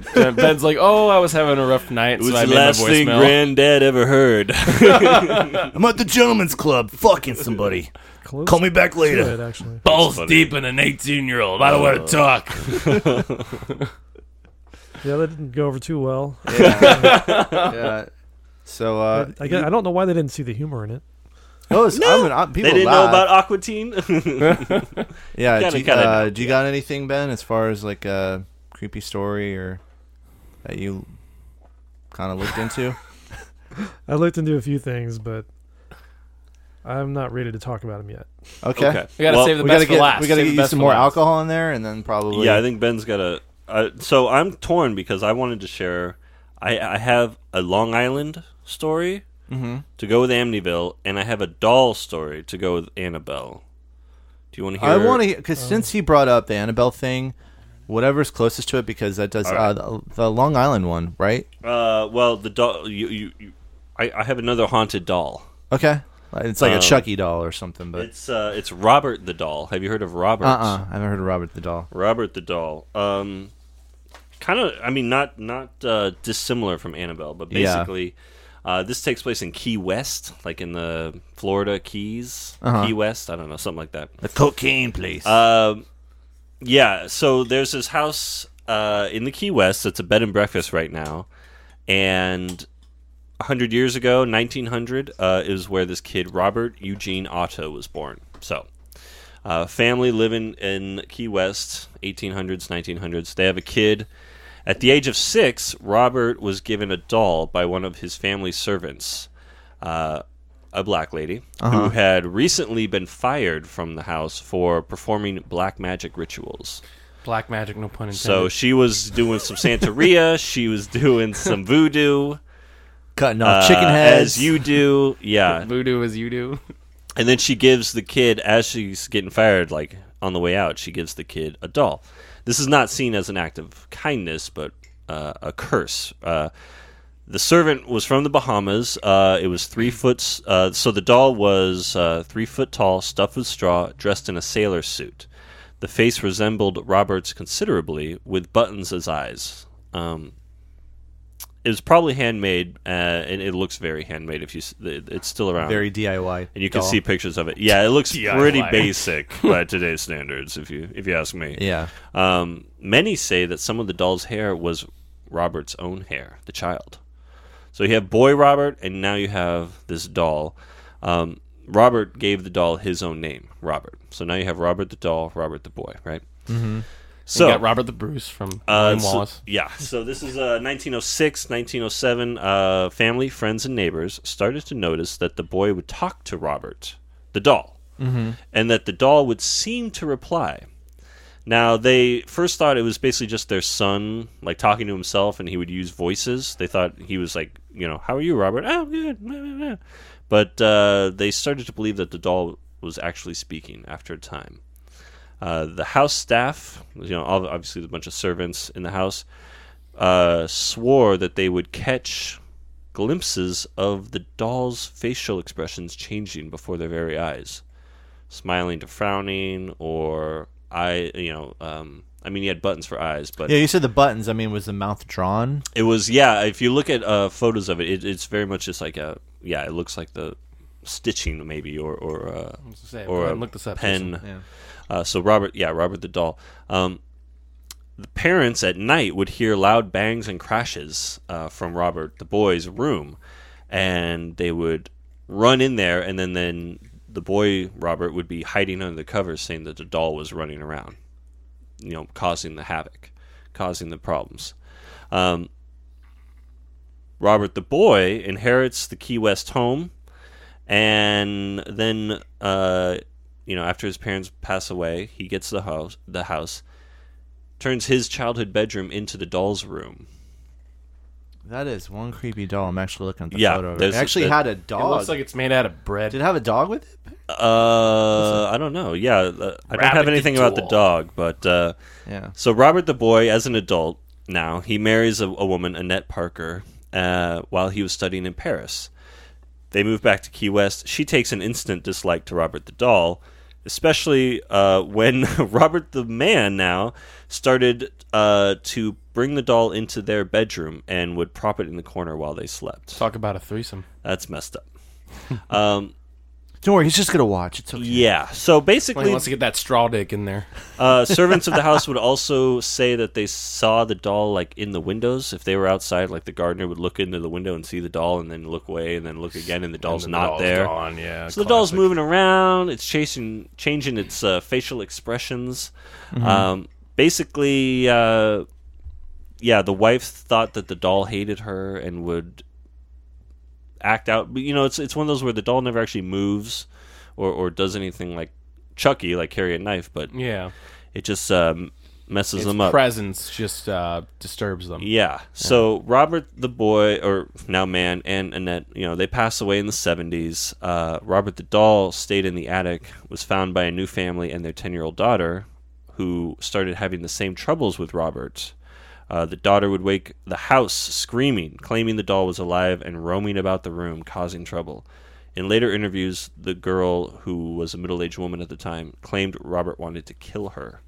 Speaker 2: [LAUGHS]
Speaker 4: phone?
Speaker 5: Ben's like, oh, I was having a rough
Speaker 2: It
Speaker 5: night.
Speaker 2: was
Speaker 5: so I
Speaker 2: the
Speaker 5: made my
Speaker 2: last thing
Speaker 5: voicemail."
Speaker 2: Granddad ever heard. [LAUGHS]
Speaker 1: I'm at the gentleman's club fucking somebody.
Speaker 3: Close
Speaker 1: Call me back
Speaker 3: to
Speaker 1: later.
Speaker 3: it, actually.
Speaker 5: Balls deep in an 18 year old. I don't
Speaker 2: Uh,
Speaker 5: want to
Speaker 2: [LAUGHS]
Speaker 5: talk.
Speaker 3: Yeah, that didn't go over too well.
Speaker 4: yeah. [LAUGHS] yeah. So uh,
Speaker 3: I, I guess- I don't know why they didn't see the humor in it.
Speaker 4: no, it's- I mean, I- people
Speaker 2: they didn't know
Speaker 4: laugh.
Speaker 2: about Aqua [LAUGHS] Teen.
Speaker 4: Yeah,
Speaker 2: Kinda-
Speaker 4: do, you-
Speaker 2: kinda
Speaker 4: uh,
Speaker 2: know,
Speaker 4: do you got anything, Ben, as far as like a creepy story or that you kind of looked into?
Speaker 3: I looked into a few things, but I'm not ready to talk about them yet.
Speaker 4: Okay,
Speaker 5: We gotta
Speaker 2: Well,
Speaker 5: save the
Speaker 4: we
Speaker 5: best
Speaker 4: gotta
Speaker 5: for
Speaker 4: get
Speaker 5: last.
Speaker 4: we gotta
Speaker 5: Save
Speaker 4: get
Speaker 5: the
Speaker 4: you
Speaker 5: best
Speaker 4: some
Speaker 5: for
Speaker 4: more
Speaker 5: last.
Speaker 4: alcohol in there, and then probably
Speaker 2: Yeah, I think Ben's got a. Uh, so I'm torn because I wanted to share. I, I have a Long Island story
Speaker 4: Mm-hmm.
Speaker 2: to go with Amityville, and I have a doll story to go with Annabelle. Do you want to hear?
Speaker 4: I want to because since he brought up the Annabelle thing, whatever's closest to it, because that does uh, the, the Long Island one, right?
Speaker 2: Uh, well, the doll. You, you, you I, I have another haunted doll.
Speaker 4: Okay, it's like a Chucky doll or something, but
Speaker 2: It's uh, it's Robert the doll. Have you heard of Robert?
Speaker 4: uh uh-uh, I haven't heard of Robert the doll.
Speaker 2: Robert the doll. Um, kind of. I mean, not not uh, dissimilar from Annabelle, but
Speaker 4: Yeah.
Speaker 2: basically, uh, this takes place in Key West, like in the Florida Keys, Key West. I don't know, something like that.
Speaker 1: The cocaine place.
Speaker 2: Um, yeah. So there's this house uh, in the Key West that's a bed and breakfast right now, and. 100 years ago, 1900, uh, is where this kid, Robert Eugene Otto, was born. So, uh, family living in Key West, 1800s, 1900s. They have a kid. At the age of six, Robert was given a doll by one of his family servants, uh, a black lady, who had recently been fired from the house for performing black magic rituals.
Speaker 5: Black magic, no pun intended.
Speaker 2: So she was doing some
Speaker 4: [LAUGHS]
Speaker 2: Santeria, she was doing some voodoo.
Speaker 4: Cutting off
Speaker 2: uh,
Speaker 4: chicken heads.
Speaker 2: As you do, yeah.
Speaker 5: voodoo as you do.
Speaker 2: And then she gives the kid, as she's getting fired, like on the way out, she gives the kid a doll. This is not seen as an act of kindness, but uh, a curse. Uh, the servant was from the Bahamas. Uh, it was three foot. s- Uh, so the doll was uh, three foot tall, stuffed with straw, dressed in a sailor suit. The face resembled Robert's considerably, with buttons as eyes. Um, it was probably handmade, uh, and it looks very handmade. If you, s- it- it's still around
Speaker 4: very DIY,
Speaker 2: and you can
Speaker 4: doll.
Speaker 2: see pictures of it. Yeah, it looks pretty
Speaker 5: DIY.
Speaker 2: basic by today's standards, if you if you ask me.
Speaker 4: Yeah,
Speaker 2: Um, many say that some of the doll's hair was Robert's own hair, the child. So you have boy Robert, and now you have this doll. Um, Robert gave the doll his own name, Robert. So now you have Robert the doll, Robert the boy, right? Mm-hmm. So
Speaker 5: we got Robert the Bruce from
Speaker 2: uh,
Speaker 5: William
Speaker 2: so-
Speaker 5: Wallace.
Speaker 2: yeah. So this is uh, 1906, 1907. Uh, family, friends, and neighbors started to notice that the boy would talk to Robert, the doll, and that the doll would seem to reply. Now they first thought it was basically just their son, like talking to himself, and he would use voices. They thought he was like, you know, how are you, Robert? Oh, good. But uh, they started to believe that the doll was actually speaking after a time. Uh, the house staff, you know, ob- obviously a bunch of servants in the house, uh, swore that they would catch glimpses of the doll's facial expressions changing before their very eyes, smiling to frowning, or I, you know, um, I mean, he had buttons for eyes, but
Speaker 4: yeah. You said the buttons. I mean, was the mouth drawn?
Speaker 2: it was yeah. If you look at uh, photos of it, it, it's very much just like a yeah. It looks like the stitching maybe, or or uh,
Speaker 5: Say, go
Speaker 2: or
Speaker 5: ahead
Speaker 2: a
Speaker 5: and look this up.
Speaker 2: pen.
Speaker 5: Jason.
Speaker 2: Uh, so Robert, yeah, Robert the doll. Um, the parents at night would hear loud bangs and crashes uh, from Robert the boy's room, and they would run in there, and then then the boy Robert would be hiding under the covers, saying that the doll was running around, you know, causing the havoc, causing the problems. Um, Robert the boy inherits the Key West home and then uh, you know after his parents pass away he gets the house the house turns his childhood bedroom into the doll's room
Speaker 4: That is one creepy doll. I'm actually looking at the
Speaker 2: Yeah,
Speaker 4: photo. Of it.
Speaker 2: there's-
Speaker 4: It actually
Speaker 2: there-
Speaker 4: had a
Speaker 5: It
Speaker 4: dog.
Speaker 5: looks like it's made out of bread.
Speaker 4: Did it have a dog with it?
Speaker 2: uh, i don't know yeah uh, i don't
Speaker 5: Rabbit
Speaker 2: have
Speaker 5: the
Speaker 2: anything about the
Speaker 5: doll.
Speaker 2: dog but uh,
Speaker 4: Yeah.
Speaker 2: so robert the boy as an adult now he marries a, a woman annette parker uh, while he was studying in paris They move back to Key West. She takes an instant dislike to Robert the Doll, especially uh, when [LAUGHS] Robert the Man now started uh, to bring the doll into their bedroom and would prop it in the corner while they slept.
Speaker 5: Talk about a threesome.
Speaker 2: That's messed up. um,
Speaker 4: Don't worry, he's just gonna watch. It's okay.
Speaker 2: yeah. So
Speaker 5: Well, he
Speaker 2: basically,
Speaker 5: wants to get that straw dick in there.
Speaker 2: uh, servants of the house would also say that they saw the doll like in the windows. If they were outside, like the gardener would look into the window and see the doll, and then look away, and then look again, and the doll's
Speaker 5: And the
Speaker 2: not
Speaker 5: doll's
Speaker 2: there.
Speaker 5: gone, yeah,
Speaker 2: so the doll's
Speaker 5: classic.
Speaker 2: moving around. It's chasing, changing its uh, facial expressions. Um, basically, uh, yeah, the wife thought that the doll hated her and would act out. But you know, it's it's one of those where the doll never actually moves or or does anything like Chucky, like carry a knife, but
Speaker 5: Yeah.
Speaker 2: it just um, messes
Speaker 5: His
Speaker 2: them up.
Speaker 5: presence just uh, disturbs them.
Speaker 2: Yeah. So Robert the boy, or now man, and Annette, you know, they passed away in the 70s. Uh, Robert the doll stayed in the attic, was found by a new family and their 10 year old daughter, who started having the same troubles with Robert. Uh, the daughter would wake the house screaming, claiming the doll was alive and roaming about the room, causing trouble. In later interviews, the girl, who was a middle aged woman at the time, claimed Robert wanted to kill her.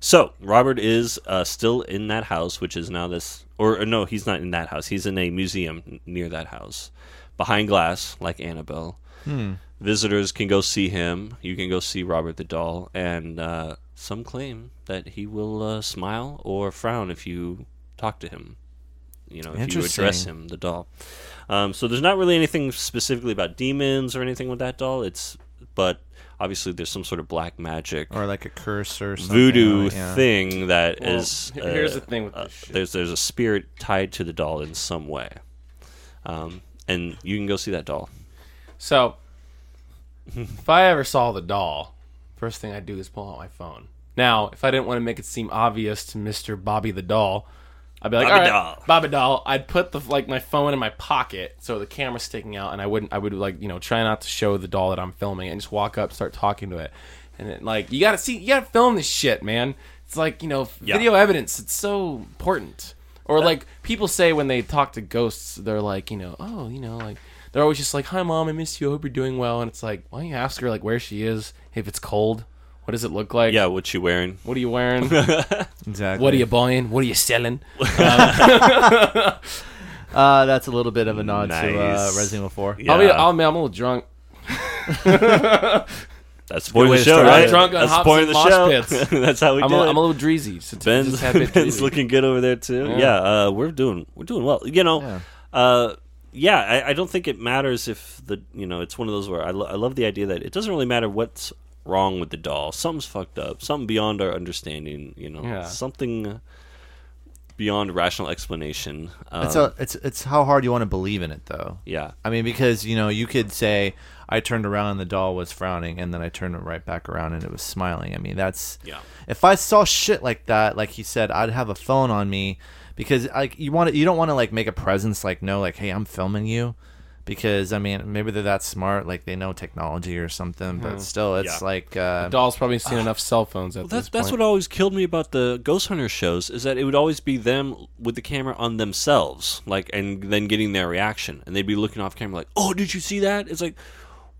Speaker 2: So Robert is uh, still in that house, which is now this, or, or no, he's not in that house. He's in a museum n- near that house, behind glass, like Annabelle. Visitors can go see him. You can go see Robert the doll, and uh, some claim that he will uh, smile or frown if you talk to him. You know, if you address
Speaker 4: Interesting.
Speaker 2: him, the doll. Um, so there's not really anything specifically about demons or anything with that doll. It's but obviously there's some sort of black magic
Speaker 4: Or like a curse or something.
Speaker 2: voodoo
Speaker 4: like, yeah.
Speaker 2: thing that is.
Speaker 5: he- here's
Speaker 2: uh,
Speaker 5: the thing with
Speaker 2: uh,
Speaker 5: this shit.
Speaker 2: There's there's a spirit tied to the doll in some way, um, and you can go see that doll.
Speaker 5: So, if I ever saw the doll, first thing I'd do is pull out my phone. Now, if I didn't want to make it seem obvious to Mister Bobby the doll, I'd be like,
Speaker 2: Bobby
Speaker 5: "All right,
Speaker 2: doll."
Speaker 5: Bobby doll." I'd put the like my phone in my pocket so the camera's sticking out, and I wouldn't. I would like you know try not to show the doll that I'm filming, and just walk up, start talking to it, and then, like you gotta see, you gotta film this shit, man. It's like you know video evidence. It's so important. Or like people say when they talk to ghosts, they're like, you know, oh, you know, like they're always just like, "Hi, mom, I miss you. I hope you're doing well." And it's like, why don't you ask her like where she is? If it's cold, what does it look like?
Speaker 2: Yeah, what's she wearing?
Speaker 5: What are
Speaker 2: [LAUGHS]
Speaker 5: you wearing?
Speaker 4: Exactly.
Speaker 5: what are you buying? What are you selling?
Speaker 4: Uh, that's a little bit of a nod to uh,
Speaker 2: Nice.
Speaker 4: Resident Evil 4.
Speaker 2: Yeah,
Speaker 5: I'll be. I'll admit, I'm a little drunk.
Speaker 2: that's the point of
Speaker 4: way
Speaker 2: the
Speaker 4: to
Speaker 2: show,
Speaker 4: start.
Speaker 2: right?
Speaker 4: I'm
Speaker 5: drunk on
Speaker 2: that's
Speaker 5: hops and mosh
Speaker 2: [LAUGHS]
Speaker 5: pits.
Speaker 2: that's how we
Speaker 5: I'm
Speaker 2: do
Speaker 5: a,
Speaker 2: it.
Speaker 5: I'm a little dreezy. So
Speaker 2: Ben's,
Speaker 5: just have it
Speaker 2: [LAUGHS] Ben's
Speaker 5: dreezy.
Speaker 2: looking good over there too. Yeah, uh, we're doing we're doing well. You know,
Speaker 4: Yeah.
Speaker 2: uh, yeah. I, I don't think it matters if the you know it's one of those where I, lo- I love the idea that it doesn't really matter what's wrong with the doll. Something's fucked up. Something beyond our understanding. You know,
Speaker 5: Yeah.
Speaker 2: something beyond rational explanation. Um,
Speaker 4: It's, a, it's, it's how hard you want to believe in it, though.
Speaker 2: yeah.
Speaker 4: I mean, because, you know, you could say, I turned around and the doll was frowning, and then I turned it right back around and it was smiling. I mean, that's.
Speaker 2: Yeah.
Speaker 4: If I saw shit like that, like he said, I'd have a phone on me because like you want to, you don't want to like make a presence like no like hey I'm filming you because I mean maybe they're that smart like they know technology or something
Speaker 5: Mm-hmm.
Speaker 4: but still it's
Speaker 2: Yeah.
Speaker 4: like uh,
Speaker 5: Doll's probably seen enough cell phones at
Speaker 2: That's
Speaker 5: this
Speaker 2: that's
Speaker 5: point.
Speaker 2: what always killed me about the Ghost Hunter shows is that it would always be them with the camera on themselves, like, and then getting their reaction, and they'd be looking off camera like, "Oh, did you see that?" It's like,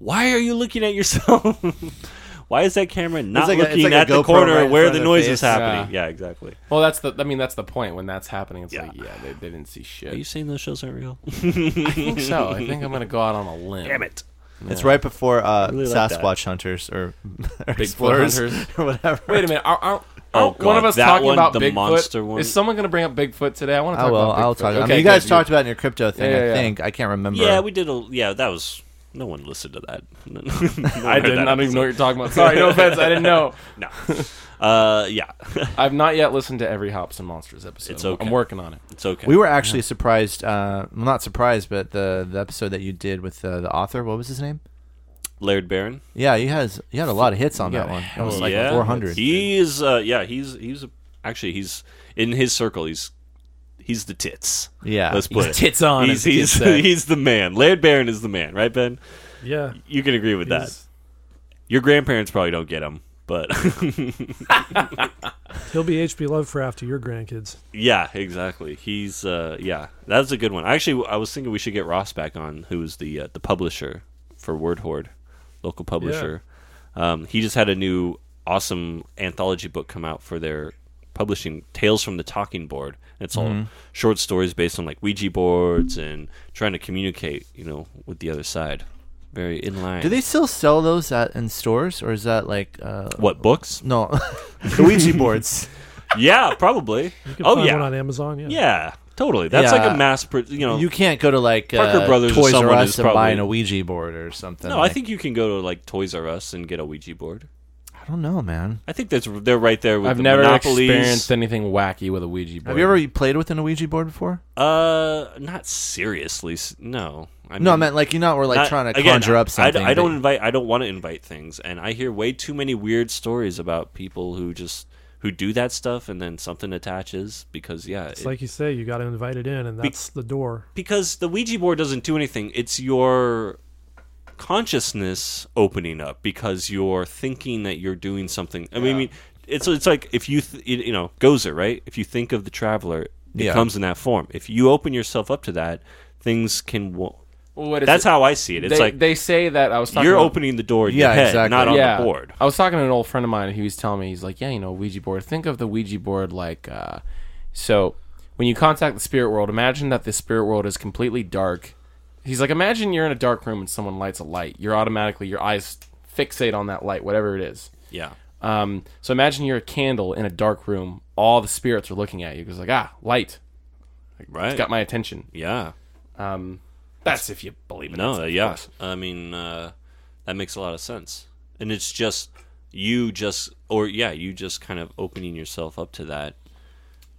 Speaker 2: why are you looking at yourself? [LAUGHS] why is that camera not
Speaker 4: like a- it's
Speaker 2: looking
Speaker 4: like a
Speaker 2: at the
Speaker 4: GoPro
Speaker 2: corner
Speaker 4: right in
Speaker 2: where
Speaker 4: front
Speaker 2: the
Speaker 4: of
Speaker 2: noise
Speaker 4: their
Speaker 2: is
Speaker 4: face.
Speaker 2: happening? Yeah, exactly.
Speaker 5: well, that's the. I mean, that's the point. When that's happening, it's
Speaker 2: Yeah.
Speaker 5: like, yeah, they, they didn't see shit.
Speaker 2: Are you saying those shows aren't real?
Speaker 5: I think so. I think I'm gonna go out on a limb.
Speaker 2: Damn it!
Speaker 4: it's right before uh,
Speaker 2: really like that.
Speaker 4: Sasquatch hunters or, [LAUGHS] or
Speaker 5: Bigfoot
Speaker 4: explorers
Speaker 5: hunters.
Speaker 4: [LAUGHS] or whatever
Speaker 5: Wait a minute. Are, are,
Speaker 2: Oh,
Speaker 5: aren't one
Speaker 2: God,
Speaker 5: of us
Speaker 2: that
Speaker 5: talking
Speaker 2: one,
Speaker 5: about
Speaker 2: the
Speaker 5: Bigfoot?
Speaker 2: monster one.
Speaker 5: Is someone going to bring up Bigfoot today? I want to
Speaker 4: I
Speaker 5: talk
Speaker 4: will.
Speaker 5: about Bigfoot.
Speaker 4: Oh, I'll talk. I
Speaker 5: Okay,
Speaker 4: mean, you guys
Speaker 5: good.
Speaker 4: talked about it in your crypto thing.
Speaker 5: Yeah, yeah,
Speaker 4: I
Speaker 5: yeah.
Speaker 4: think I can't
Speaker 2: [LAUGHS]
Speaker 4: remember.
Speaker 2: Yeah, we did a yeah. That was no one listened to that. [LAUGHS] No one
Speaker 5: I
Speaker 2: heard
Speaker 5: didn't. I
Speaker 2: that
Speaker 5: don't even
Speaker 2: episode.
Speaker 5: know what you're talking about.
Speaker 2: [LAUGHS]
Speaker 5: Sorry, no offense. I didn't know.
Speaker 2: No. [LAUGHS] Uh, yeah, [LAUGHS]
Speaker 5: I've not yet listened to every Hops and Monsters episode.
Speaker 2: It's okay.
Speaker 5: I'm working on it.
Speaker 2: it's okay.
Speaker 4: We were actually surprised. Uh, well, not surprised, but the the episode that you did with uh, the author. What was his name?
Speaker 2: Laird Barron.
Speaker 4: Yeah, you has you had a lot of hits on
Speaker 5: Yeah,
Speaker 4: that one. That was
Speaker 2: Oh,
Speaker 4: like
Speaker 2: yeah.
Speaker 4: 400.
Speaker 2: He is, uh, yeah, he's he's a- actually he's in his circle. He's he's the tits.
Speaker 4: yeah,
Speaker 2: Let's put it.
Speaker 5: Tits on.
Speaker 2: He's he's, [LAUGHS] he's the man. Laird Barron is the man, right, Ben?
Speaker 3: Yeah.
Speaker 2: You can agree with that.
Speaker 3: he's-
Speaker 2: Your grandparents probably don't get him, But [LAUGHS]
Speaker 3: He'll be H.P. Lovecraft to your grandkids.
Speaker 2: yeah, exactly. He's uh, yeah, that's a good one. Actually, I was thinking we should get Ross back on, who's the uh, the publisher for Word Horde, local publisher. Um, he just had a new awesome anthology book come out for their publishing, Tales from the Talking Board. It's all
Speaker 3: Mm-hmm.
Speaker 2: short stories based on like Ouija boards and trying to communicate, you know, with the other side. Very in line.
Speaker 4: Do they still sell those at in stores, or is that like uh,
Speaker 2: what
Speaker 3: [LAUGHS]
Speaker 2: books? [LAUGHS]
Speaker 4: No, the Ouija boards.
Speaker 2: yeah, probably.
Speaker 3: You can
Speaker 2: Oh
Speaker 3: find
Speaker 2: yeah,
Speaker 3: one on Amazon. Yeah.
Speaker 2: Yeah, totally. That's like
Speaker 4: Yeah.
Speaker 2: a mass, pro- you know.
Speaker 4: [LAUGHS] You can't go to like uh,
Speaker 2: Parker Brothers or
Speaker 4: Toys R
Speaker 2: someone
Speaker 4: Us
Speaker 2: is
Speaker 4: and
Speaker 2: probably-
Speaker 4: buy an Ouija board or something.
Speaker 2: no, I
Speaker 4: like-
Speaker 2: think you can go to like Toys R Us and get a Ouija board.
Speaker 4: I don't know, man.
Speaker 2: I think that's they're right there with
Speaker 5: I've
Speaker 2: the
Speaker 5: never
Speaker 2: monopolies.
Speaker 5: experienced anything wacky with a Ouija board.
Speaker 4: Have you ever played with an Ouija board before?
Speaker 2: uh, not seriously. s- No, I
Speaker 4: no, I
Speaker 2: mean,
Speaker 4: meant like you know we're like
Speaker 2: not-
Speaker 4: trying to
Speaker 2: again,
Speaker 4: conjure up
Speaker 2: I-
Speaker 4: something.
Speaker 2: I, I don't
Speaker 4: that-
Speaker 2: invite. I don't want to invite things, and I hear way too many weird stories about people who just who do that stuff, and then something attaches because yeah,
Speaker 3: It's
Speaker 2: it-
Speaker 3: like you say, you got invited in, and that's the door.
Speaker 2: because the Ouija board doesn't do anything. It's your consciousness opening up because you're thinking that you're doing something. I mean, I mean, it's it's like if you th- you you know Gozer, right? If you think of the traveler, it
Speaker 4: Yeah.
Speaker 2: comes in that form. If you open yourself up to that, things can. Wa-
Speaker 5: Well, what is
Speaker 2: that's
Speaker 5: it?
Speaker 2: how I see it. It's
Speaker 5: they,
Speaker 2: like
Speaker 5: they say that I was talking
Speaker 2: you're
Speaker 5: about-
Speaker 2: opening the door in
Speaker 4: Yeah,
Speaker 2: your head,
Speaker 4: exactly.
Speaker 2: not on
Speaker 5: yeah.
Speaker 2: the board.
Speaker 5: I was talking to an old friend of mine. and He was telling me he's like, yeah, you know, Ouija board. Think of the Ouija board like uh, so. When you contact the spirit world, imagine that the spirit world is completely dark. He's like, imagine you're in a dark room and someone lights a light. You're automatically your eyes fixate on that light, whatever it is.
Speaker 2: Yeah.
Speaker 5: Um, so imagine you're a candle in a dark room. All the spirits are looking at you. It's like, ah, light.
Speaker 2: Right.
Speaker 5: It's got my attention.
Speaker 2: yeah.
Speaker 5: Um, that's if you believe in
Speaker 2: No, uh,
Speaker 5: that stuff, of
Speaker 2: yeah.
Speaker 5: course.
Speaker 2: I mean, uh, that makes a lot of sense. And it's just you just or yeah, you just kind of opening yourself up to that.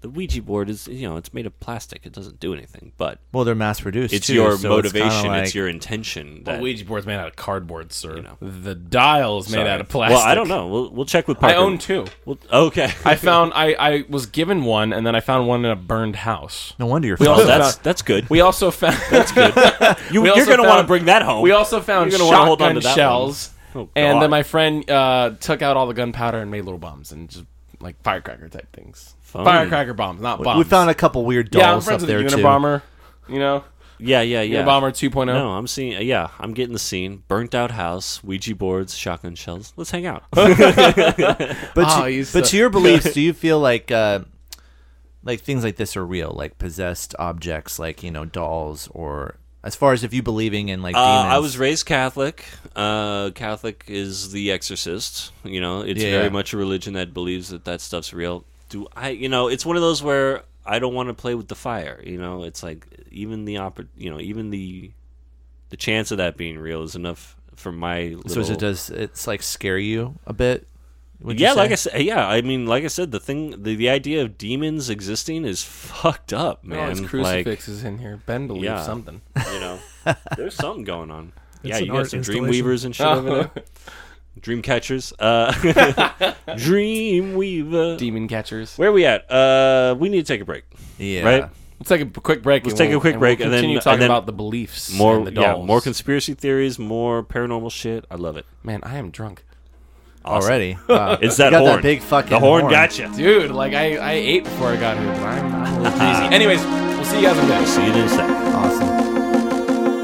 Speaker 2: The Ouija board is you know, it's made of plastic. It doesn't do anything, but
Speaker 4: Well, they're mass produced.
Speaker 2: it's your motivation, it's, your intention that
Speaker 5: Well, Ouija board's made out of cardboard, sir.
Speaker 2: You know.
Speaker 5: The dial's made
Speaker 2: Sorry.
Speaker 5: out of plastic.
Speaker 2: Well, I don't know. We'll we'll check with
Speaker 5: I
Speaker 2: Parker.
Speaker 5: own two.
Speaker 2: Well, okay. [LAUGHS]
Speaker 5: I found I, I was given one, and then I found one in a burned house.
Speaker 4: No wonder you're.
Speaker 5: We
Speaker 2: Oh,
Speaker 5: also
Speaker 2: that's
Speaker 5: found-
Speaker 2: that's good.
Speaker 5: We also found [LAUGHS]
Speaker 2: You,
Speaker 5: we
Speaker 2: you're
Speaker 5: also
Speaker 2: going to want to
Speaker 5: found-
Speaker 2: bring that home.
Speaker 5: we also found
Speaker 2: You're gonna wanna
Speaker 5: shotgun
Speaker 2: hold on to that
Speaker 5: shells,
Speaker 2: one. Oh,
Speaker 5: and
Speaker 2: God.
Speaker 5: then my friend uh, took out all the gunpowder and made little bombs and just like firecracker type things.
Speaker 2: Fun.
Speaker 5: Firecracker bombs, not bombs.
Speaker 4: We found a couple weird
Speaker 5: yeah, I'm
Speaker 4: dolls up
Speaker 5: friends with
Speaker 4: there
Speaker 5: the
Speaker 4: too.
Speaker 5: Unabomber. You know,
Speaker 2: yeah, yeah, yeah.
Speaker 5: Unabomber oh. 2.0.
Speaker 2: No, I'm seeing. uh, Yeah, I'm getting the scene. Burnt out house, Ouija boards, shotgun shells. Let's hang out.
Speaker 4: But,
Speaker 2: Oh,
Speaker 5: Ah,
Speaker 4: to,
Speaker 5: he's
Speaker 4: but
Speaker 5: so-
Speaker 4: to your beliefs, do you feel like uh, like things like this are real, like possessed objects, like you know dolls, or as far as if you believing in like
Speaker 2: Uh,
Speaker 4: demons?
Speaker 2: I was raised Catholic. Uh, Catholic is the exorcist. You know, it's
Speaker 4: Yeah.
Speaker 2: very much a religion that believes that that stuff's real. Do I, you know, it's one of those where I don't want to play with the fire. You know, it's like even the oppor- you know, even the the chance of that being real is enough for my. Little,
Speaker 4: So is it does it's like scare you a bit? would you
Speaker 2: yeah, like
Speaker 4: say?
Speaker 2: I said, yeah, I mean, like I said, the thing, the, the idea of demons existing is [LAUGHS] fucked up,
Speaker 4: Oh,
Speaker 5: Man, all
Speaker 2: man.
Speaker 5: his
Speaker 2: like,
Speaker 5: crucifixes in here. Ben believes
Speaker 2: Yeah.
Speaker 5: something.
Speaker 2: you know, there's something going on.
Speaker 3: It's
Speaker 2: yeah,
Speaker 3: an
Speaker 2: you got
Speaker 3: art
Speaker 2: some dream
Speaker 3: installation.
Speaker 2: weavers and shit over there. Dream catchers. Uh, [LAUGHS] dream weaver.
Speaker 5: Demon catchers.
Speaker 2: Where are we at? Uh, we need to take a break.
Speaker 4: yeah.
Speaker 2: Right?
Speaker 5: Let's take a quick break.
Speaker 2: Let's
Speaker 5: and
Speaker 2: take a
Speaker 5: we'll-
Speaker 2: quick
Speaker 5: we'll
Speaker 2: break and then-
Speaker 5: continue
Speaker 2: and
Speaker 5: talking
Speaker 2: then
Speaker 5: about the beliefs. and
Speaker 2: More,
Speaker 5: the
Speaker 2: yeah,
Speaker 5: dolls.
Speaker 2: more conspiracy theories, more paranormal shit. I love it.
Speaker 5: Man, I am drunk,
Speaker 4: Already, Wow.
Speaker 2: [LAUGHS] It's
Speaker 4: You
Speaker 2: that
Speaker 4: got
Speaker 2: horn.
Speaker 4: that big fucking
Speaker 2: the horn,
Speaker 4: horn.
Speaker 2: gotcha.
Speaker 5: dude. Like I, I ate before I got here. but I'm
Speaker 2: [LAUGHS]
Speaker 5: I'm a little crazy. Anyways, we'll see you guys in a bit.
Speaker 2: See you in a sec.
Speaker 4: awesome.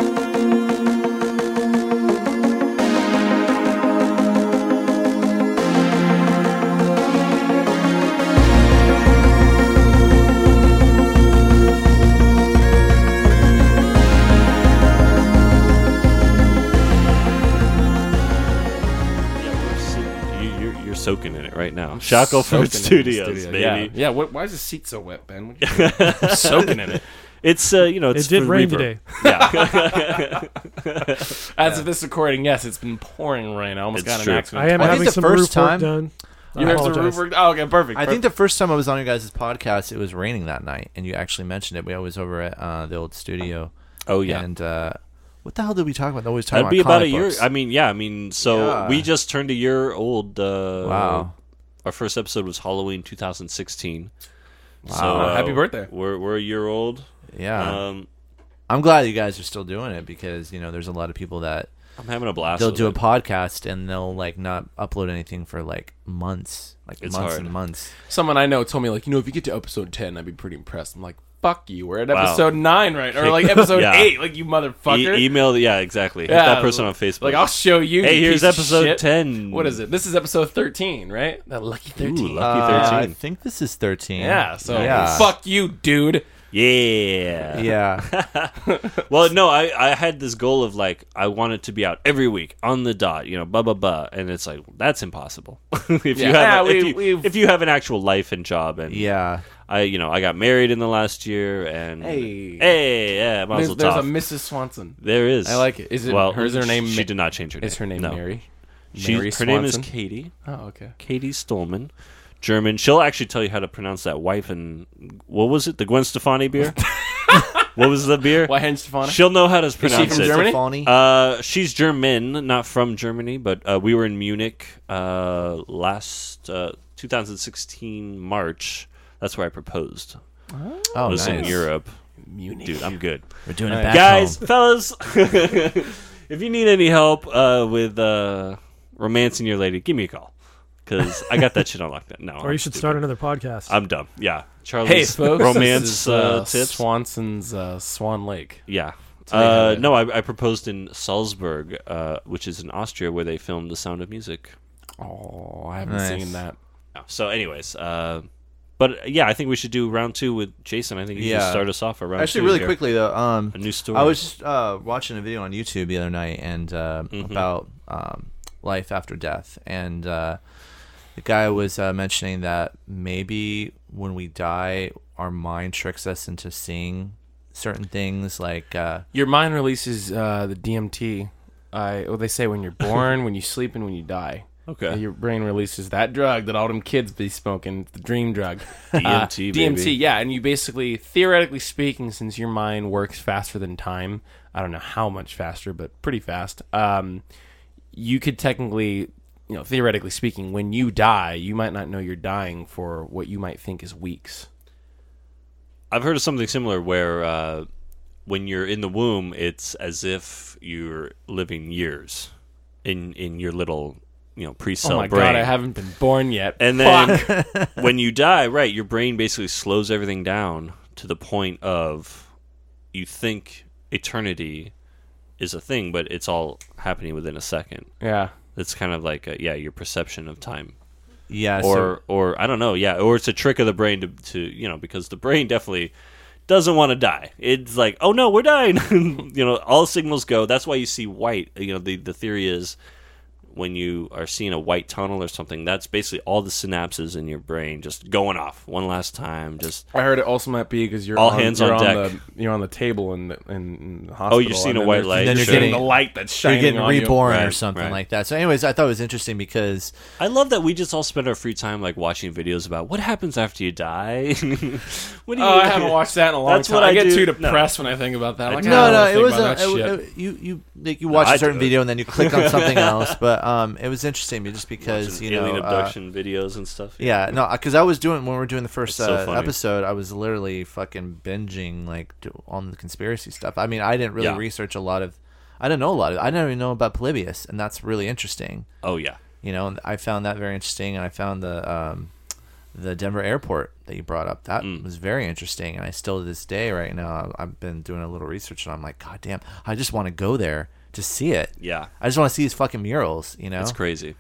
Speaker 2: Yeah, we're si- you, you're, you're soaking in it right now. Shackle
Speaker 5: Soaking in
Speaker 2: Food
Speaker 5: the
Speaker 2: Studios,
Speaker 5: studio,
Speaker 2: baby.
Speaker 5: Yeah. yeah what, why is the seat so wet, Ben? What you
Speaker 2: [LAUGHS]
Speaker 5: doing? soaking in it.
Speaker 2: It's uh, you know, it's
Speaker 3: It did
Speaker 2: for
Speaker 3: rain
Speaker 2: reverb.
Speaker 3: today.
Speaker 2: Yeah, [LAUGHS]
Speaker 5: As of this recording, yes, it's been pouring rain. I almost
Speaker 2: It's
Speaker 5: got
Speaker 2: true.
Speaker 5: an accident.
Speaker 3: I am
Speaker 4: I think
Speaker 3: having
Speaker 4: the
Speaker 3: some
Speaker 4: first
Speaker 3: roof
Speaker 4: time-
Speaker 3: work done. I
Speaker 5: You have the
Speaker 3: apologize.
Speaker 5: roof work- Oh, okay, perfect.
Speaker 4: I think the first time I was on your guys' podcast, it was raining that night, and you actually mentioned it. We always over at uh, the old studio.
Speaker 2: Oh, yeah.
Speaker 4: And uh, what the hell did we talk about? They always talk
Speaker 2: that'd
Speaker 4: about
Speaker 2: be about a
Speaker 4: comic
Speaker 2: year.
Speaker 4: books.
Speaker 2: I mean, yeah, I mean, so
Speaker 4: Yeah.
Speaker 2: we just turned a year old. Uh,
Speaker 4: wow.
Speaker 2: our first episode was Halloween 2016. Wow!
Speaker 5: Happy birthday.
Speaker 2: uh, We're we're a year old.
Speaker 4: Yeah.
Speaker 2: Um,
Speaker 4: I'm glad you guys are still doing it because you know there's a lot of people that
Speaker 2: I'm having a blast.
Speaker 4: they'll
Speaker 2: with
Speaker 4: do a
Speaker 2: it.
Speaker 4: podcast and they'll like not upload anything for like months, like
Speaker 2: It's
Speaker 4: months
Speaker 2: hard.
Speaker 4: and months.
Speaker 5: Someone I know told me like, you know, if you get to episode ten, I'd be pretty impressed. I'm like, fuck you. We're at
Speaker 2: Wow.
Speaker 5: episode nine, right? Or like episode
Speaker 2: Yeah.
Speaker 5: eight, like you motherfucker.
Speaker 2: E- email, yeah, exactly. Hit
Speaker 5: Yeah,
Speaker 2: that person on Facebook.
Speaker 5: Like I'll show you.
Speaker 2: hey,
Speaker 5: you
Speaker 2: here's
Speaker 5: piece of
Speaker 2: episode
Speaker 5: shit.
Speaker 2: ten.
Speaker 5: What is it? This is episode thirteen, right? That lucky
Speaker 2: Ooh,
Speaker 5: thirteen.
Speaker 2: lucky
Speaker 4: Uh, I
Speaker 2: thirteen.
Speaker 4: think this is thirteen.
Speaker 5: yeah. So
Speaker 4: Yeah.
Speaker 5: fuck you, dude.
Speaker 2: yeah.
Speaker 4: Yeah.
Speaker 2: Well, no, I, I had this goal of like I want it to be out every week on the dot, you know, blah blah blah, and it's like that's impossible. [LAUGHS] if you
Speaker 5: Yeah.
Speaker 2: have a-
Speaker 5: Yeah, we-
Speaker 2: if, you,
Speaker 5: we've-
Speaker 2: if you have an actual life and job, and
Speaker 5: [LAUGHS]
Speaker 4: yeah.
Speaker 2: I you know I got married in the last year, and
Speaker 5: Hey.
Speaker 2: hey, yeah,
Speaker 5: There's,
Speaker 2: Mazel
Speaker 5: there's a
Speaker 2: tov.
Speaker 5: Mrs. Swanson.
Speaker 2: there is.
Speaker 5: I like it. Is it-
Speaker 2: well?
Speaker 5: her- is her name
Speaker 2: She
Speaker 5: Ma-
Speaker 2: did not change her. name.
Speaker 5: Is her name
Speaker 2: no.
Speaker 5: Mary?
Speaker 2: She,
Speaker 5: Mary
Speaker 2: her name is
Speaker 5: Swanson?
Speaker 2: Katie.
Speaker 5: Oh, okay.
Speaker 2: Katie Stolman, German. She'll actually tell you how to pronounce that wife and what was it? The Gwen Stefani
Speaker 5: [LAUGHS]
Speaker 2: beer. what was the beer?
Speaker 5: Why Hen Stefani?
Speaker 2: She'll know how to pronounce
Speaker 5: from
Speaker 2: it.
Speaker 5: Germany?
Speaker 4: Stefani.
Speaker 2: Uh, she's German, not from Germany, but uh, we were in Munich uh, last uh, 2016 March. That's where I proposed.
Speaker 4: oh,
Speaker 2: I was in
Speaker 4: nice.
Speaker 2: Europe.
Speaker 5: Munich.
Speaker 2: Dude, I'm good.
Speaker 4: We're doing it back
Speaker 2: Guys,
Speaker 4: home.
Speaker 2: fellas, [LAUGHS] if you need any help uh, with uh, romancing your lady, give me a call. Because I got that shit on lockdown. No.
Speaker 3: Or you should start another podcast.
Speaker 2: I'm dumb. Yeah. Charlie's
Speaker 5: Hey, folks.
Speaker 2: romance
Speaker 5: this is,
Speaker 2: uh,
Speaker 5: uh,
Speaker 2: tips.
Speaker 5: Swanson's uh, Swan Lake.
Speaker 2: Yeah.
Speaker 5: how they have
Speaker 2: Uh,
Speaker 5: it.
Speaker 2: no, I, I proposed in Salzburg, uh, which is in Austria, where they filmed The Sound of Music.
Speaker 5: Oh, I haven't
Speaker 4: Nice.
Speaker 5: seen that.
Speaker 2: No. So, anyways, uh, but yeah, I think we should do round two with Jason. I think you should
Speaker 4: Yeah.
Speaker 2: start us off around
Speaker 4: Actually,
Speaker 2: two
Speaker 4: really
Speaker 2: here.
Speaker 4: quickly though, um,
Speaker 2: A new story.
Speaker 4: I was just, uh, watching a video on YouTube the other night and uh,
Speaker 2: Mm-hmm.
Speaker 4: about um, life after death, and uh, the guy was uh, mentioning that maybe when we die, our mind tricks us into seeing certain things, like uh,
Speaker 5: Your mind releases uh, the DMT. I well, they say when [LAUGHS] you're born, when you sleep, and when you die.
Speaker 2: Okay.
Speaker 5: Uh, Your brain releases that drug that all them kids be smoking, It's the
Speaker 2: [LAUGHS]
Speaker 5: dream drug. Uh,
Speaker 2: DMT, baby.
Speaker 5: DMT, yeah. And you basically, theoretically speaking, since your mind works faster than time, I don't know how much faster, but pretty fast, um, you could technically, you know, theoretically speaking, when you die, you might not know you're dying for what you might think is weeks.
Speaker 2: I've heard of something similar where uh, when you're in the womb, it's as if you're living years in in your little you know pre-cell
Speaker 5: oh my
Speaker 2: brain.
Speaker 5: God, I haven't been born yet.
Speaker 2: and
Speaker 5: Fuck.
Speaker 2: [LAUGHS] then when you die, right, your brain basically slows everything down to the point of you think eternity is a thing, but it's all happening within a second.
Speaker 5: Yeah.
Speaker 2: It's kind of like a, yeah, your perception of time,
Speaker 4: yeah, so-
Speaker 2: or or I don't know, yeah, or it's a trick of the brain to to you know because the brain definitely doesn't want to die. It's like oh no, we're dying. [LAUGHS] you know, all signals go. That's why you see white. You know, the the theory is when you are seeing a white tunnel or something, that's basically all the synapses in your brain just going off one last time. Just
Speaker 5: I heard it also might be because you're
Speaker 2: All
Speaker 5: on,
Speaker 2: hands
Speaker 5: you're
Speaker 2: on deck.
Speaker 5: the you're on the table in the, in, in the
Speaker 2: "Oh,
Speaker 5: hospital.
Speaker 2: you're seeing a
Speaker 5: and then
Speaker 2: white
Speaker 5: there's-
Speaker 2: light,
Speaker 5: Then you're
Speaker 4: sure.
Speaker 5: getting the light that's
Speaker 4: you're
Speaker 5: shining
Speaker 4: getting
Speaker 5: on
Speaker 4: reborn
Speaker 2: Right,
Speaker 4: or something
Speaker 2: right.
Speaker 4: like that. So, anyways, I thought it was interesting because
Speaker 2: I love that we just all spend our free time like watching videos about what happens after you die. [LAUGHS] what do
Speaker 5: You. Oh,
Speaker 2: [LAUGHS]
Speaker 5: I haven't watched that in a long
Speaker 2: That's
Speaker 5: time.
Speaker 2: what I
Speaker 5: I get
Speaker 2: do-
Speaker 5: too
Speaker 2: no.
Speaker 5: depressed when I think about that. Like, I don't
Speaker 4: no, no,
Speaker 5: wanna
Speaker 4: it
Speaker 5: think
Speaker 4: was
Speaker 5: about
Speaker 4: a,
Speaker 5: that
Speaker 4: it-
Speaker 5: shit.
Speaker 4: it- you you like you watch
Speaker 2: I
Speaker 4: a certain
Speaker 2: do it.
Speaker 4: video and then you
Speaker 2: [LAUGHS]
Speaker 4: click on something else, but um, it was interesting just because you know
Speaker 2: alien
Speaker 4: uh,
Speaker 2: abduction videos and stuff.
Speaker 4: Yeah, no, because I was doing when we were doing the first
Speaker 2: That's so
Speaker 4: uh,
Speaker 2: funny.
Speaker 4: episode, I was literally fucking binging like do- on the conspiracy stuff. I mean, I didn't really
Speaker 2: Yeah.
Speaker 4: research a lot of, I didn't know a lot of, I didn't even know about Polybius, and that's really interesting.
Speaker 2: Oh yeah.
Speaker 4: You know, and I found that very interesting, and I found the um, the Denver airport that you brought up that
Speaker 2: Mm.
Speaker 4: was very interesting, and I still to this day right now I- I've been doing a little research, and I'm like, God damn, I just want to go there to see it.
Speaker 2: Yeah.
Speaker 4: I just want to see these fucking murals. You know,
Speaker 2: It's crazy.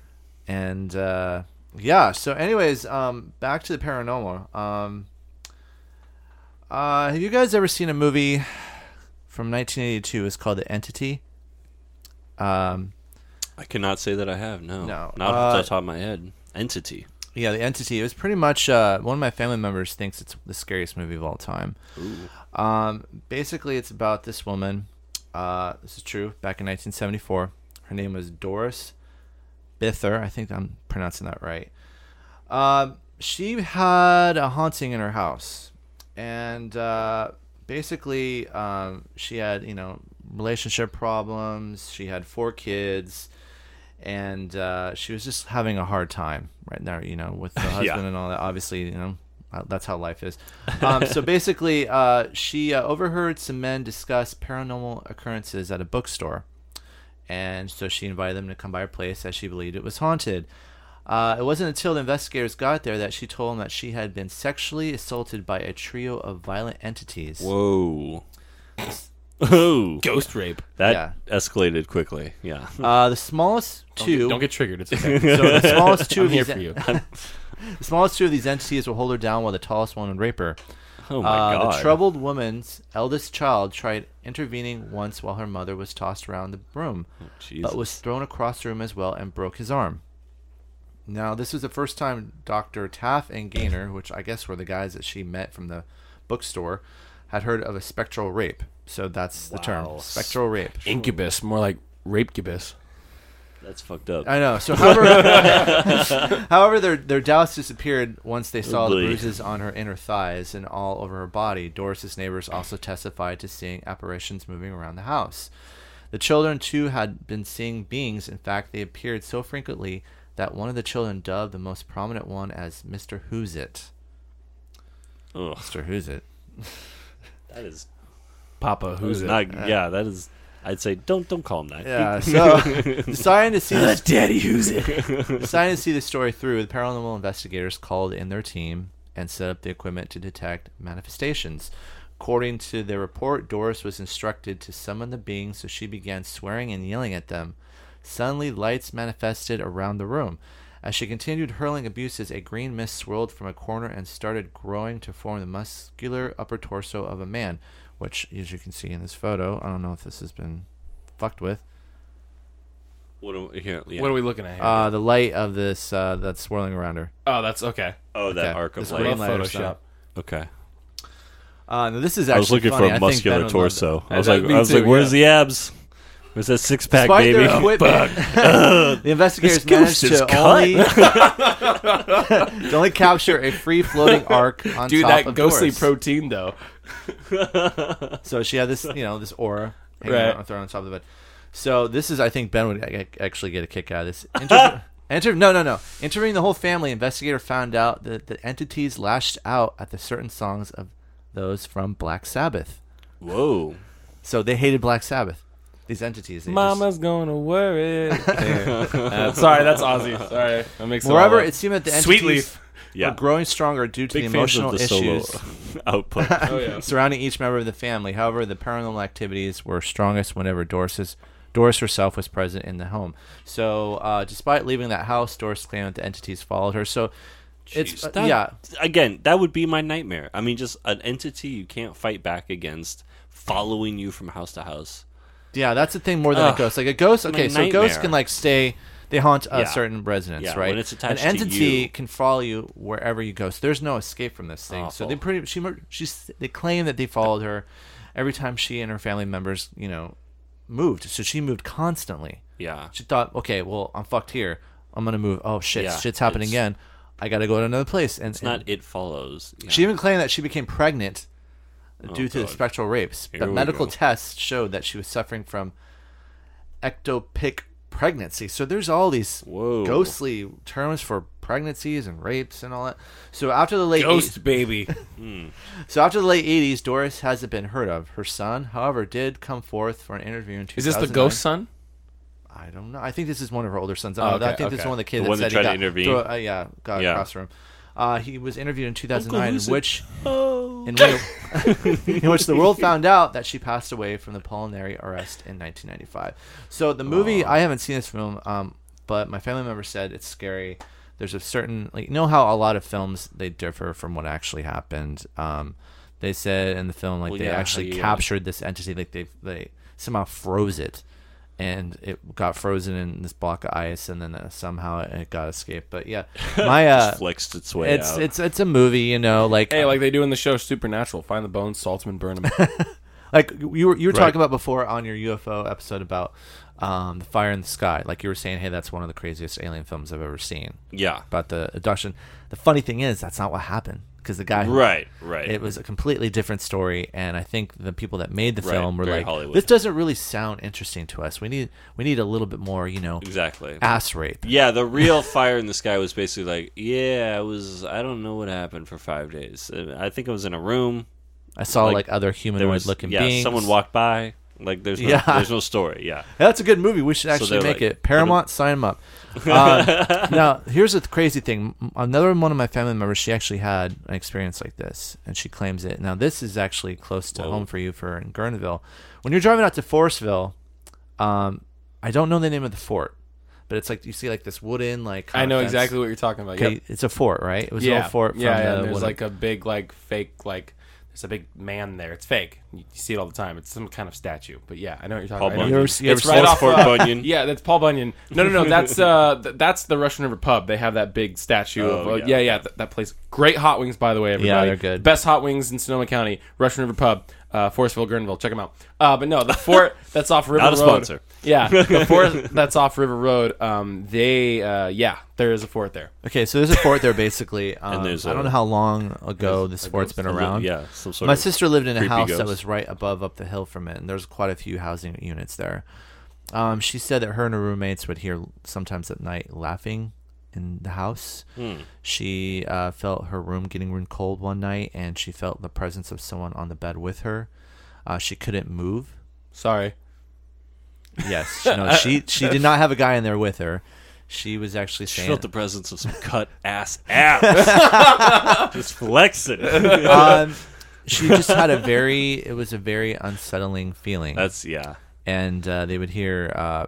Speaker 4: and uh, yeah so anyways um, back to the paranormal um, uh, have you guys ever seen a movie from 1982 it's called the entity um,
Speaker 2: I cannot say that I have. No,
Speaker 4: No.
Speaker 2: not off
Speaker 4: Uh,
Speaker 2: the top of my head. Entity.
Speaker 4: yeah the entity it was pretty much uh, one of my family members thinks it's the scariest movie of all time um, basically it's about this woman uh, this is true back in 1974 her name was doris bither i think i'm pronouncing that right Um, she had a haunting in her house, and uh, basically, um, she had you know relationship problems. She had four kids, and uh, she was just having a hard time right now. You know,
Speaker 5: [LAUGHS]
Speaker 4: with the husband and all that. Obviously, you know. uh, That's how life is.
Speaker 5: [LAUGHS]
Speaker 4: Um, so basically, uh, she uh, overheard some men discuss paranormal occurrences at a bookstore and so she invited them to come by her place as she believed it was haunted. Uh, it wasn't until the investigators got there that she told them that she had been sexually assaulted by a trio of violent entities.
Speaker 2: Whoa. Oh,
Speaker 5: Ghost rape.
Speaker 2: that
Speaker 4: Yeah.
Speaker 2: escalated quickly. Yeah, [LAUGHS]
Speaker 4: Uh, the smallest two.
Speaker 5: Don't get triggered. It's [LAUGHS] okay.
Speaker 4: so the smallest 2
Speaker 5: I'm
Speaker 4: of
Speaker 5: here
Speaker 4: these
Speaker 5: for you.
Speaker 4: [LAUGHS] The smallest two of these entities will hold her down while the tallest one would rape her.
Speaker 2: Oh my
Speaker 4: Uh,
Speaker 2: god.
Speaker 4: The troubled woman's eldest child tried intervening once while her mother was tossed around the room,
Speaker 2: Jesus.
Speaker 4: but was thrown across the room as well and broke his arm. Now, this was the first time Dr. Taff and Gaynor, which I guess were the guys that she met from the bookstore, had heard of a spectral rape. So that's the term spectral rape.
Speaker 5: Incubus, more like rapecubus.
Speaker 2: That's fucked up.
Speaker 4: I know. So, however, [LAUGHS] however, their their doubts disappeared once they saw the
Speaker 2: Ugly.
Speaker 4: bruises on her inner thighs and all over her body. Doris's neighbors also testified to seeing apparitions moving around the house. The children too had been seeing beings. In fact, they appeared so frequently that one of the children dubbed the most prominent one as Mister Who's It.
Speaker 2: Ugh,
Speaker 4: Mister Who's It.
Speaker 2: that is [LAUGHS]
Speaker 5: Papa, who's it?
Speaker 2: not. yeah, that is. I'd say don't don't call him that.
Speaker 4: Uh, Yeah. [LAUGHS] So, deciding to see [LAUGHS] this
Speaker 1: Daddy, who's it?
Speaker 4: Deciding to see the story through, the paranormal investigators called in their team and set up the equipment to detect manifestations. According to their report, Doris was instructed to summon the beings, so she began swearing and yelling at them. Suddenly, lights manifested around the room. As she continued hurling abuses, a green mist swirled from a corner and started growing to form the muscular upper torso of a man, which, as you can see in this photo, I don't know if this has been fucked with.
Speaker 2: What are, here, yeah.
Speaker 5: What are we looking at here?
Speaker 4: Uh, the light of this uh, that's swirling around her.
Speaker 5: oh, that's okay.
Speaker 2: oh, that
Speaker 4: okay.
Speaker 2: arc of
Speaker 4: This
Speaker 2: light.
Speaker 4: green
Speaker 5: Love
Speaker 4: light or
Speaker 5: Photoshop.
Speaker 4: something.
Speaker 2: Okay.
Speaker 4: Uh, no, this is
Speaker 2: I
Speaker 4: actually
Speaker 2: was looking
Speaker 4: funny.
Speaker 2: for
Speaker 4: I
Speaker 2: a
Speaker 4: think Ben
Speaker 2: muscular
Speaker 4: would love
Speaker 2: torso.
Speaker 4: that.
Speaker 2: I was
Speaker 5: Yeah,
Speaker 2: like,
Speaker 5: me
Speaker 2: I was
Speaker 5: too,
Speaker 2: like, where's the abs? Where's that six pack,
Speaker 4: Despite
Speaker 2: baby?
Speaker 4: their equipment, [LAUGHS] the
Speaker 2: This
Speaker 4: investigators
Speaker 2: goose
Speaker 4: managed
Speaker 2: is
Speaker 4: to
Speaker 2: cut.
Speaker 4: only,
Speaker 2: [LAUGHS]
Speaker 4: to only [LAUGHS] capture a free
Speaker 5: [LAUGHS]
Speaker 4: floating arc on
Speaker 5: Dude,
Speaker 4: top
Speaker 5: that
Speaker 4: of
Speaker 5: ghostly
Speaker 4: Doris.
Speaker 5: protein though.
Speaker 4: So she had this, you know, this aura hanging
Speaker 5: Right.
Speaker 4: out and thrown on top of the bed. So this is, I think Ben would a- a- actually get a kick out of this. [LAUGHS] Inter- Enter, no, no, no. Interviewing the whole family, investigator found out that the entities lashed out at the certain songs of those from Black Sabbath.
Speaker 2: Whoa.
Speaker 4: So they hated Black Sabbath. These entities. They just-
Speaker 5: Mama's gonna
Speaker 4: [LAUGHS]
Speaker 5: worry. sorry, that's Aussie. Sorry, I mix it all
Speaker 4: Moreover,
Speaker 5: up.
Speaker 4: it seemed that the
Speaker 5: Sweet
Speaker 4: entities
Speaker 5: leaf.
Speaker 2: Yeah.
Speaker 4: were growing stronger due to
Speaker 2: Big
Speaker 4: the
Speaker 2: fans
Speaker 4: emotional
Speaker 2: of the
Speaker 4: issues
Speaker 2: solo [LAUGHS] output.
Speaker 5: Oh yeah.
Speaker 4: [LAUGHS] surrounding each member of the family. However, the paranormal activities were strongest whenever Doris's, Doris herself was present in the home. So, uh, despite leaving that house, Doris claimed that the entities followed her. So, it's
Speaker 2: Jeez,
Speaker 4: uh,
Speaker 2: that-
Speaker 4: yeah,
Speaker 2: Again, that would be my nightmare. I mean, just an entity you can't fight back against, following you from house to house.
Speaker 4: yeah. That's the thing more than a
Speaker 2: Ugh.
Speaker 4: ghost. Like a ghost.
Speaker 2: My
Speaker 4: Okay, so ghosts
Speaker 2: nightmare.
Speaker 4: can like stay. They haunt a
Speaker 2: Yeah.
Speaker 4: certain residence,
Speaker 2: Yeah,
Speaker 4: right?
Speaker 2: when it's attached to
Speaker 4: An entity
Speaker 2: you.
Speaker 4: can follow you wherever you go. So there's no escape from this thing. So they
Speaker 2: Awful.
Speaker 4: pretty she mer- she's they claim that they followed her every time she and her family members, you know, moved. So she moved constantly.
Speaker 2: Yeah.
Speaker 4: She thought, okay, well, I'm fucked here. I'm gonna move. Oh shit,
Speaker 2: Yeah,
Speaker 4: shit's happening
Speaker 2: it's-
Speaker 4: again. I gotta go to another place. And,
Speaker 2: It's not it follows. Yeah.
Speaker 4: she even claimed that she became pregnant due to the
Speaker 2: God.
Speaker 4: spectral rapes,
Speaker 2: Here
Speaker 4: but
Speaker 2: we
Speaker 4: medical
Speaker 2: go.
Speaker 4: tests showed that she was suffering from ectopic pregnancy. So there's all these
Speaker 2: Whoa.
Speaker 4: ghostly terms for pregnancies and rapes and all that. So after the late
Speaker 5: Ghost baby.
Speaker 4: so after the late 80s, Doris hasn't been heard of. Her son, however, did come forth for an interview in 2009.
Speaker 5: Is this the ghost son?
Speaker 4: I don't know. I think this is one of her older sons.
Speaker 5: Oh,
Speaker 4: I
Speaker 5: okay,
Speaker 4: think this is
Speaker 5: okay.
Speaker 4: one of the kids
Speaker 2: The one
Speaker 4: that
Speaker 2: that
Speaker 4: said
Speaker 2: tried to
Speaker 4: he got
Speaker 2: intervene?
Speaker 4: through a- uh, yeah, got
Speaker 2: Yeah.
Speaker 4: across the room. Uh, he was interviewed in 2009, in
Speaker 2: Lucy.
Speaker 4: which
Speaker 2: Oh.
Speaker 4: in, which-
Speaker 2: [LAUGHS]
Speaker 4: in which the world found out that she passed away from the pulmonary arrest in 1995. So the movie, I haven't seen this film, um, but my family member said it's scary. There's a certain, like, you know how a lot of films they differ from what actually happened. Um, they said in the film, like
Speaker 2: Well,
Speaker 4: they
Speaker 2: yeah,
Speaker 4: actually
Speaker 2: how you-
Speaker 4: captured this entity, like they they somehow froze it, and it got frozen in this block of ice, and then uh, somehow it got escaped. But
Speaker 2: [LAUGHS]
Speaker 4: yeah, my uh,
Speaker 2: flexed its way
Speaker 4: it's
Speaker 2: out.
Speaker 4: it's it's a movie, you know, like
Speaker 5: Hey, like they do in the show Supernatural. Find the bones, salt them, and burn
Speaker 4: [LAUGHS]
Speaker 5: them.
Speaker 4: like you were you were talking about before on your UFO episode about um, the fire in the sky. Like you were saying, hey, that's one of the craziest alien films I've ever seen
Speaker 2: yeah.
Speaker 4: about the abduction. The funny thing is, that's not what happened because the guy who-
Speaker 2: Right. Right.
Speaker 4: It was a completely different story, and I think the people that made the
Speaker 2: Right,
Speaker 4: film were
Speaker 2: very
Speaker 4: like,
Speaker 2: Hollywood.
Speaker 4: "This doesn't really sound interesting to us. We need we need a little bit more, you know,
Speaker 2: exactly.
Speaker 4: ass rape."
Speaker 2: Yeah, the real fire in the sky was basically like, yeah, I was. I don't know what happened for five days. Uh, I think I was in a room.
Speaker 4: I saw
Speaker 2: Like,
Speaker 4: like, other
Speaker 2: There
Speaker 4: humanoid
Speaker 2: was
Speaker 4: looking
Speaker 2: yeah,
Speaker 4: beings.
Speaker 2: someone walked by. Like there's no,
Speaker 4: Yeah.
Speaker 2: there's no story. Yeah.
Speaker 4: That's a good movie. We should actually
Speaker 2: they're
Speaker 4: make
Speaker 2: like-
Speaker 4: it. Paramount, sign
Speaker 5: [LAUGHS]
Speaker 4: him up. Uh, now, here's the crazy thing. M- Another one of my family members, she actually had an experience like this, and she claims it. Now, this is actually close to
Speaker 2: Whoa.
Speaker 4: home for you for in Guerneville. When you're driving out to Forestville, um, I don't know the name of the fort, but it's like you see like this wooden like.
Speaker 5: I know
Speaker 4: kind of fence.
Speaker 5: exactly what you're talking about.
Speaker 4: Okay,
Speaker 5: Yep.
Speaker 4: it's a fort, right? It was an
Speaker 5: yeah,
Speaker 4: old fort. From
Speaker 5: yeah, yeah.
Speaker 4: the
Speaker 5: and there's
Speaker 4: wooden-
Speaker 5: like a big like fake like there's a big man there. It's fake. You, you see it all the time. It's some kind of statue. But yeah, I know what you're talking
Speaker 2: Paul
Speaker 5: about.
Speaker 2: Bunyan.
Speaker 4: You ever- you ever
Speaker 5: it's
Speaker 4: see
Speaker 5: right
Speaker 2: Paul
Speaker 5: off
Speaker 2: Fort
Speaker 5: uh,
Speaker 2: Bunyan.
Speaker 5: [LAUGHS] Yeah, that's Paul Bunyan. No, no, no. That's
Speaker 4: [LAUGHS]
Speaker 5: uh, th- that's the Russian River Pub. They have that big statue. of,
Speaker 2: Oh,
Speaker 5: uh,
Speaker 2: yeah.
Speaker 5: yeah, yeah. th- that place. Great hot wings, by the way. Everybody.
Speaker 4: they're good.
Speaker 5: Best hot wings in Sonoma County. Russian River Pub, uh, Forestville, Guerneville. Check them out. Uh, but no, the
Speaker 4: [LAUGHS]
Speaker 5: fort that's off River
Speaker 2: Not a
Speaker 5: Road.
Speaker 2: sponsor.
Speaker 5: Yeah, the
Speaker 2: [LAUGHS]
Speaker 5: fort that's off River Road. Um, they uh, yeah, there is a fort there.
Speaker 4: Okay, so there's a fort
Speaker 5: [LAUGHS]
Speaker 4: there basically. Um,
Speaker 2: there's
Speaker 4: I
Speaker 2: a-
Speaker 4: don't know how long ago this fort's been around.
Speaker 2: Yeah. Some sort
Speaker 4: My
Speaker 2: of
Speaker 4: sister lived in a
Speaker 2: creepy
Speaker 4: house that
Speaker 2: ghost.
Speaker 4: was right above up the hill from it, and there's quite a few housing units there. Um, she said that her and her roommates would hear sometimes at night laughing in the house.
Speaker 2: Hmm.
Speaker 4: She uh, felt her room getting real cold one night, and she felt the presence of someone on the bed with her. Uh, she couldn't move.
Speaker 5: Sorry.
Speaker 4: Yes,
Speaker 2: [LAUGHS]
Speaker 4: she- no, she she did not have a guy in there with her. She was actually
Speaker 2: She
Speaker 4: saying
Speaker 2: felt the presence of some cut ass abs.
Speaker 4: [LAUGHS]
Speaker 2: Just flexing. [LAUGHS]
Speaker 4: um, she just had a very it was a very unsettling feeling
Speaker 2: That's yeah.
Speaker 4: and uh, they would hear uh,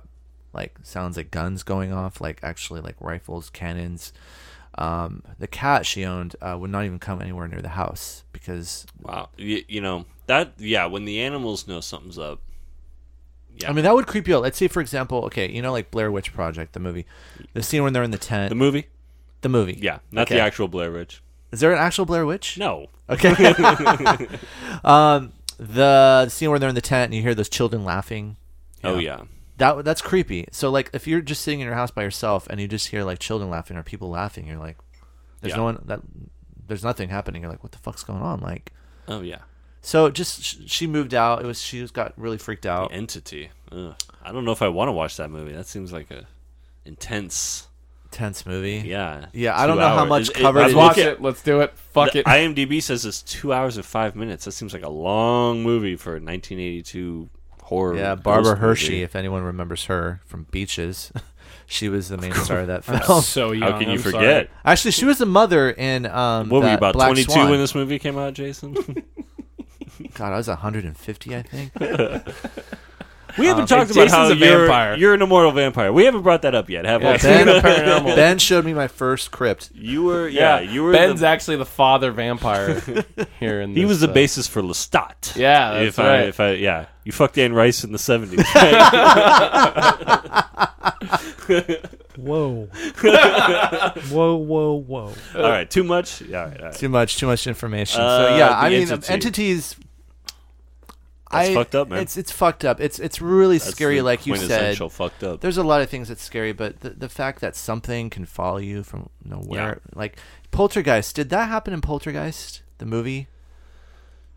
Speaker 4: like sounds like guns going off like actually like rifles cannons um, the cat she owned uh, would not even come anywhere near the house because
Speaker 2: Wow. You, you know that yeah. When the animals know something's up. Yeah.
Speaker 4: i mean that would creep you out let's say for example okay you know like blair witch project the movie the scene when they're in the tent
Speaker 2: the
Speaker 4: the,
Speaker 2: movie.
Speaker 4: movie
Speaker 2: Yeah. Not the
Speaker 4: Okay.
Speaker 2: actual Blair Witch.
Speaker 4: is there an actual blair witch
Speaker 2: No. [LAUGHS]
Speaker 4: okay [LAUGHS] um, the scene where they're in the tent and you hear those children laughing
Speaker 2: Oh yeah.
Speaker 4: that that's creepy. So like if you're just sitting in your house by yourself and you just hear like children laughing or people laughing, you're like, there's
Speaker 2: Yeah.
Speaker 4: no one that there's nothing happening. You're like, what the fuck's going on? Like,
Speaker 2: Oh yeah.
Speaker 4: so just sh- she moved out. It was she just got really freaked out.
Speaker 2: Entity. Ugh. I don't know if I want to watch that movie. That seems like a intense.
Speaker 4: Tense movie.
Speaker 2: Yeah.
Speaker 4: Yeah, I
Speaker 2: Two
Speaker 4: don't know how
Speaker 2: hours.
Speaker 4: much
Speaker 2: It-
Speaker 4: covered
Speaker 2: that's
Speaker 5: Let's
Speaker 4: it
Speaker 2: what-
Speaker 5: watch it. Let's do it. Fuck
Speaker 2: The
Speaker 5: it.
Speaker 2: IMDb says it's two hours and five minutes. That seems like a long movie for a 1982 horror.
Speaker 4: Yeah, Barbara
Speaker 2: ghost
Speaker 4: Hershey,
Speaker 2: movie.
Speaker 4: if anyone remembers her from Beaches, [LAUGHS] she was
Speaker 2: [LAUGHS]
Speaker 4: the main star of that film.
Speaker 5: so young.
Speaker 2: How can you
Speaker 5: [LAUGHS] I'm sorry.
Speaker 2: forget?
Speaker 4: Actually, she was the mother in um.
Speaker 2: What were you
Speaker 4: that
Speaker 2: about
Speaker 4: Black
Speaker 2: 22
Speaker 4: Swan.
Speaker 2: when this movie came out, Jason?
Speaker 4: God, I was 150,
Speaker 2: [LAUGHS]
Speaker 4: I think.
Speaker 2: we haven't
Speaker 5: talked
Speaker 2: talked
Speaker 5: if
Speaker 2: about
Speaker 5: about
Speaker 2: how
Speaker 5: how Jason's a
Speaker 2: you're,
Speaker 5: you're- vampire.
Speaker 2: an immortal vampire. We haven't brought that up yet, have [LAUGHS]
Speaker 5: Yeah,
Speaker 2: we?
Speaker 5: speaking
Speaker 4: Ben-
Speaker 5: of paranormal.
Speaker 4: ben showed me my first crypt.
Speaker 2: You were, yeah, you were.
Speaker 5: Ben's
Speaker 2: the,
Speaker 5: actually the
Speaker 2: [LAUGHS]
Speaker 5: father vampire here. In
Speaker 2: he
Speaker 5: this,
Speaker 2: was the
Speaker 5: uh,
Speaker 2: basis for Lestat.
Speaker 5: Yeah, that's
Speaker 2: if I,
Speaker 5: right.
Speaker 2: if I, yeah, you fucked Dan Rice in the
Speaker 5: [LAUGHS]
Speaker 2: 70s.
Speaker 3: Whoa. whoa, whoa, whoa.
Speaker 2: all right, too much. Yeah, all right, all right.
Speaker 4: too much, too much information.
Speaker 2: Uh,
Speaker 4: so yeah,
Speaker 2: the
Speaker 4: I mean, um,
Speaker 2: entity.
Speaker 4: entities.
Speaker 2: That's fucked up, man.
Speaker 4: It's it's fucked up. It's it's really
Speaker 2: That's
Speaker 4: scary,
Speaker 2: the
Speaker 4: like you said.
Speaker 2: quintessential Fucked up.
Speaker 4: There's a lot of things that's scary, but the, the fact that something can follow you from nowhere, like Poltergeist. Did that happen in Poltergeist, the movie,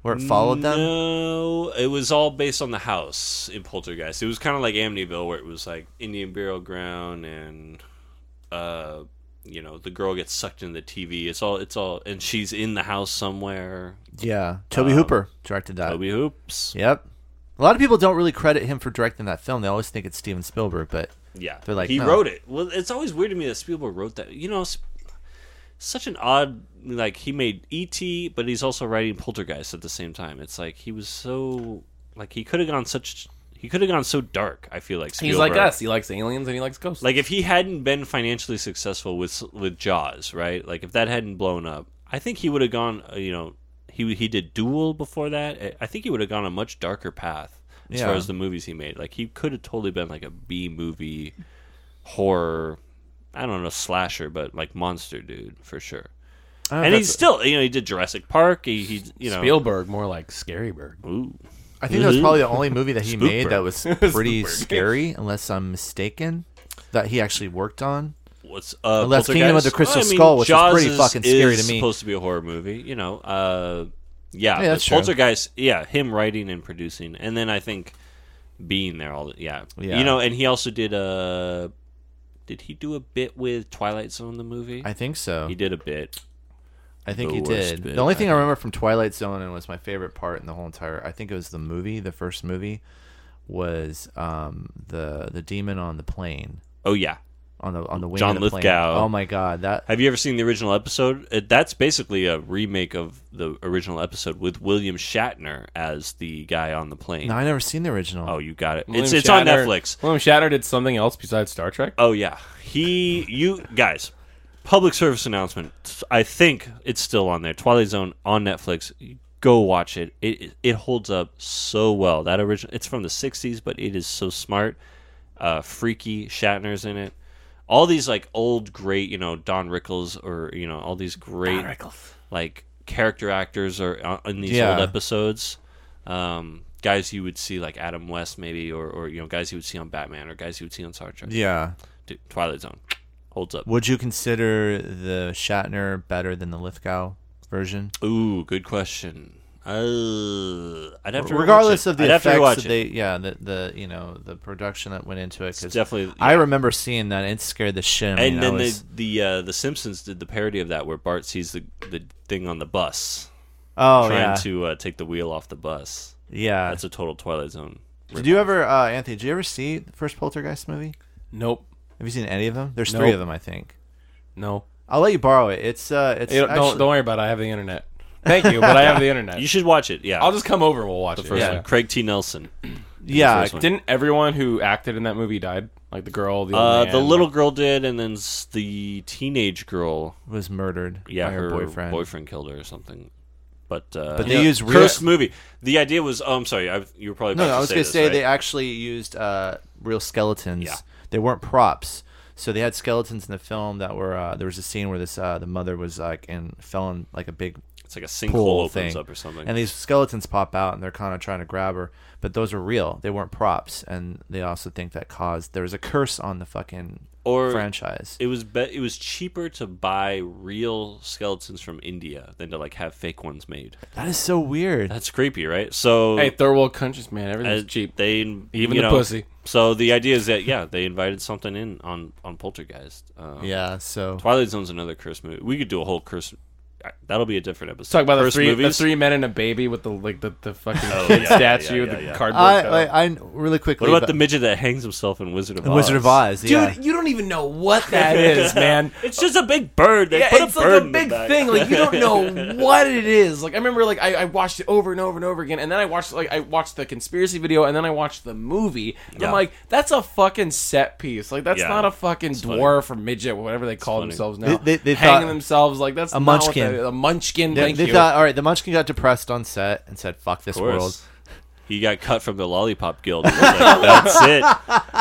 Speaker 4: where it followed them?
Speaker 2: No, it was all based on the house in Poltergeist. It was kind of like Amityville, where it was like Indian burial ground, and uh, you know, the girl gets sucked into the TV. It's all, it's all, and she's in the house somewhere.
Speaker 4: Yeah, Toby Hooper directed that.
Speaker 2: Um, Toby Hoops.
Speaker 4: Yep. A lot of people don't really credit him for directing that film. They always think it's Steven Spielberg, but
Speaker 2: Yeah,
Speaker 4: They're like,
Speaker 2: he
Speaker 4: no.
Speaker 2: wrote it. Well, it's always weird to me that Spielberg wrote that. You know, s- such an odd. Like he made E.T., but he's also writing Poltergeist at the same time. It's like he was so like he could have gone such. He could have gone so dark. I feel like
Speaker 5: He's like
Speaker 2: Spielberg.
Speaker 5: us. He likes aliens and he likes ghosts.
Speaker 2: Like if he hadn't been financially successful with with Jaws, right? Like if that hadn't blown up, I think he would have gone. uh, You know, he he did Duel before that. I- I think he would have gone a much darker path as far
Speaker 4: Yeah.
Speaker 2: as the movies he made. Like he could have totally been like a B movie horror. I don't know slasher, but like monster dude for sure.
Speaker 4: I don't know
Speaker 2: And
Speaker 4: if
Speaker 2: he's still, you know, he did Jurassic Park. He, he you know,
Speaker 5: Spielberg, more like Scaryberg.
Speaker 2: Ooh.
Speaker 4: I think that was
Speaker 2: Mhm.
Speaker 4: probably the only movie that he made
Speaker 2: Spookberg. [LAUGHS]
Speaker 4: that was pretty scary, unless I'm mistaken, that he actually worked on.
Speaker 2: what's uh,
Speaker 4: Unless Kingdom
Speaker 2: Poltergeist?
Speaker 4: of the Crystal
Speaker 2: Well, I mean,
Speaker 4: Skull, which is
Speaker 2: Jaws
Speaker 4: pretty fucking scary
Speaker 2: is
Speaker 4: to me.
Speaker 2: Supposed to be a horror movie, you know. Uh, yeah,
Speaker 4: Yeah,
Speaker 2: but
Speaker 4: that's true.
Speaker 2: Poltergeist. Yeah, him writing and producing, and then I think being there all. The, yeah,
Speaker 4: Yeah.
Speaker 2: you know. And he also did a. Did he do a bit with Twilight Zone the movie?
Speaker 4: I think so.
Speaker 2: he did a bit.
Speaker 4: I think
Speaker 2: the
Speaker 4: he
Speaker 2: worst
Speaker 4: did.
Speaker 2: bit,
Speaker 4: the only
Speaker 2: I
Speaker 4: thing I remember from Twilight Zone and was my favorite part in the whole entire. I think it was the movie, the first movie, was um, the the demon on the plane
Speaker 2: Oh yeah.
Speaker 4: on the on the wing.
Speaker 2: John
Speaker 4: of the plane.
Speaker 2: Lithgow.
Speaker 4: Oh my god, that
Speaker 2: Have you ever seen the original episode? Uh, That's basically a remake of the original episode with William Shatner as the guy on the plane.
Speaker 4: no, I never seen the original.
Speaker 2: oh, you got it. it's
Speaker 5: William
Speaker 2: it's on
Speaker 5: Shatner-
Speaker 2: Netflix.
Speaker 5: William Shatter did something else besides Star Trek.
Speaker 2: Oh yeah, he you guys. Public service announcement. I think it's still on there. Twilight Zone on Netflix. Go watch it. It it holds up so well. That original. It's from the '60s, but it is so smart. Uh, freaky Shatner's in it. All these like old great, you know, Don Rickles or you know all these great like character actors are on- in these
Speaker 4: Yeah.
Speaker 2: old episodes. Um, guys you would see like Adam West maybe, or or you know guys you would see on Batman, or guys you would see on Star Trek.
Speaker 4: Yeah.
Speaker 2: Dude, Twilight Zone holds up.
Speaker 4: Would you consider the Shatner better than the Lithgow version?
Speaker 2: Ooh, good question. Uh, I'd have to
Speaker 4: Regardless
Speaker 2: rewatch it.
Speaker 4: of the
Speaker 2: I'd have to rewatch
Speaker 4: effects that
Speaker 2: it.
Speaker 4: they, yeah, the, the you know the production that went into it.
Speaker 2: It's
Speaker 4: Because
Speaker 2: definitely.
Speaker 4: I remember seeing that it scared the shit out of me.
Speaker 2: and
Speaker 4: I
Speaker 2: then
Speaker 4: was-
Speaker 2: the the uh, the Simpsons did the parody of that where Bart sees the the thing on the bus
Speaker 4: oh
Speaker 2: trying
Speaker 4: yeah,
Speaker 2: to uh, take the wheel off the bus.
Speaker 4: yeah.
Speaker 2: That's a total Twilight Zone.
Speaker 4: Did you ever, uh, Anthony? Did you ever see the first Poltergeist movie?
Speaker 5: Nope.
Speaker 4: Have you seen any of them? There's three
Speaker 5: Nope.
Speaker 4: of them, I think.
Speaker 5: No.
Speaker 4: I'll let you borrow it. It's uh, it's
Speaker 5: You don't-
Speaker 4: actually-
Speaker 5: don't don't worry about it. I have the internet. Thank you, but I
Speaker 2: [LAUGHS]
Speaker 5: have the internet.
Speaker 2: You should watch it. Yeah,
Speaker 5: I'll just come over and we'll watch
Speaker 2: the
Speaker 5: it.
Speaker 2: first
Speaker 5: yeah. Uh,
Speaker 2: one. Craig T. Nelson.
Speaker 4: yeah.
Speaker 2: first one.
Speaker 5: Didn't everyone who acted in that movie died? Like the girl, the
Speaker 2: Uh,
Speaker 5: old
Speaker 2: the
Speaker 5: Oh, man,
Speaker 2: little girl did, and then s- the teenage girl.
Speaker 4: Was murdered
Speaker 2: Yeah,
Speaker 4: by her, boyfriend.
Speaker 2: killed her or something. But uh,
Speaker 4: But they use real-
Speaker 2: cursed movie. The idea was. Oh, I'm sorry. I, you were probably about
Speaker 4: No, no,
Speaker 2: to
Speaker 4: I was
Speaker 2: say
Speaker 4: gonna
Speaker 2: this,
Speaker 4: say
Speaker 2: right?
Speaker 4: they actually used uh, real skeletons.
Speaker 2: Yeah.
Speaker 4: They weren't props. So they had skeletons in the film that were. Uh, there was a scene where this uh, the mother was like and fell in like a big
Speaker 2: It's like a sinkhole
Speaker 4: pool
Speaker 2: opens
Speaker 4: thing,
Speaker 2: up or something.
Speaker 4: and these skeletons pop out and they're kind of trying to grab her. But those are real. They weren't props, and they also think that caused there was a curse on the fucking
Speaker 2: Or-
Speaker 4: franchise.
Speaker 2: it was be- it was cheaper to buy real skeletons from India than to like have fake ones made.
Speaker 4: that is so weird.
Speaker 2: That's creepy, right? So
Speaker 5: Hey, third world countries, man,
Speaker 2: uh,
Speaker 5: everything's cheap.
Speaker 2: They
Speaker 5: Even
Speaker 2: you
Speaker 5: the
Speaker 2: know,
Speaker 5: pussy.
Speaker 2: So the idea is that yeah, they invited something in on on Poltergeist. Um,
Speaker 4: yeah. So
Speaker 2: Twilight Zone's another curse movie. We could do a whole curse. uh, That'll be a different episode.
Speaker 5: Talk about the
Speaker 2: Curse
Speaker 5: three, the
Speaker 2: movies. Oh,
Speaker 5: three men and a baby with the like the, the fucking kid statue,
Speaker 2: yeah,
Speaker 5: the
Speaker 2: yeah.
Speaker 5: cardboard.
Speaker 4: I,
Speaker 5: cutout.
Speaker 4: I, I really quickly.
Speaker 2: What about the
Speaker 4: but-
Speaker 2: midget that hangs himself in Wizard of Oz?
Speaker 4: Wizard of Oz?
Speaker 5: Dude,
Speaker 4: yeah.
Speaker 5: you don't even know [LAUGHS] what that is, man.
Speaker 2: It's just a big bird. They
Speaker 5: Yeah,
Speaker 2: put
Speaker 5: it's
Speaker 2: a
Speaker 5: like
Speaker 2: bird
Speaker 5: a
Speaker 2: in the
Speaker 5: big
Speaker 2: back. [LAUGHS]
Speaker 5: thing. Like you don't know what it is. Like I remember, like I, I watched it over and over and over again, and then I watched like I watched the conspiracy video, and then I watched the movie, and
Speaker 2: Yeah.
Speaker 5: I'm like, that's a fucking set piece. Like that's
Speaker 2: Yeah.
Speaker 5: not a fucking
Speaker 2: funny.
Speaker 5: dwarf or midget, whatever they call
Speaker 2: funny.
Speaker 5: themselves now.
Speaker 4: They- they- they
Speaker 5: hanging
Speaker 4: thought-
Speaker 5: themselves like that's
Speaker 4: A
Speaker 5: not what
Speaker 4: munchkin.
Speaker 5: that is. a munchkin.
Speaker 4: They,
Speaker 5: thank
Speaker 4: they
Speaker 5: you.
Speaker 4: thought, all right, the Munchkin got depressed on set and said, "Fuck this
Speaker 2: Of course. [LAUGHS]
Speaker 4: world."
Speaker 2: He got cut from the Lollipop Guild. It was like, That's
Speaker 5: [LAUGHS]
Speaker 2: it.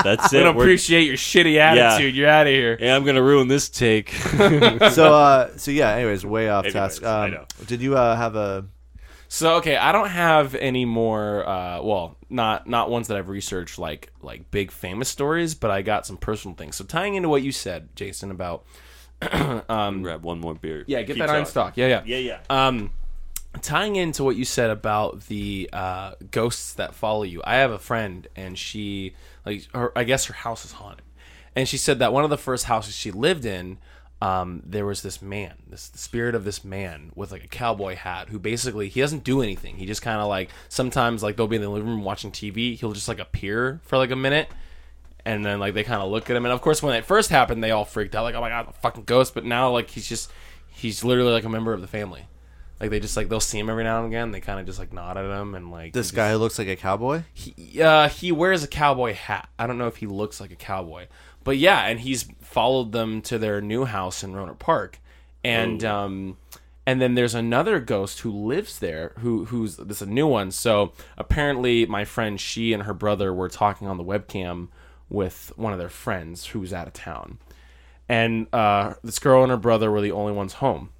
Speaker 2: That's
Speaker 5: I
Speaker 2: it.
Speaker 5: don't
Speaker 2: We're-
Speaker 5: appreciate your shitty attitude. You're out of here.
Speaker 2: yeah, I'm gonna ruin this
Speaker 5: [LAUGHS]
Speaker 2: take.
Speaker 4: So, uh, so yeah. Anyways, way off
Speaker 2: Anyways,
Speaker 4: task. Um,
Speaker 2: I know.
Speaker 4: Did you uh, have a?
Speaker 5: So okay, I don't have any more. Uh, well, not not ones that I've researched like like big famous stories, but I got some personal things. So tying into what you said, Jason, about
Speaker 2: Grab one more beer.
Speaker 5: yeah, get
Speaker 2: Keep
Speaker 5: that
Speaker 2: talking.
Speaker 5: Einstock. Yeah, yeah,
Speaker 2: Yeah, yeah.
Speaker 5: Um, tying into what you said about the uh, ghosts that follow you, I have a friend, and she like her. I guess her house is haunted, and she said that one of the first houses she lived in, um, there was this man, this the spirit of this man with like a cowboy hat, who basically he doesn't do anything. He just kind of like sometimes like they'll be in the living room watching TV. He'll just like appear for like a minute and then like they kind of look at him and of course when it first happened they all freaked out like oh my god the fucking ghost but now like he's just he's literally like a member of the family like they just like they'll see him every now and again they kind of just like nod at him and like
Speaker 4: This
Speaker 5: he
Speaker 4: guy who looks like a cowboy.
Speaker 5: just- he, uh, he wears a cowboy hat i don't know if he looks like a cowboy but yeah and he's followed them to their new house in Roner park and um and then there's another ghost who lives there who who's this is a new one so apparently my friend she and her brother were talking on the webcam with one of their friends who was out of town and uh, this girl and her brother were the only ones home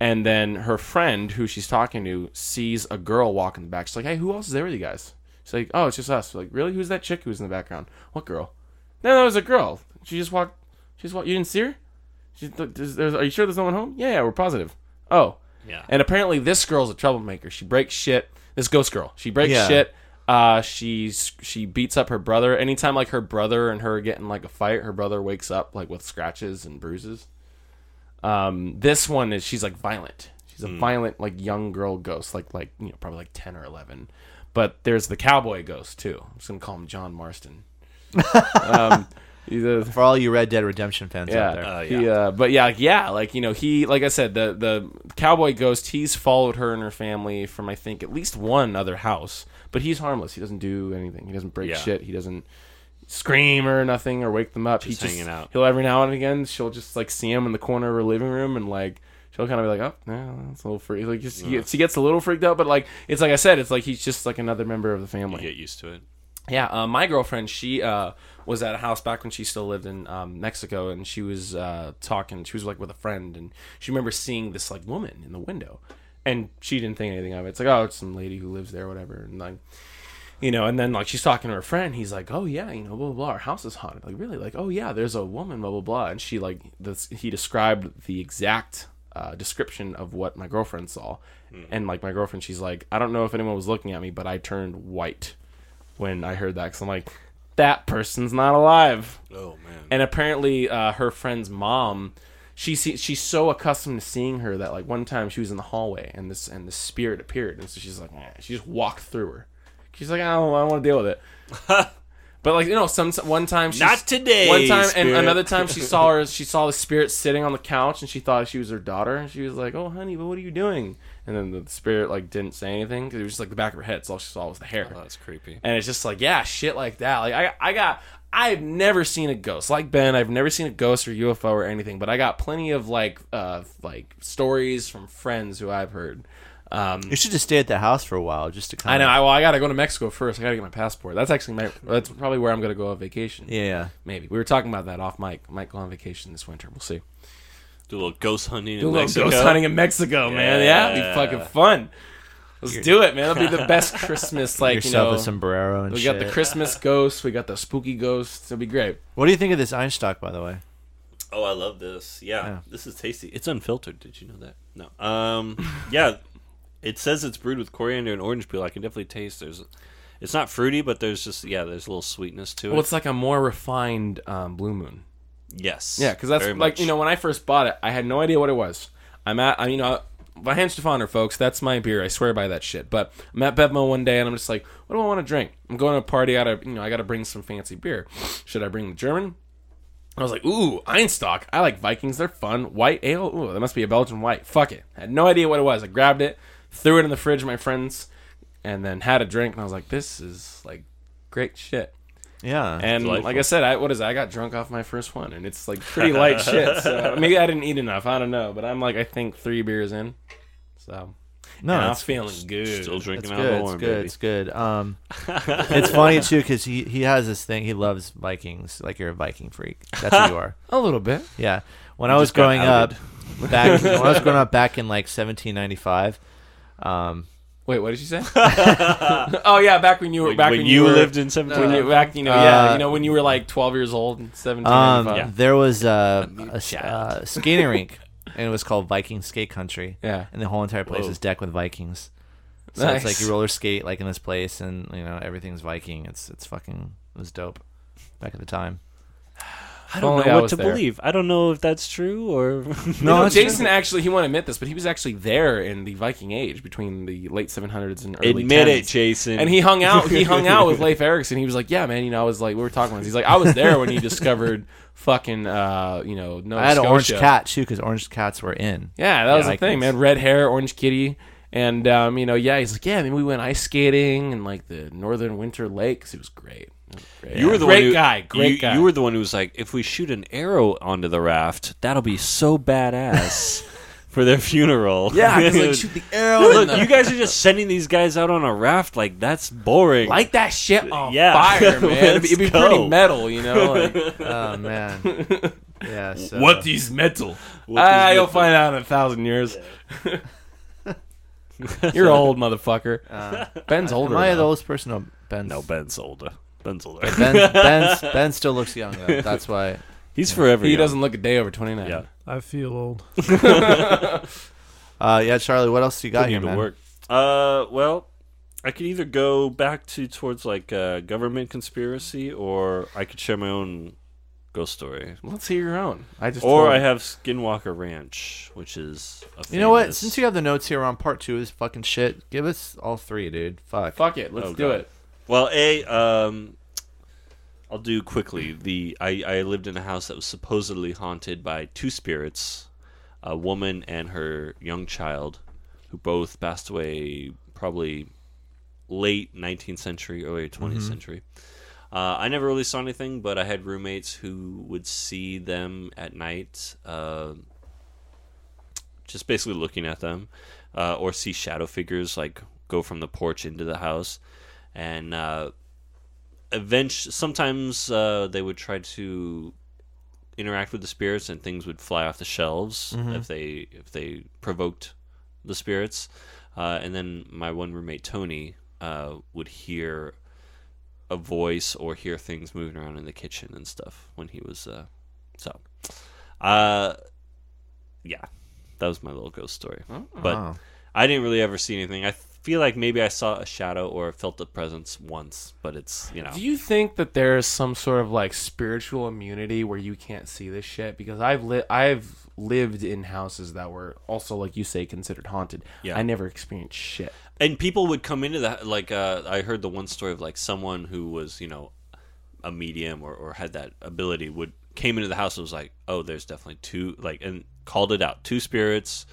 Speaker 5: and then her friend who she's talking to sees a girl walk in the back she's like hey who else is there with you guys she's like oh it's just us We're like really who's that chick who was in the background what girl no that was a girl she just walked she just walked you didn't see her She's, there's, there's, are you sure there's no one home? Yeah, yeah, we're positive. Oh.
Speaker 2: Yeah.
Speaker 5: And apparently this girl's a troublemaker. She breaks shit. This ghost girl. She breaks
Speaker 4: Yeah.
Speaker 5: shit. Uh, she's she beats up her brother. Anytime like her brother and her get in like a fight, her brother wakes up like with scratches and bruises. Um, this one Hmm. is she's like violent. She's a violent like young girl ghost, like like you know probably like ten or eleven. But there's the cowboy ghost too. I'm just gonna call him John Marston. um, he's a-
Speaker 4: For all you Red Dead Redemption fans out there,
Speaker 5: yeah.
Speaker 2: Oh,
Speaker 5: He, uh, but yeah, like, yeah, like you know, he like I said, the the cowboy ghost. He's followed her and her family from I think at least one other house, but he's harmless. He doesn't do anything. He doesn't break
Speaker 2: Yeah.
Speaker 5: shit. He doesn't scream or nothing or wake them up. He's
Speaker 2: Just hanging out.
Speaker 5: He'll every now and again, she'll just like see him in the corner of her living room and like. She'll kind of be like, oh, no, that's a little freak. Like, just, he, gets, he gets a little freaked out, but like, it's like I said, it's like he's just like another member of the
Speaker 2: You
Speaker 5: family.
Speaker 2: get used to it.
Speaker 5: Yeah, uh, my girlfriend, she uh, was at a house back when she still lived in um, Mexico, and she was uh, talking. She was like with a friend, and she remembers seeing this like woman in the window, and she didn't think anything of it. It's like, oh, it's some lady who lives there, whatever. And like, you know, and then like she's talking to her friend, he's like, oh yeah, you know, blah blah, blah. our house is haunted. Like really, like oh yeah, there's a woman, blah blah blah, and she like this, he described the exact uh, description of what my girlfriend saw, and like my girlfriend, she's like, I don't know if anyone was looking at me, but I turned white when I heard that because I'm like, that person's not alive.
Speaker 2: Oh man.
Speaker 5: And apparently, uh, her friend's mom, she see, she's so accustomed to seeing her that like one time she was in the hallway and this and the spirit appeared, and so she's like, eh. she just walked through her. She's like, I don't, I don't want to deal with
Speaker 2: [LAUGHS]
Speaker 5: it. But like you know, some some- one time she's,
Speaker 2: Not today,
Speaker 5: One time and
Speaker 2: spirit.
Speaker 5: another time she saw
Speaker 2: [LAUGHS]
Speaker 5: her. She saw the spirit sitting on the couch, and she thought she was her daughter, and she was like, "Oh, honey, but what are you doing?" And then the spirit like didn't say anything because it was just like the back of her head. So all she saw was the hair.
Speaker 2: Oh, that's creepy.
Speaker 5: And it's just like, yeah, shit like that. Like I I got I've never seen a ghost. Like Ben, I've never seen a ghost or UFO or anything, but I got plenty of like uh like stories from friends who I've heard. Um
Speaker 4: you should just stay at the house for a while, just to kind
Speaker 5: I know.
Speaker 4: of.
Speaker 5: I, well, I gotta go to Mexico first. I gotta get my passport. That's actually my. That's probably where I'm gonna go on vacation.
Speaker 4: Yeah, yeah.
Speaker 5: maybe we were talking about that off mic. Might go on vacation this winter. We'll see.
Speaker 2: Do a little ghost hunting in
Speaker 5: Do a little
Speaker 2: Mexico.
Speaker 5: ghost hunting in Mexico, man.
Speaker 2: Yeah.
Speaker 5: Yeah, it'd be fucking fun. Let's do it, man. That'll be the best [LAUGHS] Christmas. Like
Speaker 4: yourself
Speaker 5: you know,
Speaker 4: a sombrero and
Speaker 5: we
Speaker 4: shit.
Speaker 5: got the Christmas ghosts. We got the spooky ghosts. It'll be great.
Speaker 4: what do you think of this Einstock, by the way?
Speaker 2: Oh, I love this. Yeah,
Speaker 4: Yeah.
Speaker 2: this is tasty. It's unfiltered. Did you know that? No. Um. [LAUGHS] yeah, it says it's brewed with coriander and orange peel. I can definitely taste. There's, it's not fruity, but there's just yeah, there's a little sweetness to it.
Speaker 5: Well, it's like a more refined um, Blue Moon.
Speaker 2: yes.
Speaker 5: Yeah, because that's
Speaker 2: very
Speaker 5: like
Speaker 2: much.
Speaker 5: you know when I first bought it, I had no idea what it was. I'm at, I you know, by hand Stefaner, folks, that's my beer. I swear by that shit. But I'm at Bevmo one day and I'm just like, what do I want to drink? I'm going to a party. I gotta, you know, I gotta bring some fancy beer. Should I bring the German? I was like, ooh, Einstock. I like Vikings. They're fun. White ale. Ooh, that must be a Belgian white. Fuck it. had no idea what it was. I grabbed it, threw it in the fridge, with my friends, and then had a drink. And I was like, this is like great shit.
Speaker 4: Yeah,
Speaker 5: And
Speaker 2: Delightful.
Speaker 5: like I said, I what is it? I got drunk off my first one, and it's like pretty
Speaker 2: [LAUGHS]
Speaker 5: light shit. So maybe I didn't eat enough. I don't know, but I'm like I think three beers in, so
Speaker 4: no,
Speaker 5: and I'm
Speaker 4: it's-
Speaker 5: feeling good.
Speaker 2: still drinking
Speaker 4: It's
Speaker 2: out of
Speaker 4: good.
Speaker 2: the warm,
Speaker 4: It's good.
Speaker 2: baby.
Speaker 4: It's
Speaker 2: [LAUGHS]
Speaker 4: good. Um, it's funny too because he he has this thing. He loves Vikings. Like you're a Viking freak. That's what
Speaker 2: [LAUGHS]
Speaker 4: you are.
Speaker 5: a little bit.
Speaker 4: Yeah. When I was
Speaker 2: just got
Speaker 4: growing up,
Speaker 2: outed.
Speaker 4: back
Speaker 2: [LAUGHS]
Speaker 4: when I was growing up back in like 1795. Um,
Speaker 5: Wait, what did you say? oh yeah, back when you
Speaker 2: [LAUGHS]
Speaker 5: were
Speaker 2: When,
Speaker 5: back
Speaker 2: when
Speaker 5: when,
Speaker 2: you
Speaker 5: were,
Speaker 2: lived in seventeen,
Speaker 5: when you back you know yeah you know when you were like 12 years old and 17.
Speaker 4: um,
Speaker 5: yeah.
Speaker 4: there was a, a s- uh, skating rink, and it was called Viking Skate Country.
Speaker 5: Yeah.
Speaker 4: and the whole entire place
Speaker 2: Whoa.
Speaker 4: is decked with Vikings. So it's like
Speaker 5: Nice.
Speaker 4: you roller skate like in this place, and you know everything's Viking. It's it's fucking it was dope back at the time.
Speaker 2: I
Speaker 5: If
Speaker 2: don't
Speaker 5: only
Speaker 2: know
Speaker 5: I
Speaker 2: what
Speaker 5: was
Speaker 2: to
Speaker 5: there.
Speaker 2: believe. I don't know if that's true or
Speaker 5: No,
Speaker 4: it's true.
Speaker 5: Jason actually he won't admit this, but he was actually there in the Viking Age between the late 700s and
Speaker 2: [LAUGHS]
Speaker 5: early.
Speaker 2: admit
Speaker 5: 10s.
Speaker 2: it, Jason.
Speaker 5: And he hung out. He hung out
Speaker 4: [LAUGHS]
Speaker 5: with Leif Erickson. He was like, "Yeah, man. You know, I was like, we were talking. About this. He's like, I was there when you discovered [LAUGHS] fucking, uh, you know, no.
Speaker 4: I had an orange
Speaker 5: Scotia.
Speaker 4: cat too, because orange cats were in.
Speaker 5: Yeah, that was the
Speaker 4: like
Speaker 5: thing,
Speaker 4: this.
Speaker 5: man. Red hair, orange kitty, and um, you know, yeah. He's like, yeah. I mean, we went ice skating and like the northern winter lakes. It was great. It was great.
Speaker 2: You were the
Speaker 5: great
Speaker 2: one who-
Speaker 5: guy. Great
Speaker 2: you,
Speaker 5: guy.
Speaker 2: You were the one who was like, if we shoot an arrow onto the raft, that'll be so [LAUGHS] badass for their funeral.
Speaker 5: yeah. He's like, shoot the arrow. in
Speaker 2: Look,
Speaker 5: the-
Speaker 2: you guys are just sending these guys out on a raft. Like that's boring.
Speaker 5: light that shit on
Speaker 2: Yeah. [LAUGHS]
Speaker 5: fire, man. It'd be, it'd be
Speaker 2: Let's go.
Speaker 5: pretty metal, you know.
Speaker 2: [LAUGHS]
Speaker 5: Like, Ah,
Speaker 4: Oh man, yeah. So.
Speaker 5: is metal?
Speaker 2: What
Speaker 5: Ah,
Speaker 2: is
Speaker 5: you'll
Speaker 2: with
Speaker 5: find out in a thousand years. [LAUGHS]
Speaker 2: [LAUGHS]
Speaker 5: You're old, motherfucker.
Speaker 4: Uh,
Speaker 5: Ben's older.
Speaker 4: am I
Speaker 5: now.
Speaker 4: the oldest person? No,
Speaker 2: the-
Speaker 4: Ben's
Speaker 2: No, Ben's older. Ben's older. [LAUGHS]
Speaker 4: Ben, Ben's, ben still looks young though. That's why.
Speaker 2: He's forever.
Speaker 5: He
Speaker 2: young.
Speaker 5: doesn't look a day over 29.
Speaker 2: Yeah,
Speaker 3: I feel old.
Speaker 4: Uh, yeah, Charlie. What else do you got
Speaker 2: Still
Speaker 4: here,
Speaker 2: need to
Speaker 4: man?
Speaker 2: work. Uh, well, I could either go back to towards like uh, government conspiracy, or I could share my own Ghost Story.
Speaker 5: Let's hear your own. I just
Speaker 2: Or
Speaker 5: told-
Speaker 2: I have Skinwalker Ranch, which is a
Speaker 4: You know what?
Speaker 2: famous-
Speaker 4: Since you have the notes here on part two of this fucking shit, give us all three, dude. Fuck.
Speaker 5: Fuck it. Let's
Speaker 2: Oh,
Speaker 5: do
Speaker 2: God.
Speaker 5: it.
Speaker 2: Well, a um, I'll do quickly. The I, I lived in a house that was supposedly haunted by two spirits, a woman and her young child, who both passed away probably late 19th century, early 20th century. Uh, I never really saw anything, but I had roommates who would see them at night, uh, just basically looking at them, uh, or see shadow figures like go from the porch into the house, and uh, eventually, sometimes uh, they would try to interact with the spirits, and things would fly off the shelves if they if they provoked the spirits. Uh, and then my one roommate Tony uh, would hear a voice or hear things moving around in the kitchen and stuff when he was uh, so. Uh, yeah, that was my little ghost story. But I didn't really ever see anything. I feel like maybe I saw a shadow or felt a presence once, but it's you know.
Speaker 5: Do you think that there is some sort of like spiritual immunity where you can't see this shit? Because I've li- I've lived in houses that were also like you say considered haunted.
Speaker 2: Yeah.
Speaker 5: I never experienced shit.
Speaker 2: and people would come into that like uh, i heard the one story of like someone who was you know a medium or, or had that ability would came into the house and was like oh there's definitely two like and called it out two spirits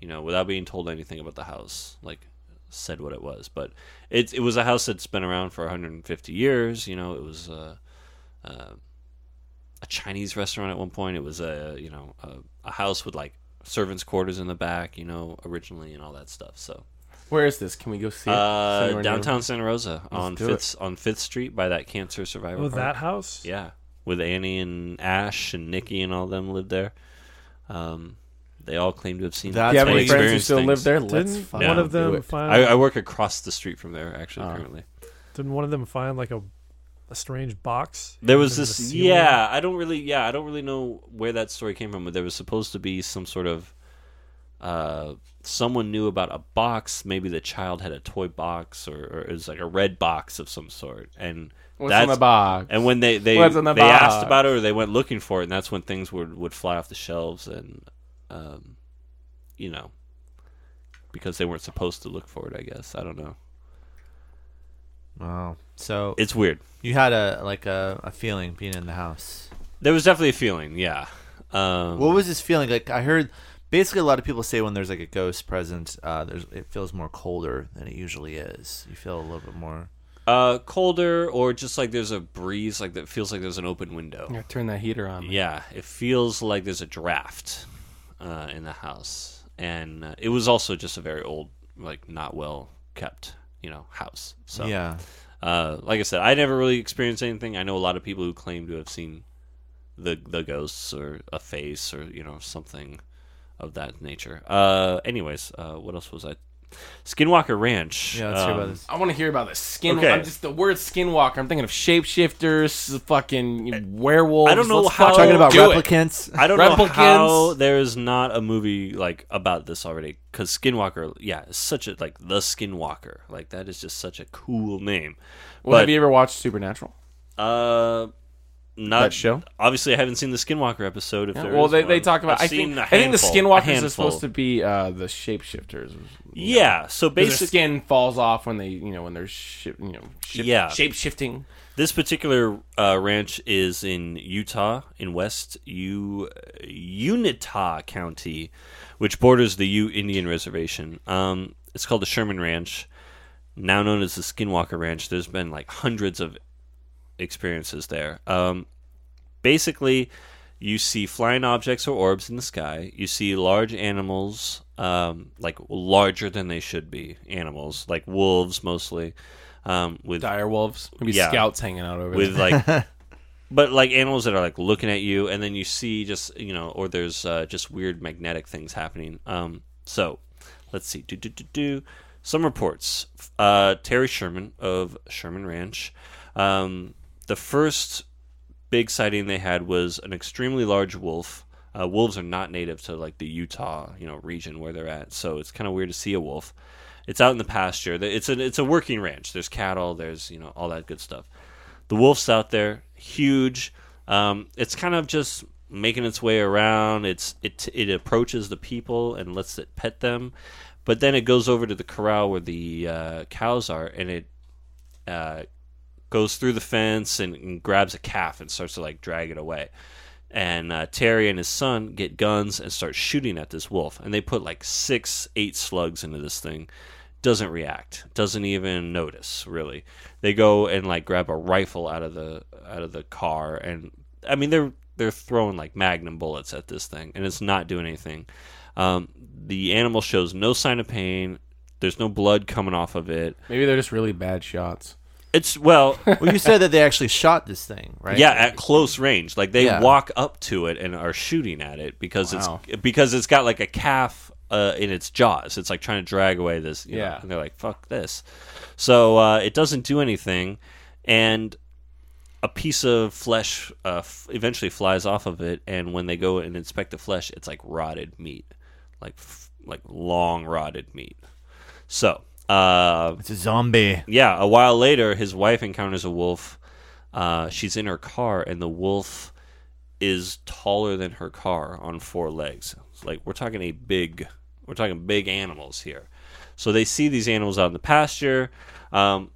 Speaker 2: you know without being told anything about the house like said what it was but it, it was a house that's been around for 150 years you know it was uh, uh, a chinese restaurant at one point it was a you know a, a house with like servants quarters in the back you know originally and all that stuff so
Speaker 5: Where is this? Can we go see it?
Speaker 2: uh,
Speaker 5: Somewhere near-
Speaker 2: downtown Santa Rosa on
Speaker 5: do it.
Speaker 2: Fifth on Fifth Street by that cancer survivor.
Speaker 3: Oh, that
Speaker 2: park.
Speaker 3: house?
Speaker 2: yeah, with Annie and Ash and Nikki and all them lived there. Um, they all claim to have seen.
Speaker 5: Do
Speaker 4: That's
Speaker 5: you have
Speaker 2: they
Speaker 5: any friends who
Speaker 2: experienced
Speaker 5: still live
Speaker 2: things.
Speaker 5: there? Let's
Speaker 3: Didn't
Speaker 5: fuck
Speaker 3: one
Speaker 2: Yeah.
Speaker 3: of them
Speaker 2: I,
Speaker 3: find
Speaker 2: I work across the street from there,
Speaker 5: Ah.
Speaker 2: actually. currently,
Speaker 3: didn't one of them find like a a strange box?
Speaker 2: there was
Speaker 3: under the
Speaker 2: this.
Speaker 3: ceiling?
Speaker 2: yeah, I don't really. Yeah, I don't really know where that story came from, but there was supposed to be some sort of. Uh, someone knew about a box. Maybe the child had a toy box, or, or it was like a red box of some sort, and
Speaker 5: What's
Speaker 2: that's
Speaker 5: in the box?
Speaker 2: And when they they,
Speaker 5: What's in
Speaker 2: they
Speaker 5: the
Speaker 2: asked
Speaker 5: box?
Speaker 2: about it or they went looking for it, and that's when things would would fly off the shelves and, um, you know, because they weren't supposed to look for it. I guess I don't know.
Speaker 4: Wow. So
Speaker 2: It's weird.
Speaker 4: you had a like a, a feeling being in the house.
Speaker 2: There was definitely a feeling. Yeah. Um,
Speaker 4: What was this feeling? Like I heard, basically, a lot of people say when there's like a ghost present, uh, there's it feels more colder than it usually is. You feel a little bit more.
Speaker 2: uh, colder or just like there's a breeze, like that feels like there's an open window.
Speaker 5: Yeah, turn that heater on.
Speaker 2: Yeah, it feels like there's a draft uh, in the house, and uh, it was also just a very old, like not well kept, you know, house. So
Speaker 4: Yeah.
Speaker 2: uh, like I said, I never really experienced anything. I know a lot of people who claim to have seen the the ghosts or a face or you know something of that nature. Uh, anyways, uh, what else was I? Skinwalker Ranch.
Speaker 4: Yeah. Let's hear
Speaker 2: um,
Speaker 4: about this.
Speaker 5: I want to hear about the skin.
Speaker 2: Okay.
Speaker 5: I'm just the word skinwalker. I'm thinking of shapeshifters, fucking werewolves.
Speaker 2: I don't know
Speaker 5: Let's
Speaker 2: how-
Speaker 5: fucking
Speaker 2: Talking
Speaker 4: Talking about
Speaker 5: do it.
Speaker 4: replicants.
Speaker 2: I don't know
Speaker 5: Replicants.
Speaker 2: how there is not a movie like about this already because Skinwalker, yeah, is such a like the Skinwalker, like that is just such a cool name.
Speaker 5: Well, have you ever watched Supernatural?
Speaker 2: Uh, not
Speaker 5: That show?
Speaker 2: Obviously, I haven't seen the Skinwalker episode. If there
Speaker 5: well,
Speaker 2: is
Speaker 5: they, they
Speaker 2: one.
Speaker 5: talk about.
Speaker 2: I've
Speaker 5: I
Speaker 2: seen
Speaker 5: think,
Speaker 2: a
Speaker 5: I think the
Speaker 2: handful- a
Speaker 5: skinwalkers is supposed to
Speaker 2: handful.
Speaker 5: be uh, the shapeshifters.
Speaker 2: Yeah, so
Speaker 5: Their
Speaker 2: basically,
Speaker 5: skin falls off when they, you know, when they're shi you know, shi
Speaker 2: Yeah.
Speaker 5: shape shifting.
Speaker 2: this particular uh, ranch is in Utah, in West U- Unitah County, which borders the Ute Indian Reservation. Um, it's called the Sherman Ranch, now known as the Skinwalker Ranch. There's been like hundreds of experiences there. Um, basically, you see flying objects or orbs in the sky. You see large animals, um, like larger than they should be animals, like wolves mostly, um, with
Speaker 5: Direwolves, maybe
Speaker 2: Yeah.
Speaker 5: scouts hanging out over
Speaker 2: with
Speaker 5: there.
Speaker 2: like
Speaker 5: [LAUGHS]
Speaker 2: but like animals that are like looking at you and then you see just you know or there's uh, just weird magnetic things happening um so let's see do do do do some reports uh terry sherman of sherman ranch um the first big sighting they had was an extremely large wolf uh, wolves are not native to like the utah you know region where they're at so it's kind of weird to see a wolf it's out in the pasture The- it's a it's a working ranch there's cattle there's you know all that good stuff the wolf's out there, huge. Um, it's kind of just making its way around. It's it it approaches the people and lets it pet them, but then it goes over to the corral where the uh, cows are, and it uh, goes through the fence and, and grabs a calf and starts to like drag it away. And uh, Terry and his son get guns and start shooting at this wolf, and they put like six, eight slugs into this thing. Doesn't react, doesn't even notice. Really, they go and like grab a rifle out of the out of the car, and I mean they're they're throwing like magnum bullets at this thing, and it's not doing anything. Um, the animal shows no sign of pain. There's no blood coming off of it.
Speaker 5: Maybe they're just really bad shots.
Speaker 2: It's well,
Speaker 4: Well, you said that they actually shot this thing, right?
Speaker 2: Yeah, at close range. Like they
Speaker 4: Yeah.
Speaker 2: walk up to it and are shooting at it because
Speaker 4: Wow.
Speaker 2: it's because it's got like a calf uh, in its jaws. It's like trying to drag away this. you know,
Speaker 5: Yeah.
Speaker 2: and they're like, "Fuck this!" So uh, it doesn't do anything, and a piece of flesh uh, f- eventually flies off of it. And when they go and inspect the flesh, it's like rotted meat, like f- like long rotted meat. So. Uh,
Speaker 4: It's a zombie.
Speaker 2: yeah, a while later, his wife encounters a wolf. Uh, she's in her car, and the wolf is taller than her car on four legs. It's like we're talking a big, we're talking big animals here. So they see these animals out in the pasture. Um,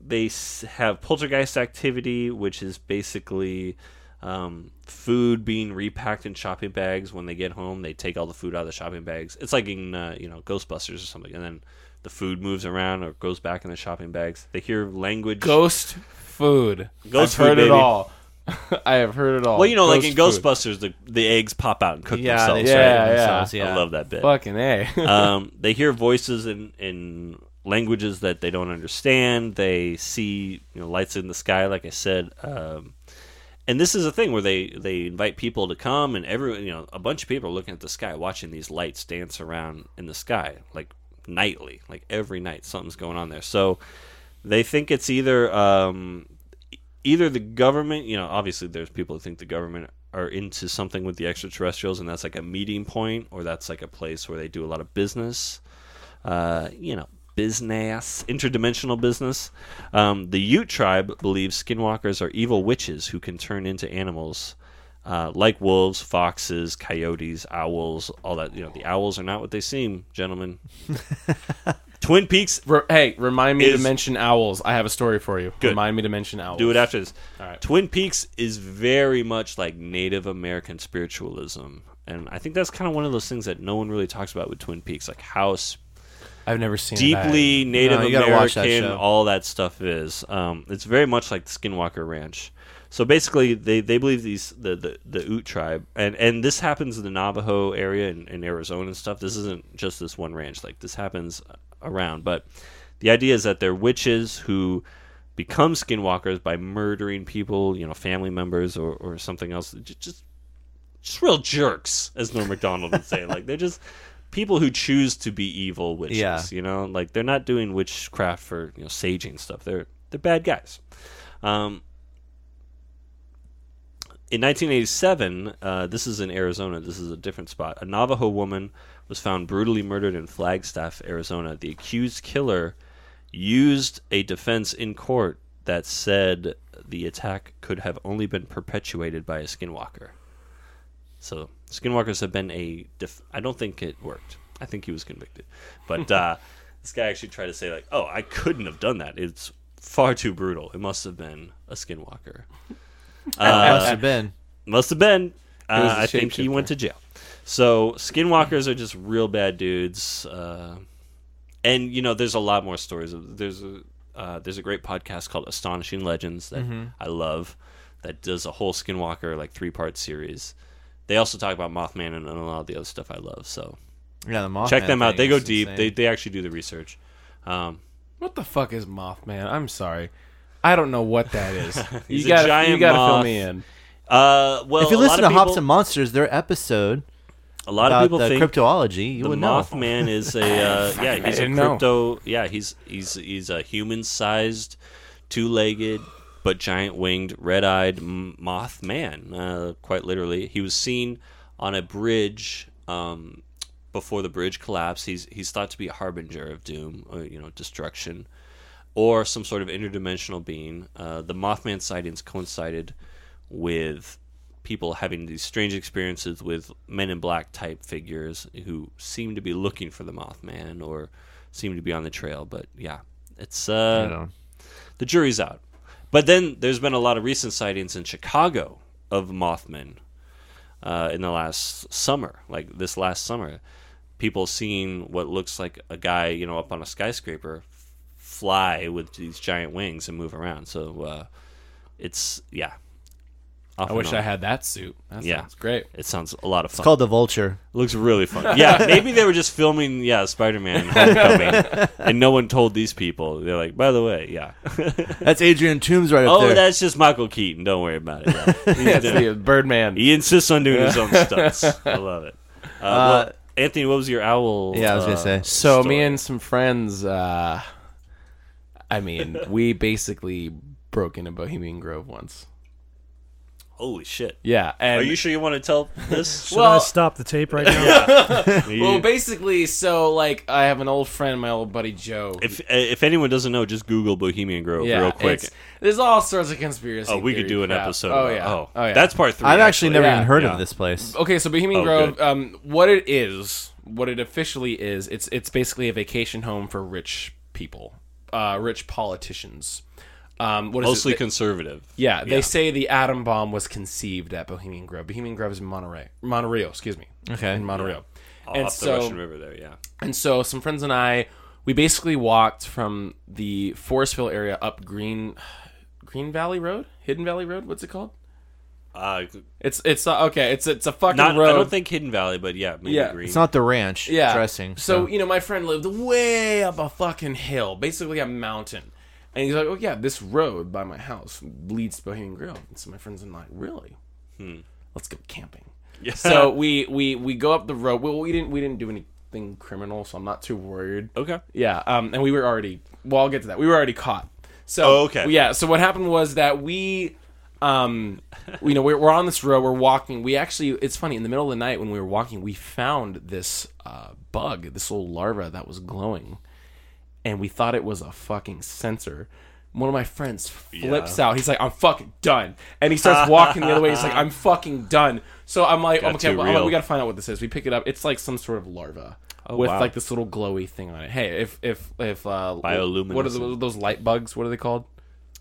Speaker 2: they s- have poltergeist activity, which is basically um, food being repacked in shopping bags. When they get home, they take all the food out of the shopping bags. It's like in uh, you know Ghostbusters or something, and then the food moves around or goes back in the shopping bags. They hear language.
Speaker 5: Ghost food.
Speaker 2: Ghost
Speaker 5: I've heard
Speaker 2: food, baby.
Speaker 5: it all. [LAUGHS] I have heard it all.
Speaker 2: well, you know, like in
Speaker 5: Ghost food.
Speaker 2: Ghostbusters, the the eggs pop out and cook
Speaker 4: Yeah, they
Speaker 2: themselves.
Speaker 5: yeah,
Speaker 2: right?
Speaker 5: yeah.
Speaker 2: I love that bit.
Speaker 5: Fucking a.
Speaker 2: [LAUGHS]
Speaker 5: [LAUGHS]
Speaker 2: um, they hear voices in, in languages that they don't understand. They see you know, lights in the sky, like I said. Um, and this is a thing where they, they invite people to come, and everyone, you know, a bunch of people are looking at the sky, watching these lights dance around in the sky, like nightly, like every night, something's going on there. So they think it's either um, either the government, you know, obviously there's people who think the government are into something with the extraterrestrials, and that's like a meeting point, or that's like a place where they do a lot of business, uh, you know, business, interdimensional business. Um, the Ute tribe believes skinwalkers are evil witches who can turn into animals. Uh, like wolves, foxes, coyotes, owls, all that. You know, the owls are not what they seem, gentlemen. Twin Peaks
Speaker 5: Re- hey, remind me to
Speaker 2: Is-
Speaker 5: mention owls. I have a story for you.
Speaker 2: Good.
Speaker 5: Remind me to mention owls.
Speaker 2: do it after this.
Speaker 5: right.
Speaker 2: Twin Peaks is very much like Native American spiritualism, and I think that's kind of one of those things that no one really talks about with Twin Peaks, like how s-
Speaker 5: I've never seen that.
Speaker 2: deeply Native
Speaker 4: No, you gotta watch that
Speaker 2: American
Speaker 4: show.
Speaker 2: all that stuff is. Um, it's very much like the Skinwalker Ranch. So basically, they, they believe these the, the the Ute tribe, and and this happens in the Navajo area in, in Arizona and stuff. This isn't just this one ranch; like this happens around. But the idea is that they're witches who become skinwalkers by murdering people, you know, family members or, or something else. Just, just just real jerks, as Norm Macdonald would say. Like they're just people who choose to be evil witches.
Speaker 4: Yeah.
Speaker 2: You know, like they're not doing witchcraft for you know saging stuff. They're they're bad guys. Um, in 1987, uh, this is in Arizona. This is a different spot. A Navajo woman was found brutally murdered in Flagstaff, Arizona. The accused killer used a defense in court that said the attack could have only been perpetuated by a skinwalker. So skinwalkers have been a. Def- I don't think it worked. I think he was convicted, but uh, this guy actually tried to say like, "Oh, I couldn't have done that. It's far too brutal. It must have been a skinwalker."
Speaker 4: It must have been.
Speaker 2: Must have been.
Speaker 5: was
Speaker 2: Uh,
Speaker 5: a
Speaker 2: I think he
Speaker 5: shapeshifter.
Speaker 2: went to jail. So skinwalkers are just real bad dudes, uh, and you know there's a lot more stories. Of, there's a uh, there's a great podcast called Astonishing Legends that
Speaker 4: Mm-hmm.
Speaker 2: I love that does a whole skinwalker like three part series. They also talk about Mothman and, and a lot of the other stuff I love. So
Speaker 4: Yeah, the Mothman
Speaker 2: check them out.
Speaker 4: thing
Speaker 2: They go
Speaker 4: is
Speaker 2: deep.
Speaker 4: insane.
Speaker 2: They they actually do the research. Um,
Speaker 5: What the fuck is Mothman? I'm sorry. I don't know what
Speaker 2: [LAUGHS]
Speaker 5: that is.
Speaker 2: He's
Speaker 5: you
Speaker 2: a
Speaker 5: gotta, you
Speaker 2: giant
Speaker 5: gotta fill
Speaker 2: moth.
Speaker 5: me in.
Speaker 2: uh, well,
Speaker 4: if you
Speaker 2: a
Speaker 4: listen
Speaker 2: lot
Speaker 4: to
Speaker 2: of people,
Speaker 4: Hops and Monsters, their episode
Speaker 2: a lot of
Speaker 4: about
Speaker 2: people
Speaker 4: the
Speaker 2: think
Speaker 4: cryptoology, you
Speaker 2: the
Speaker 4: would know.
Speaker 2: Mothman
Speaker 5: [LAUGHS]
Speaker 2: is a uh, yeah, he's a
Speaker 5: didn't know.
Speaker 2: crypto. Yeah, he's he's he's a human-sized, two-legged but giant-winged, red-eyed m- Mothman. Uh, quite literally, he was seen on a bridge um, before the bridge collapsed. He's he's thought to be a harbinger of doom, or, you know, destruction, or some sort of interdimensional being. Uh, the Mothman sightings coincided with people having these strange experiences with men in black type figures who seem to be looking for the Mothman or seem to be on the trail. But yeah, it's uh,
Speaker 6: Right on.
Speaker 2: the jury's out. But then there's been a lot of recent sightings in Chicago of Mothman uh, in the last summer, like this last summer. People seeing what looks like a guy, you know, up on a skyscraper f- fly with these giant wings and move around. So uh, it's, yeah. Off
Speaker 5: I
Speaker 2: and
Speaker 5: wish
Speaker 2: on.
Speaker 5: I had that suit. That
Speaker 2: Yeah.
Speaker 5: sounds great.
Speaker 2: It sounds a lot of fun.
Speaker 4: It's called the Vulture.
Speaker 2: Looks really fun. Yeah, maybe they were just filming, yeah, Spider
Speaker 5: [LAUGHS]
Speaker 2: Man Homecoming, and no one told these people. They're like, by the way, yeah.
Speaker 4: That's Adrian Toomes right up
Speaker 2: Oh,
Speaker 4: there.
Speaker 2: that's just Michael Keaton. Don't worry about it. yeah.
Speaker 5: [LAUGHS]
Speaker 2: He's
Speaker 5: That's
Speaker 2: doing-
Speaker 5: the Birdman.
Speaker 2: he insists on doing
Speaker 5: [LAUGHS]
Speaker 2: his own stunts. I love it. Uh, well, Anthony, what was your owl?
Speaker 4: Yeah, I was gonna
Speaker 2: uh,
Speaker 4: say.
Speaker 5: So
Speaker 2: story?
Speaker 5: me and some friends, uh,
Speaker 2: [LAUGHS]
Speaker 5: I mean, we basically broke into Bohemian Grove once.
Speaker 2: holy shit.
Speaker 5: Yeah, and
Speaker 2: Are you sure you want to tell [LAUGHS] this?
Speaker 3: Should I
Speaker 5: Well-
Speaker 3: stop the
Speaker 2: [LAUGHS]
Speaker 3: tape right now?
Speaker 5: well, basically, so like I have an old friend, my old buddy Joe.
Speaker 2: if uh, if anyone doesn't know, just Google Bohemian Grove
Speaker 5: yeah,
Speaker 2: real quick.
Speaker 5: it's- there's all sorts of conspiracy.
Speaker 2: Oh, we could
Speaker 5: theory
Speaker 2: do an
Speaker 5: crap.
Speaker 2: episode.
Speaker 5: Oh
Speaker 2: about-
Speaker 5: yeah.
Speaker 2: Oh,
Speaker 5: yeah.
Speaker 2: that's part three.
Speaker 4: I've actually never
Speaker 5: Yeah.
Speaker 4: even heard
Speaker 2: Yeah.
Speaker 4: of this place.
Speaker 5: Okay, so Bohemian
Speaker 2: Oh,
Speaker 5: Grove,
Speaker 2: good.
Speaker 5: um, what it is, what it officially is, it's it's basically a vacation home for rich people, uh, rich politicians. Um, what is it?
Speaker 2: mostly
Speaker 5: They-
Speaker 2: conservative.
Speaker 5: yeah, they say the atom bomb was conceived at Bohemian Grove. Bohemian Grove is in Monterey, Monterey, excuse me,
Speaker 4: Okay.
Speaker 5: in Monterey.
Speaker 2: off the Russian River there. Yeah,
Speaker 5: And so some friends and I, we basically walked from the Forestville area up Green Green Valley Road, Hidden Valley Road. What's it called?
Speaker 2: uh,
Speaker 5: It's it's uh, okay. It's it's a fucking
Speaker 2: not.
Speaker 5: road.
Speaker 2: I don't think Hidden Valley, but yeah, maybe
Speaker 5: Yeah.
Speaker 2: Green.
Speaker 4: It's not the ranch
Speaker 5: yeah.
Speaker 4: dressing.
Speaker 5: So, you know, my friend lived way up a fucking hill, basically a mountain. And he's like, "Oh yeah, this road by my house leads to Bohemian Grove." And so my friends and I, like, "Really? Hmm. Let's go camping."
Speaker 2: Yeah. [LAUGHS]
Speaker 5: So we we we go up the road. Well, we didn't we didn't do anything criminal, so I'm not too worried.
Speaker 2: okay.
Speaker 5: Yeah, um, and we were already. Well, I'll get to that. We were already caught. So
Speaker 2: Oh, okay.
Speaker 5: Yeah. So what happened was that we, um, you know, we're, we're on this road. We're walking. We actually, it's funny. In the middle of the night when we were walking, we found this uh, bug, this little larva that was glowing, and we thought it was a fucking sensor. One of my friends flips out. He's like, "I'm fucking done," and he starts walking the other way. He's like, "I'm fucking done." So I'm like,
Speaker 2: Got
Speaker 5: "Okay,
Speaker 2: too
Speaker 5: well, I'm like,
Speaker 2: real. Oh,
Speaker 5: we gotta find out what this is." We pick it up. It's like some sort of larva with
Speaker 2: wow.
Speaker 5: like this little glowy thing on it. Hey, if if if uh,
Speaker 2: Bioluminescent.
Speaker 5: what are the, those light bugs? What are they called?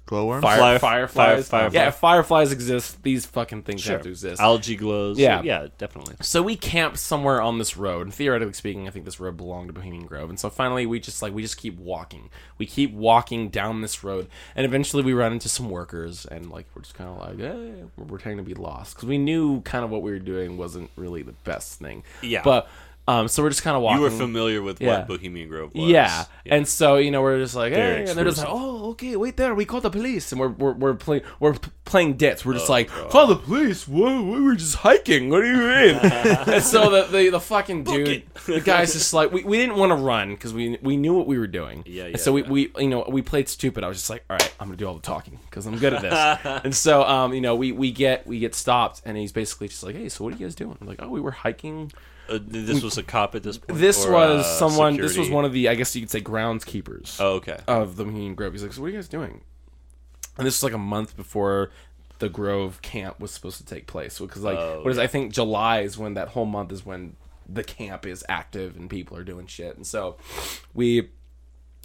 Speaker 4: Glowworm.
Speaker 2: Fire-
Speaker 5: fireflies.
Speaker 2: fire- fireflies.
Speaker 5: Yeah, if fireflies exist, these fucking things have to exist.
Speaker 2: Algae glows.
Speaker 5: Yeah.
Speaker 2: yeah, definitely.
Speaker 5: so we camped somewhere on this road. And theoretically speaking, I think this road belonged to Bohemian Grove. And so finally, we just like we just keep walking. We keep walking down this road, and eventually we run into some workers, and like we're just kind of like, eh, we're pretending to be lost because we knew kind of what we were doing wasn't really the best thing.
Speaker 2: Yeah.
Speaker 5: but. Um, so we're just kind of walking.
Speaker 2: You were familiar with
Speaker 5: Yeah.
Speaker 2: what Bohemian Grove was.
Speaker 5: Yeah. and so you know we're just like,
Speaker 2: Very
Speaker 5: hey, and they're just like, oh, okay, wait there, we call the police, and we're we're, we're playing we're p- playing dits. We're just
Speaker 2: Oh,
Speaker 5: like, call the police? Whoa, we were just hiking. What do
Speaker 2: [LAUGHS]
Speaker 5: you mean? and so the the, the fucking dude, the guy's just like, we, we didn't want to run because we we knew what we were doing.
Speaker 2: Yeah,
Speaker 5: And so
Speaker 2: yeah,
Speaker 5: we, we you know we played stupid. I was just like, all right, I'm gonna do all the talking because I'm good at this.
Speaker 2: [LAUGHS]
Speaker 5: and so um you know we we get we get stopped, and he's basically just like, hey, so what are you guys doing? I'm like, oh, we were hiking.
Speaker 2: Uh, th- this was a cop at this point.
Speaker 5: This
Speaker 2: or,
Speaker 5: was
Speaker 2: uh,
Speaker 5: someone. This was
Speaker 2: security?
Speaker 5: one of the I guess you could say groundskeepers
Speaker 2: Oh, okay.
Speaker 5: of the Bohemian Grove. He's like, "So what are you guys doing?" And this is like a month before the Grove camp was supposed to take place because, like,
Speaker 2: Oh,
Speaker 5: what is I think July is when that whole month is when the camp is active and people are doing shit. And so we,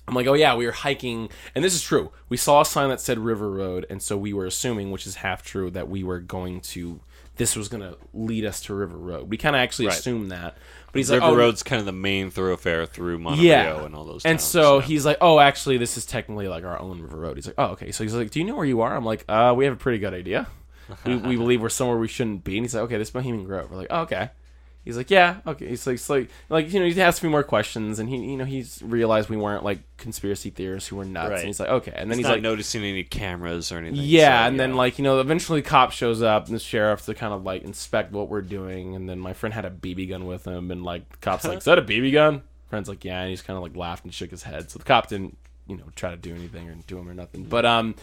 Speaker 5: I'm like, "Oh yeah, we were hiking," and this is true. We saw a sign that said River Road, and so we were assuming, which is half true, that we were going to. This was gonna lead us to River Road. We kind of actually assumed that, but he's
Speaker 2: River
Speaker 5: like, "Oh,
Speaker 2: Road's kind of the main thoroughfare through Montevideo and all those.
Speaker 5: and
Speaker 2: towns,
Speaker 5: so
Speaker 2: yeah.
Speaker 5: he's like, "Oh, actually, this is technically like our own river road." He's like, "Oh, okay." So he's like, "Do you know where you are?" I'm like, "Uh, we have a pretty good idea.
Speaker 2: [LAUGHS]
Speaker 5: we, we believe we're somewhere we shouldn't be." And he's like, "Okay, this is Bohemian Grove." We're like, oh, "Okay." He's like, "Yeah, okay." He's like, it's like, like you know, he asked me more questions, and he, you know, he's realized we weren't like conspiracy theorists who were nuts,
Speaker 2: Right.
Speaker 5: and he's like, "Okay," and then
Speaker 2: he's
Speaker 5: he's
Speaker 2: not
Speaker 5: like,
Speaker 2: noticing any cameras or anything.
Speaker 5: yeah,
Speaker 2: so,
Speaker 5: and then like you know, eventually cop shows up and the sheriff to kind of like inspect what we're doing, and then my friend had a BB gun with him, and like the cops like, is that a BB gun? Friend's like, yeah, and he's kind of like laughed and shook his head. So the cop didn't you know try to do anything or do him or nothing. But um,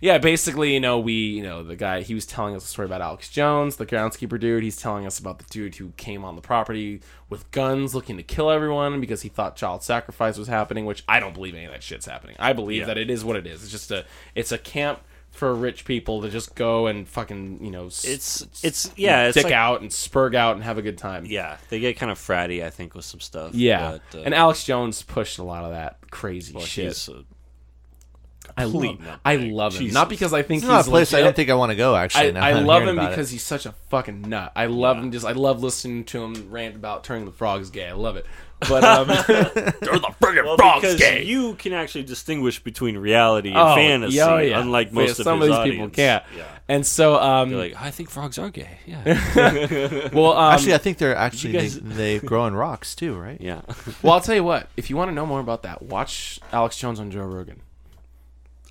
Speaker 5: yeah, basically you know we you know the guy he was telling us a story about Alex Jones, the groundskeeper dude. He's telling us about the dude who came on the property with guns looking to kill everyone because he thought child sacrifice was happening, which I don't believe any of that shit's happening. I believe that it is what it is. It's just a it's a camp for rich people to just go and fucking you know s-
Speaker 2: It's it's yeah, it's
Speaker 5: dick
Speaker 2: like,
Speaker 5: out and spurg out and have a good time.
Speaker 2: Yeah, they get kind of fratty, I think, with some stuff.
Speaker 5: Yeah.
Speaker 2: but, uh,
Speaker 5: and Alex Jones pushed a lot of that crazy
Speaker 2: well,
Speaker 5: shit.
Speaker 2: he's, uh,
Speaker 5: I love,
Speaker 2: complete
Speaker 5: I
Speaker 2: nutbag.
Speaker 5: love him.
Speaker 2: Jesus.
Speaker 5: Not because I think
Speaker 4: It's
Speaker 5: he's
Speaker 4: not a place I
Speaker 5: legit.
Speaker 4: don't think I want to go. Actually,
Speaker 5: I,
Speaker 4: now
Speaker 5: I
Speaker 4: that I'm
Speaker 5: love
Speaker 4: hearing
Speaker 5: him
Speaker 4: about it.
Speaker 5: because he's such a fucking nut. I love him just I love listening to him rant about turning the frogs gay.
Speaker 2: [LAUGHS]
Speaker 5: I love it. But um
Speaker 2: well, because you can actually distinguish between reality and
Speaker 5: [LAUGHS] oh,
Speaker 2: fantasy,
Speaker 5: yeah, yeah.
Speaker 2: unlike
Speaker 5: Yeah,
Speaker 2: most of
Speaker 5: some
Speaker 2: his
Speaker 5: these people
Speaker 2: audience.
Speaker 5: can't.
Speaker 2: Yeah.
Speaker 5: And so um
Speaker 2: They're like, [LAUGHS] I think frogs are gay. Yeah,
Speaker 5: well um,
Speaker 4: actually, I think they're actually
Speaker 2: guys- [LAUGHS]
Speaker 4: they, they grow in rocks too, right?
Speaker 2: yeah. [LAUGHS]
Speaker 5: well I'll tell you what, if you want to know more about that, watch Alex Jones on Joe Rogan.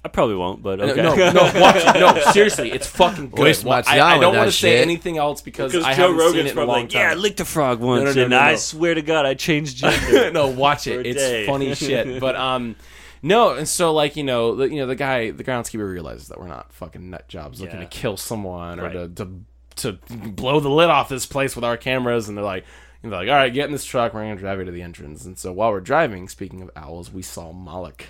Speaker 2: I probably won't, but
Speaker 5: No,
Speaker 2: okay.
Speaker 5: Uh, No,
Speaker 2: [LAUGHS]
Speaker 5: no,
Speaker 4: [LAUGHS]
Speaker 5: watch it. No, seriously, it's fucking good.
Speaker 4: Waste
Speaker 5: Wa-
Speaker 4: my
Speaker 5: I,
Speaker 4: time
Speaker 5: I
Speaker 4: with
Speaker 5: don't
Speaker 4: that
Speaker 5: want to say
Speaker 4: shit.
Speaker 5: anything else because I
Speaker 2: Because Joe
Speaker 5: haven't seen
Speaker 2: Rogan's
Speaker 5: it in a
Speaker 2: probably
Speaker 5: long
Speaker 2: like,
Speaker 5: time.
Speaker 2: yeah, I licked a frog once,
Speaker 5: no,
Speaker 2: and
Speaker 5: no,
Speaker 2: I
Speaker 5: no.
Speaker 2: swear to God, I changed [LAUGHS] gender.
Speaker 5: [LAUGHS] no, watch
Speaker 2: For
Speaker 5: it.
Speaker 2: a
Speaker 5: It's
Speaker 2: day. [LAUGHS]
Speaker 5: funny shit. But um, no, and so like you know, the, you know, the guy, the groundskeeper realizes that we're not fucking nut jobs looking
Speaker 2: Yeah.
Speaker 5: to kill someone or
Speaker 2: Right.
Speaker 5: to, to to blow the lid off this place with our cameras, and they're like. And they're like, all right, get in this truck. We're gonna drive you to the entrance. And so while we're driving, speaking of owls, we saw Moloch,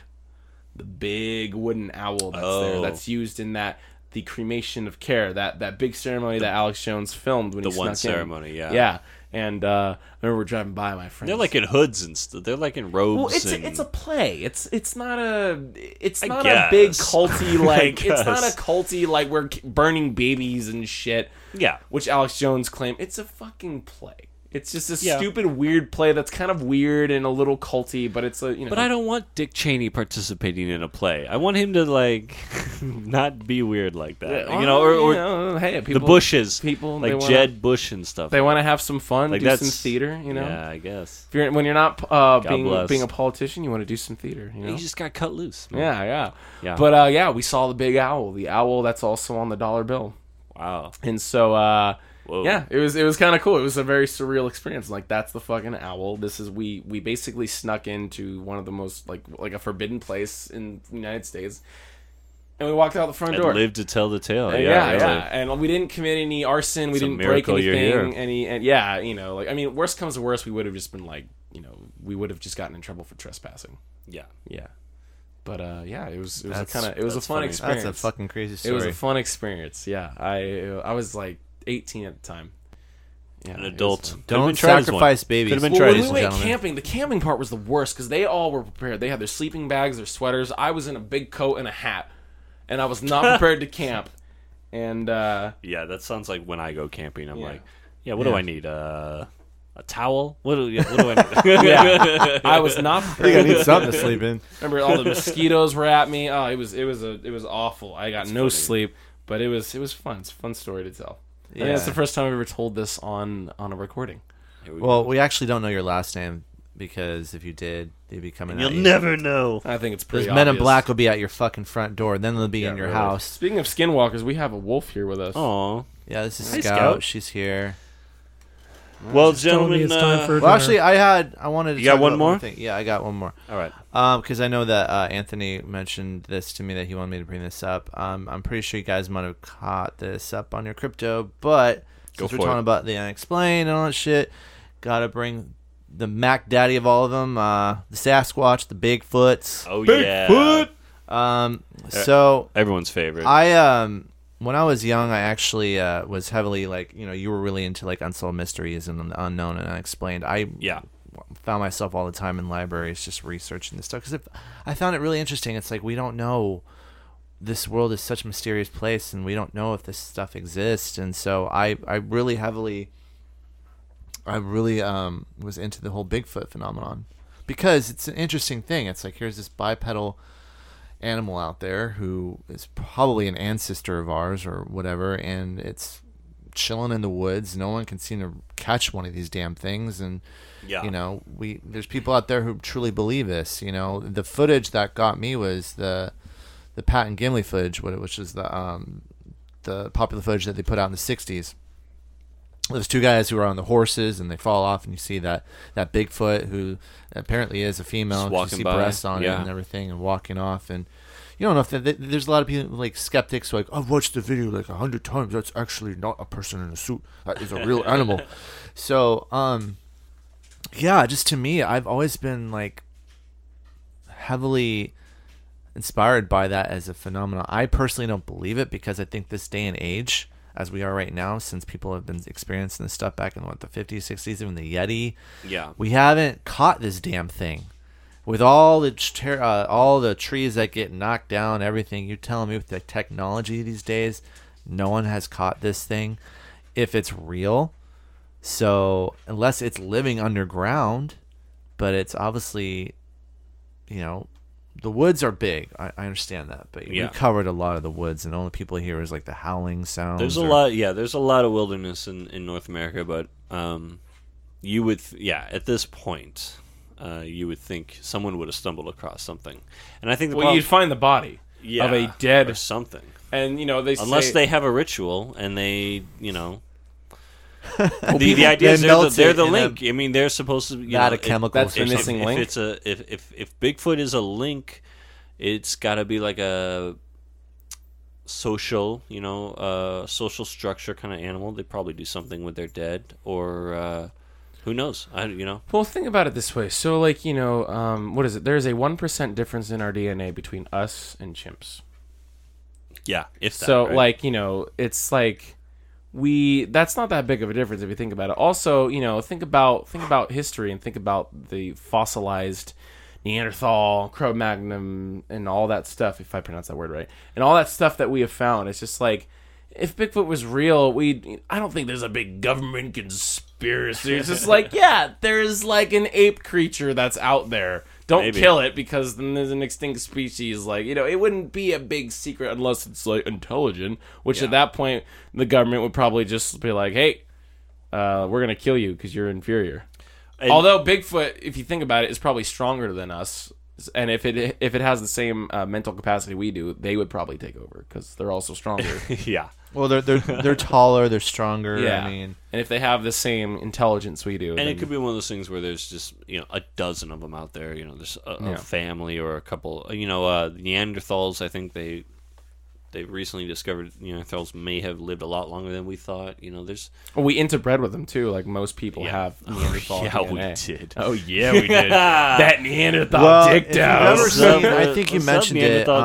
Speaker 5: the big wooden owl that's there.
Speaker 2: Oh.
Speaker 5: That's used in that the cremation of care that that big ceremony that Alex Jones filmed when
Speaker 2: the
Speaker 5: he
Speaker 2: one
Speaker 5: snuck in.
Speaker 2: ceremony, yeah.
Speaker 5: yeah. And uh, I remember we're driving by my friends.
Speaker 2: They're like in hoods and stuff. They're like in robes.
Speaker 5: Well, it's
Speaker 2: and,
Speaker 5: a, it's a play. It's it's not a it's
Speaker 2: I
Speaker 5: not a big
Speaker 2: guess. [LAUGHS]
Speaker 5: culty
Speaker 2: I
Speaker 5: like it's not
Speaker 2: guess.
Speaker 5: a culty like we're k- burning babies and shit.
Speaker 2: yeah.
Speaker 5: Which Alex Jones claimed it's a fucking play. It's just a
Speaker 2: Yeah.
Speaker 5: stupid weird play that's kind of weird and a little culty, but it's a you know.
Speaker 2: But I don't want Dick Cheney participating in a play. I want him to like [LAUGHS] not be weird like that,
Speaker 5: Well,
Speaker 2: you know, or, or
Speaker 5: know, hey, people,
Speaker 2: the Bushes,
Speaker 5: people, they
Speaker 2: like
Speaker 5: wanna-
Speaker 2: Jed Bush and stuff.
Speaker 5: They want to have some fun,
Speaker 2: like
Speaker 5: do some theater, you know.
Speaker 2: Yeah, I guess
Speaker 5: If you're when you're not uh, being
Speaker 2: bless.
Speaker 5: being a politician, you want to do some theater, you know.
Speaker 2: he just got cut loose. man.
Speaker 5: Yeah, yeah,
Speaker 2: Yeah.
Speaker 5: But uh, yeah, we saw the big owl, the owl that's also on the dollar bill,
Speaker 2: Wow.
Speaker 5: and so uh,
Speaker 2: Whoa.
Speaker 5: yeah, it was it was kind of cool. It was a very surreal experience. Like that's the fucking owl. This is we we basically snuck into one of the most like like a forbidden place in the United States, and we walked out the front
Speaker 2: And
Speaker 5: door.
Speaker 2: live to tell the tale.
Speaker 5: And
Speaker 2: yeah,
Speaker 5: yeah, yeah,
Speaker 2: really.
Speaker 5: and we didn't commit any arson. We
Speaker 2: It's a
Speaker 5: didn't break
Speaker 2: miracle you're
Speaker 5: anything.
Speaker 2: here.
Speaker 5: Any, and yeah, you know, like I mean, worst comes to worst, we would have just been like, you know, we would have just gotten in trouble for trespassing.
Speaker 2: Yeah.
Speaker 5: Yeah. But uh, yeah, it was it was
Speaker 4: That's-
Speaker 5: kind of it was a
Speaker 2: that's
Speaker 5: fun
Speaker 2: funny.
Speaker 5: experience.
Speaker 4: That's a fucking crazy
Speaker 5: it
Speaker 4: story.
Speaker 5: was a fun experience. Yeah, I I was like 18 at the time. Yeah,
Speaker 2: An
Speaker 5: it was
Speaker 2: adult.
Speaker 5: fun.
Speaker 2: Could've
Speaker 4: Don't
Speaker 2: been tried as one.
Speaker 4: sacrifice babies.
Speaker 2: Could've been
Speaker 5: Well,
Speaker 2: tried
Speaker 5: when
Speaker 2: as
Speaker 5: we
Speaker 2: one.
Speaker 5: went
Speaker 4: gentlemen.
Speaker 5: camping, the camping part was the worst because they all were prepared. They had their sleeping bags, their sweaters. I was in a big coat and a hat, and I was
Speaker 4: [LAUGHS]
Speaker 5: not prepared to camp. And uh,
Speaker 2: Yeah, that sounds like when I go camping. I'm
Speaker 5: Yeah.
Speaker 2: like, yeah, what do I need? Uh, a towel? What do, yeah, what do
Speaker 4: [LAUGHS]
Speaker 2: I need?
Speaker 5: yeah, I was not prepared.
Speaker 4: I think I
Speaker 2: [LAUGHS]
Speaker 4: need something to sleep in.
Speaker 5: Remember, all the mosquitoes were at me. Oh, it was it was a it was awful. I got no
Speaker 2: funny.
Speaker 5: sleep, but it was it was fun. It's a fun story to tell. Yeah,
Speaker 4: Yeah.
Speaker 5: it's the first time I've ever told this on on a recording.
Speaker 4: Well, we actually don't know your last name because if you did, they'd be coming.
Speaker 2: You'll
Speaker 4: at you.
Speaker 2: never know.
Speaker 5: I think it's pretty.
Speaker 4: Those men in
Speaker 5: obvious.
Speaker 4: black will be at your fucking front door, and then they'll be in your
Speaker 2: really.
Speaker 4: house.
Speaker 5: Speaking of skinwalkers, we have a wolf here with us.
Speaker 2: Aw.
Speaker 4: Yeah, this is
Speaker 2: Hi,
Speaker 4: Scout.
Speaker 2: Scout.
Speaker 4: She's here.
Speaker 2: Well,
Speaker 3: Telling me
Speaker 2: gentlemen.
Speaker 3: it's time
Speaker 2: uh,
Speaker 3: for
Speaker 4: Well,
Speaker 3: dinner.
Speaker 4: actually, I had I wanted to.
Speaker 2: You got
Speaker 4: talk
Speaker 2: one
Speaker 4: about
Speaker 2: more?
Speaker 4: thing. Yeah, I got one more.
Speaker 2: all right.
Speaker 4: because I know that uh, Anthony mentioned this to me that he wanted me to bring this up. Um, I'm pretty sure you guys might have caught this up on your crypto, but
Speaker 2: Go
Speaker 4: since we're
Speaker 2: for
Speaker 4: talking
Speaker 2: it.
Speaker 4: about the unexplained and all that shit, gotta bring the Mac Daddy of all of them, uh, the Sasquatch, the Bigfoots.
Speaker 2: Oh, yeah.
Speaker 5: Bigfoot!
Speaker 2: Oh.
Speaker 4: Um,
Speaker 2: Uh,
Speaker 4: so
Speaker 2: Everyone's favorite.
Speaker 4: I um when I was young, I actually uh, was heavily like you know you were really into like unsolved mysteries and the unknown and unexplained. I
Speaker 2: yeah.
Speaker 4: found myself all the time in libraries just researching this stuff because I found it really interesting. It's like we don't know. This world is such a mysterious place, and we don't know if this stuff exists. And so I, I really heavily, I really um, was into the whole Bigfoot phenomenon because it's an interesting thing. It's like here's this bipedal animal out there who is probably an ancestor of ours or whatever, and it's chilling in the woods. No one can seem to catch one of these damn things, and
Speaker 2: Yeah.
Speaker 4: you know, we there's people out there who truly believe this. You know, the footage that got me was the the Pat and Gimli footage, what- which is the um, the popular footage that they put out in the '60s. Those two guys who are on the horses and they fall off, and you see that that Bigfoot who apparently is a female.
Speaker 2: Just
Speaker 4: 'cause
Speaker 2: walking
Speaker 4: you see
Speaker 2: by,
Speaker 4: breasts on it
Speaker 2: yeah.
Speaker 4: and everything, and walking off, and you don't know if that, that- there's a lot of people like skeptics who are like I've watched the video like a hundred times. That's actually not a person in a suit. That is a
Speaker 2: [LAUGHS]
Speaker 4: real animal. So, um, yeah, just to me, I've always been like heavily inspired by that as a phenomenon. I personally don't believe it because I think this day and age, as we are right now, since people have been experiencing this stuff back in what the 50s, 60s, even the Yeti,
Speaker 2: Yeah.
Speaker 4: we haven't caught this damn thing. With all the ter- uh, all the trees that get knocked down, everything you're telling me with the technology these days, no one has caught this thing. If it's real, so unless it's living underground, but it's obviously, you know, the woods are big. I, I understand that, but we
Speaker 2: Yeah.
Speaker 4: covered a lot of the woods, and the only people here is like the howling sounds.
Speaker 2: There's a
Speaker 4: or-
Speaker 2: lot, yeah. There's a lot of wilderness in, in North America, but um, you would, th- yeah. At this point, uh, you would think someone would have stumbled across something, and I think the
Speaker 5: Well, you'd
Speaker 2: problem,
Speaker 5: find the body
Speaker 2: yeah,
Speaker 5: of a dead,
Speaker 2: or something,
Speaker 5: and you know they
Speaker 2: unless
Speaker 5: say,
Speaker 2: they have a ritual and they, you
Speaker 4: [LAUGHS]
Speaker 2: know. the,
Speaker 4: people-
Speaker 2: the idea is
Speaker 4: they
Speaker 2: they're the,
Speaker 4: melt
Speaker 2: they're
Speaker 4: it
Speaker 2: the
Speaker 4: in a-
Speaker 2: link. I mean, they're supposed to. You
Speaker 4: Not
Speaker 2: know,
Speaker 4: a
Speaker 2: it-
Speaker 4: chemical.
Speaker 5: that's the
Speaker 4: or something.
Speaker 5: missing
Speaker 2: if,
Speaker 5: link.
Speaker 2: If it's a if, if if Bigfoot is a link, it's got to be like a social, you know, uh, social structure kind of animal. They probably do something with their dead, or uh, who knows? I you know,
Speaker 5: Well, think about it this way. So, like, you know, um, what is it? There's a 1% difference in our DNA between us and chimps.
Speaker 2: yeah. If that,
Speaker 5: so,
Speaker 2: right?
Speaker 5: like, you know, it's like we that's not that big of a difference if you think about it. Also, you know, think about think about history and think about the fossilized Neanderthal, Cro-Magnon and all that stuff if I pronounce that word right. And all that stuff that we have found. It's just like if Bigfoot was real, we I don't think there's a big government conspiracy. It's
Speaker 2: [LAUGHS]
Speaker 5: just like, yeah, there's like an ape creature that's out there. Don't
Speaker 2: Maybe.
Speaker 5: kill it because then there's an extinct species. Like, you know, it wouldn't be a big secret unless it's like intelligent, which at that point the government would probably just be like, hey, uh, we're going to kill you because you're inferior.
Speaker 2: And-
Speaker 5: Although Bigfoot, if you think about it, is probably stronger than us, and if it if it has the same uh, mental capacity we do, they would probably take over because they're also stronger.
Speaker 2: [LAUGHS] yeah.
Speaker 4: Well, they're they're they're taller, they're stronger.
Speaker 5: yeah,
Speaker 4: I mean,
Speaker 5: and if they have the same intelligence we do,
Speaker 2: And it could be one of those things where there's just you know a dozen of them out there. You know, there's a, a family or a couple. You know, uh, Neanderthals. I think they they recently discovered Neanderthals may have lived a lot longer than we thought. You know, there's
Speaker 5: Well, we interbred with them too, like most people have.
Speaker 2: [LAUGHS]
Speaker 5: Neanderthal
Speaker 2: yeah, we
Speaker 5: DNA.
Speaker 2: did.
Speaker 5: Oh yeah, we
Speaker 2: [LAUGHS]
Speaker 5: did. that Neanderthal
Speaker 4: Well,
Speaker 5: dick
Speaker 4: if you've
Speaker 5: down.
Speaker 4: ever
Speaker 2: What's up,
Speaker 4: seen- I
Speaker 2: uh,
Speaker 4: think you
Speaker 2: what's up,
Speaker 4: mentioned it.
Speaker 2: Neanderthal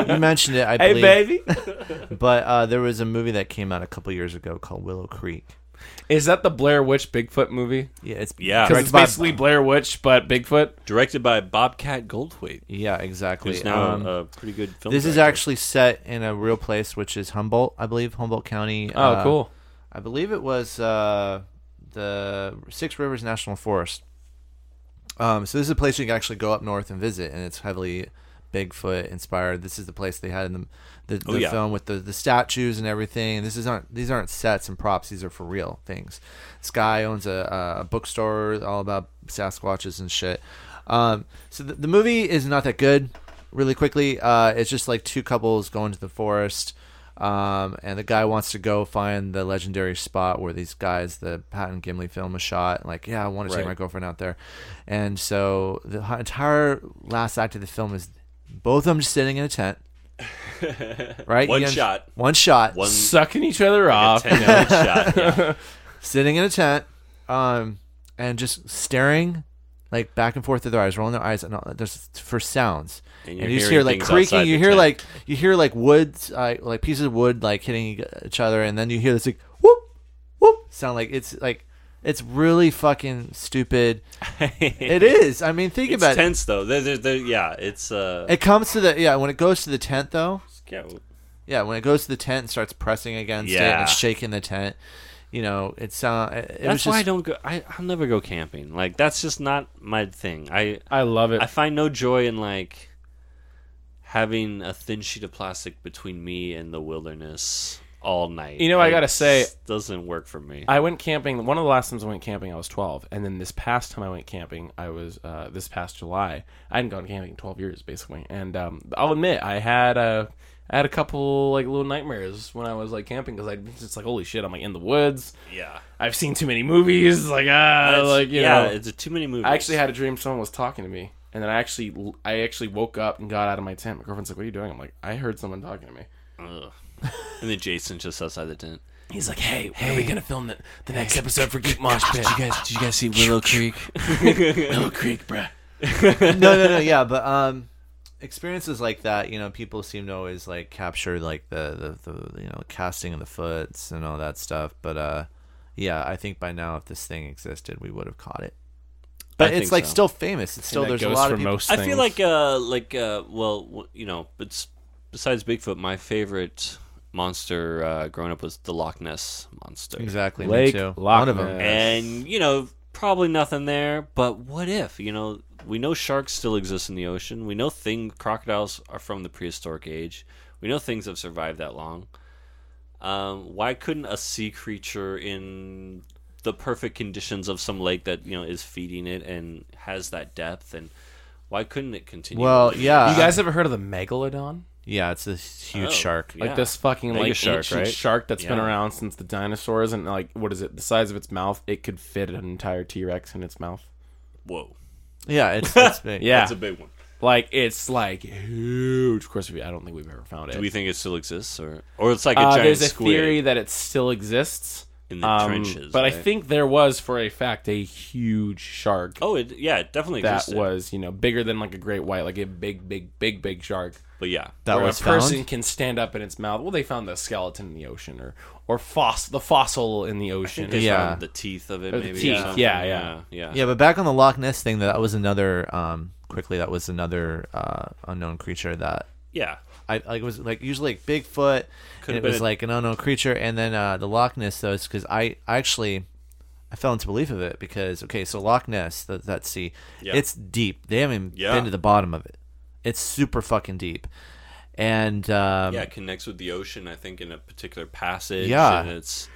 Speaker 4: um, you mentioned it, I
Speaker 5: Hey
Speaker 4: believe.
Speaker 5: baby,
Speaker 4: But uh, there was a movie that came out a couple years ago called Willow Creek.
Speaker 5: [LAUGHS] is that the Blair Witch Bigfoot movie?
Speaker 4: Yeah, it's
Speaker 2: Yeah.
Speaker 5: Because it's
Speaker 4: directed by-
Speaker 5: basically Blair Witch but Bigfoot.
Speaker 2: [LAUGHS] Directed by Bobcat Goldthwait,
Speaker 4: yeah, exactly.
Speaker 2: who's now
Speaker 4: Um,
Speaker 2: a pretty good film.
Speaker 4: this is
Speaker 2: director.
Speaker 4: actually set in a real place, which is Humboldt, I believe, Humboldt County.
Speaker 5: Oh,
Speaker 4: uh,
Speaker 5: cool.
Speaker 4: I believe it was uh, the Six Rivers National Forest. Um, so this is a place you can actually go up north and visit, and it's heavily Bigfoot inspired. This is the place they had in the the,
Speaker 2: Oh,
Speaker 4: the
Speaker 2: yeah.
Speaker 4: film with the, the statues and everything. This is aren't these aren't sets and props; these are for real things. This guy owns a, a bookstore all about Sasquatches and shit. Um, so the, the movie is not that good. Really quickly, uh, it's just like two couples going to the forest. Um, and the guy wants to go find the legendary spot where these guys, the Pat and Gimli film, was shot. Like, yeah, I want to take
Speaker 5: Right.
Speaker 4: my girlfriend out there. And so the h- entire last act of the film is both of them just sitting in
Speaker 2: [LAUGHS]
Speaker 4: a tent. right?
Speaker 2: One
Speaker 4: You un-
Speaker 2: shot.
Speaker 4: One shot.
Speaker 2: one
Speaker 5: Sucking each other off.
Speaker 2: ten-minute shot. Yeah.
Speaker 4: [LAUGHS] Sitting in a tent um, and just staring like back and forth through their eyes, rolling their eyes and all, there's for sounds.
Speaker 2: And
Speaker 4: And,
Speaker 2: you're
Speaker 4: you just
Speaker 2: hearing
Speaker 4: hear like
Speaker 2: things
Speaker 4: creaking.
Speaker 2: outside
Speaker 4: You
Speaker 2: the
Speaker 4: hear
Speaker 2: tent.
Speaker 4: like [LAUGHS] you hear like woods, uh, like pieces of wood like hitting e, each other, and then you hear this like whoop whoop sound. Like it's like it's really fucking stupid. it is. I mean,
Speaker 2: [LAUGHS]
Speaker 4: think
Speaker 2: It's
Speaker 4: about it.
Speaker 2: tense though. They're, they're, they're, yeah, it's uh,
Speaker 4: It comes to the yeah when it goes to the tent though.
Speaker 2: yeah,
Speaker 4: Yeah, when it goes to the tent and starts pressing against it
Speaker 2: Yeah.
Speaker 4: and it's shaking the tent. You know, it sound. It, it was
Speaker 2: That's
Speaker 4: just,
Speaker 2: why I don't go. I, I'll never go camping. Like that's just not my thing. I
Speaker 5: I love it.
Speaker 2: I find no joy in like having a thin sheet of plastic between me and the wilderness all night.
Speaker 5: You know, I
Speaker 2: It
Speaker 5: gotta say-
Speaker 2: just doesn't work for me.
Speaker 5: I went camping. One of the last times I went camping, I was 12. And then this past time I went camping, I was uh, this past July. I hadn't gone camping in 12 years, basically. And um, I'll admit, I had a, I had a couple like little nightmares when I was like camping because I was just like, holy shit, I'm like in the woods.
Speaker 2: yeah,
Speaker 5: I've seen too many movies. Like ah,
Speaker 2: It's-
Speaker 5: like you
Speaker 2: yeah,
Speaker 5: know.
Speaker 2: it's a too many movies.
Speaker 5: I actually had a dream someone was talking to me, and then I actually I actually woke up and got out of my tent. My girlfriend's like, "What are you doing?" I'm like, "I heard someone talking to me."
Speaker 2: Ugh. and then Jason just outside the tent.
Speaker 5: He's like, "Hey, when are we gonna film the, the next episode for Geek Mosh Pit?"
Speaker 2: You guys, did you guys
Speaker 5: [LAUGHS]
Speaker 2: see Willow Creek?
Speaker 5: Little Creek, bruh.
Speaker 4: [LAUGHS] no, no, no. Yeah, but um, experiences like that, you know, people seem to always like capture like the, the, the you know casting of the foots and all that stuff. But uh, yeah, I think by now if this thing existed, we would have caught it. But
Speaker 2: I
Speaker 4: it's
Speaker 2: think
Speaker 4: like
Speaker 2: so.
Speaker 4: still famous. It's still
Speaker 5: that
Speaker 4: there's a
Speaker 5: goes
Speaker 4: lot
Speaker 5: for
Speaker 4: of people.
Speaker 5: most
Speaker 2: I feel
Speaker 5: things.
Speaker 2: like uh like uh well w- you know it's besides Bigfoot my favorite monster uh, growing up was the Loch Ness monster.
Speaker 4: [LAUGHS] Exactly,
Speaker 6: Lake
Speaker 4: me too.
Speaker 6: Loch
Speaker 4: One of
Speaker 5: uh,
Speaker 4: them.
Speaker 6: Ness.
Speaker 2: And you know probably nothing there, but what if you know we know sharks still exist in the ocean. We know thing crocodiles are from the prehistoric age. We know things have survived that long. Um, why couldn't a sea creature in the perfect conditions of some lake that you know is feeding it and has that depth and why couldn't it continue?
Speaker 4: Well,
Speaker 2: on?
Speaker 4: yeah,
Speaker 5: you guys ever heard of the megalodon?
Speaker 4: yeah, it's this huge
Speaker 2: Oh,
Speaker 4: shark.
Speaker 2: yeah.
Speaker 4: Like,
Speaker 5: Like this fucking
Speaker 2: Mega
Speaker 5: like
Speaker 2: shark,
Speaker 5: ancient
Speaker 2: right?
Speaker 5: shark that's been
Speaker 2: Yeah.
Speaker 5: around since the dinosaurs and like what is it? The size of its mouth, it could fit an entire T Rex in its mouth.
Speaker 2: Whoa.
Speaker 4: yeah, it's, it's big.
Speaker 5: Yeah,
Speaker 2: That's a big one.
Speaker 5: like it's like huge. Of course, we- I don't think we've ever found it.
Speaker 2: Do we think it still exists, or or it's like a
Speaker 5: uh,
Speaker 2: giant
Speaker 5: there's a
Speaker 2: squid?
Speaker 5: theory that it still exists
Speaker 2: In the trenches,
Speaker 5: Um, but I
Speaker 2: right?
Speaker 5: think there was for a fact a huge shark
Speaker 2: Oh, it, yeah, it definitely
Speaker 5: that
Speaker 2: existed.
Speaker 5: was you know bigger than like a great white, like a big, big, big, big shark.
Speaker 2: but yeah,
Speaker 4: that
Speaker 5: where
Speaker 4: was
Speaker 5: a person
Speaker 4: found.
Speaker 5: can stand up in its mouth. Well, they found the skeleton in the ocean, or or foss- the fossil in the ocean.
Speaker 2: They
Speaker 4: Yeah.
Speaker 2: found the teeth of it,
Speaker 5: Or the
Speaker 2: maybe. or
Speaker 5: teeth,
Speaker 2: something.
Speaker 5: yeah, yeah.
Speaker 2: yeah,
Speaker 4: Yeah, but back on the Loch Ness thing, that was another. Um, quickly, that was another uh, unknown creature that
Speaker 2: yeah.
Speaker 4: I like it was like usually like Bigfoot.
Speaker 2: Could've
Speaker 4: and it
Speaker 2: been
Speaker 4: was
Speaker 2: a-
Speaker 4: like an unknown creature, and then uh, the Loch Ness though, because I I actually I fell into belief of it because okay, so Loch Ness that that sea,
Speaker 2: Yeah.
Speaker 4: it's deep. They haven't even
Speaker 2: Yeah.
Speaker 4: been to the bottom of it. It's super fucking deep, and um, [LAUGHS]
Speaker 2: yeah, it connects with the ocean, I think, in a particular passage.
Speaker 4: Yeah.
Speaker 2: and it's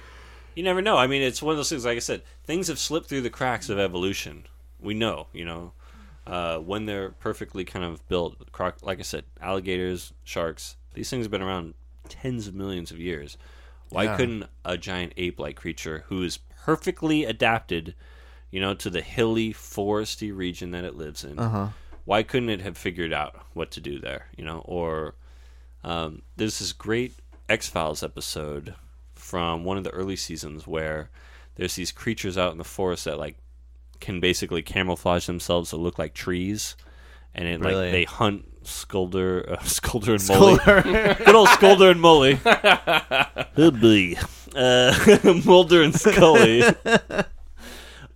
Speaker 2: you never know. I mean, it's one of those things. Like I said, things have slipped through the cracks of evolution. We know, you know, uh, when they're perfectly kind of built. Croc, like I said, alligators, sharks. These things have been around tens of millions of years. Why couldn't a giant ape-like creature who is perfectly adapted, you know, to the hilly, foresty region that it lives in?
Speaker 4: Uh-huh.
Speaker 2: Why couldn't it have figured out what to do there? You know, or um, there's this great X Files episode from one of the early seasons where there's these creatures out in the forest that like can basically camouflage themselves to look like trees, and it
Speaker 4: Really?
Speaker 2: like they hunt [LAUGHS] Skulder, uh, Skulder and Mully, good old Skulder and
Speaker 4: [LAUGHS]
Speaker 2: Mully, oh boy. uh, [LAUGHS] Mulder and Scully.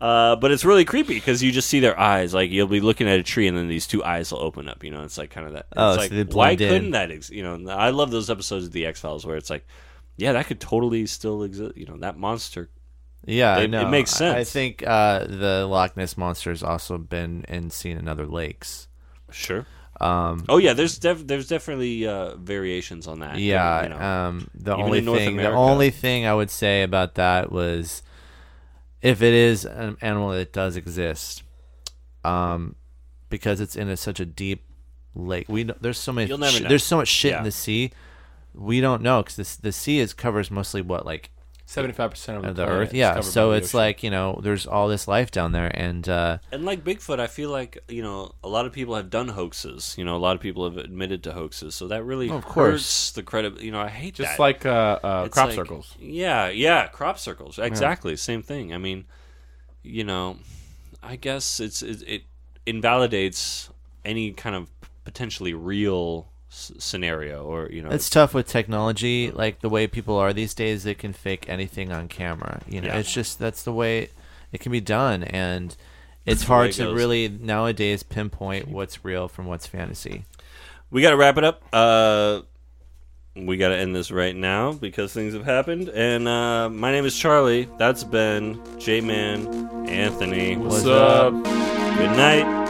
Speaker 2: Uh, but it's really creepy because you just see their eyes. Like you'll be looking at a tree, and then these two eyes will open up. You know, it's like kind of that.
Speaker 4: Oh,
Speaker 2: it's
Speaker 4: so
Speaker 2: like,
Speaker 4: they
Speaker 2: why
Speaker 4: blend in.
Speaker 2: couldn't that? Ex- you know, and I love those episodes of the X Files where it's like, yeah, that could totally still exist. You know, that monster.
Speaker 4: yeah,
Speaker 2: It-
Speaker 4: I
Speaker 2: it
Speaker 4: know.
Speaker 2: makes
Speaker 4: I- I
Speaker 2: sense.
Speaker 4: think uh, the Loch Ness monster has also been and seen in other lakes.
Speaker 2: Sure.
Speaker 4: Um,
Speaker 2: Oh yeah, there's def- there's definitely uh, variations on that.
Speaker 4: Yeah,
Speaker 2: you know.
Speaker 4: um, the
Speaker 2: Even
Speaker 4: only
Speaker 2: in North
Speaker 4: thing
Speaker 2: America.
Speaker 4: the only thing I would say about that was if it is an animal that does exist, um, because it's in a, such a deep lake. We don't- there's so many
Speaker 2: You'll never
Speaker 4: sh-
Speaker 2: know.
Speaker 4: there's so much shit
Speaker 2: Yeah.
Speaker 4: in the sea. We don't know because this the sea is covers mostly what like
Speaker 5: Seventy-five percent of the,
Speaker 4: the
Speaker 5: planet
Speaker 4: earth.
Speaker 5: is
Speaker 4: Yeah,
Speaker 5: covered
Speaker 4: so
Speaker 5: by the
Speaker 4: it's
Speaker 5: ocean.
Speaker 4: like you know there's all this life down there, and uh,
Speaker 2: And like Bigfoot, I feel like you know a lot of people have done hoaxes. You know, a lot of people have admitted to hoaxes. So that really
Speaker 4: of course.
Speaker 2: hurts the credit. You know, I hate
Speaker 5: Oh, just
Speaker 2: that.
Speaker 5: like uh, uh,
Speaker 2: It's
Speaker 5: crop
Speaker 2: like-
Speaker 5: circles.
Speaker 2: Yeah, yeah, crop circles. Exactly, same thing. I mean, you know, I guess it's it, it invalidates any kind of potentially real s- scenario or you know
Speaker 4: it's tough with technology like the way people are these days they can fake anything on camera you know
Speaker 2: Yeah.
Speaker 4: it's just that's the way it can be done and it's
Speaker 2: the way
Speaker 4: hard
Speaker 2: it
Speaker 4: to
Speaker 2: goes.
Speaker 4: really nowadays pinpoint what's real from what's fantasy
Speaker 2: we got to wrap it up. Uh, we got to end this right now because things have happened. And uh, my name is Charlie. That's Ben, J Man, Anthony.
Speaker 5: What's up?
Speaker 2: Good night.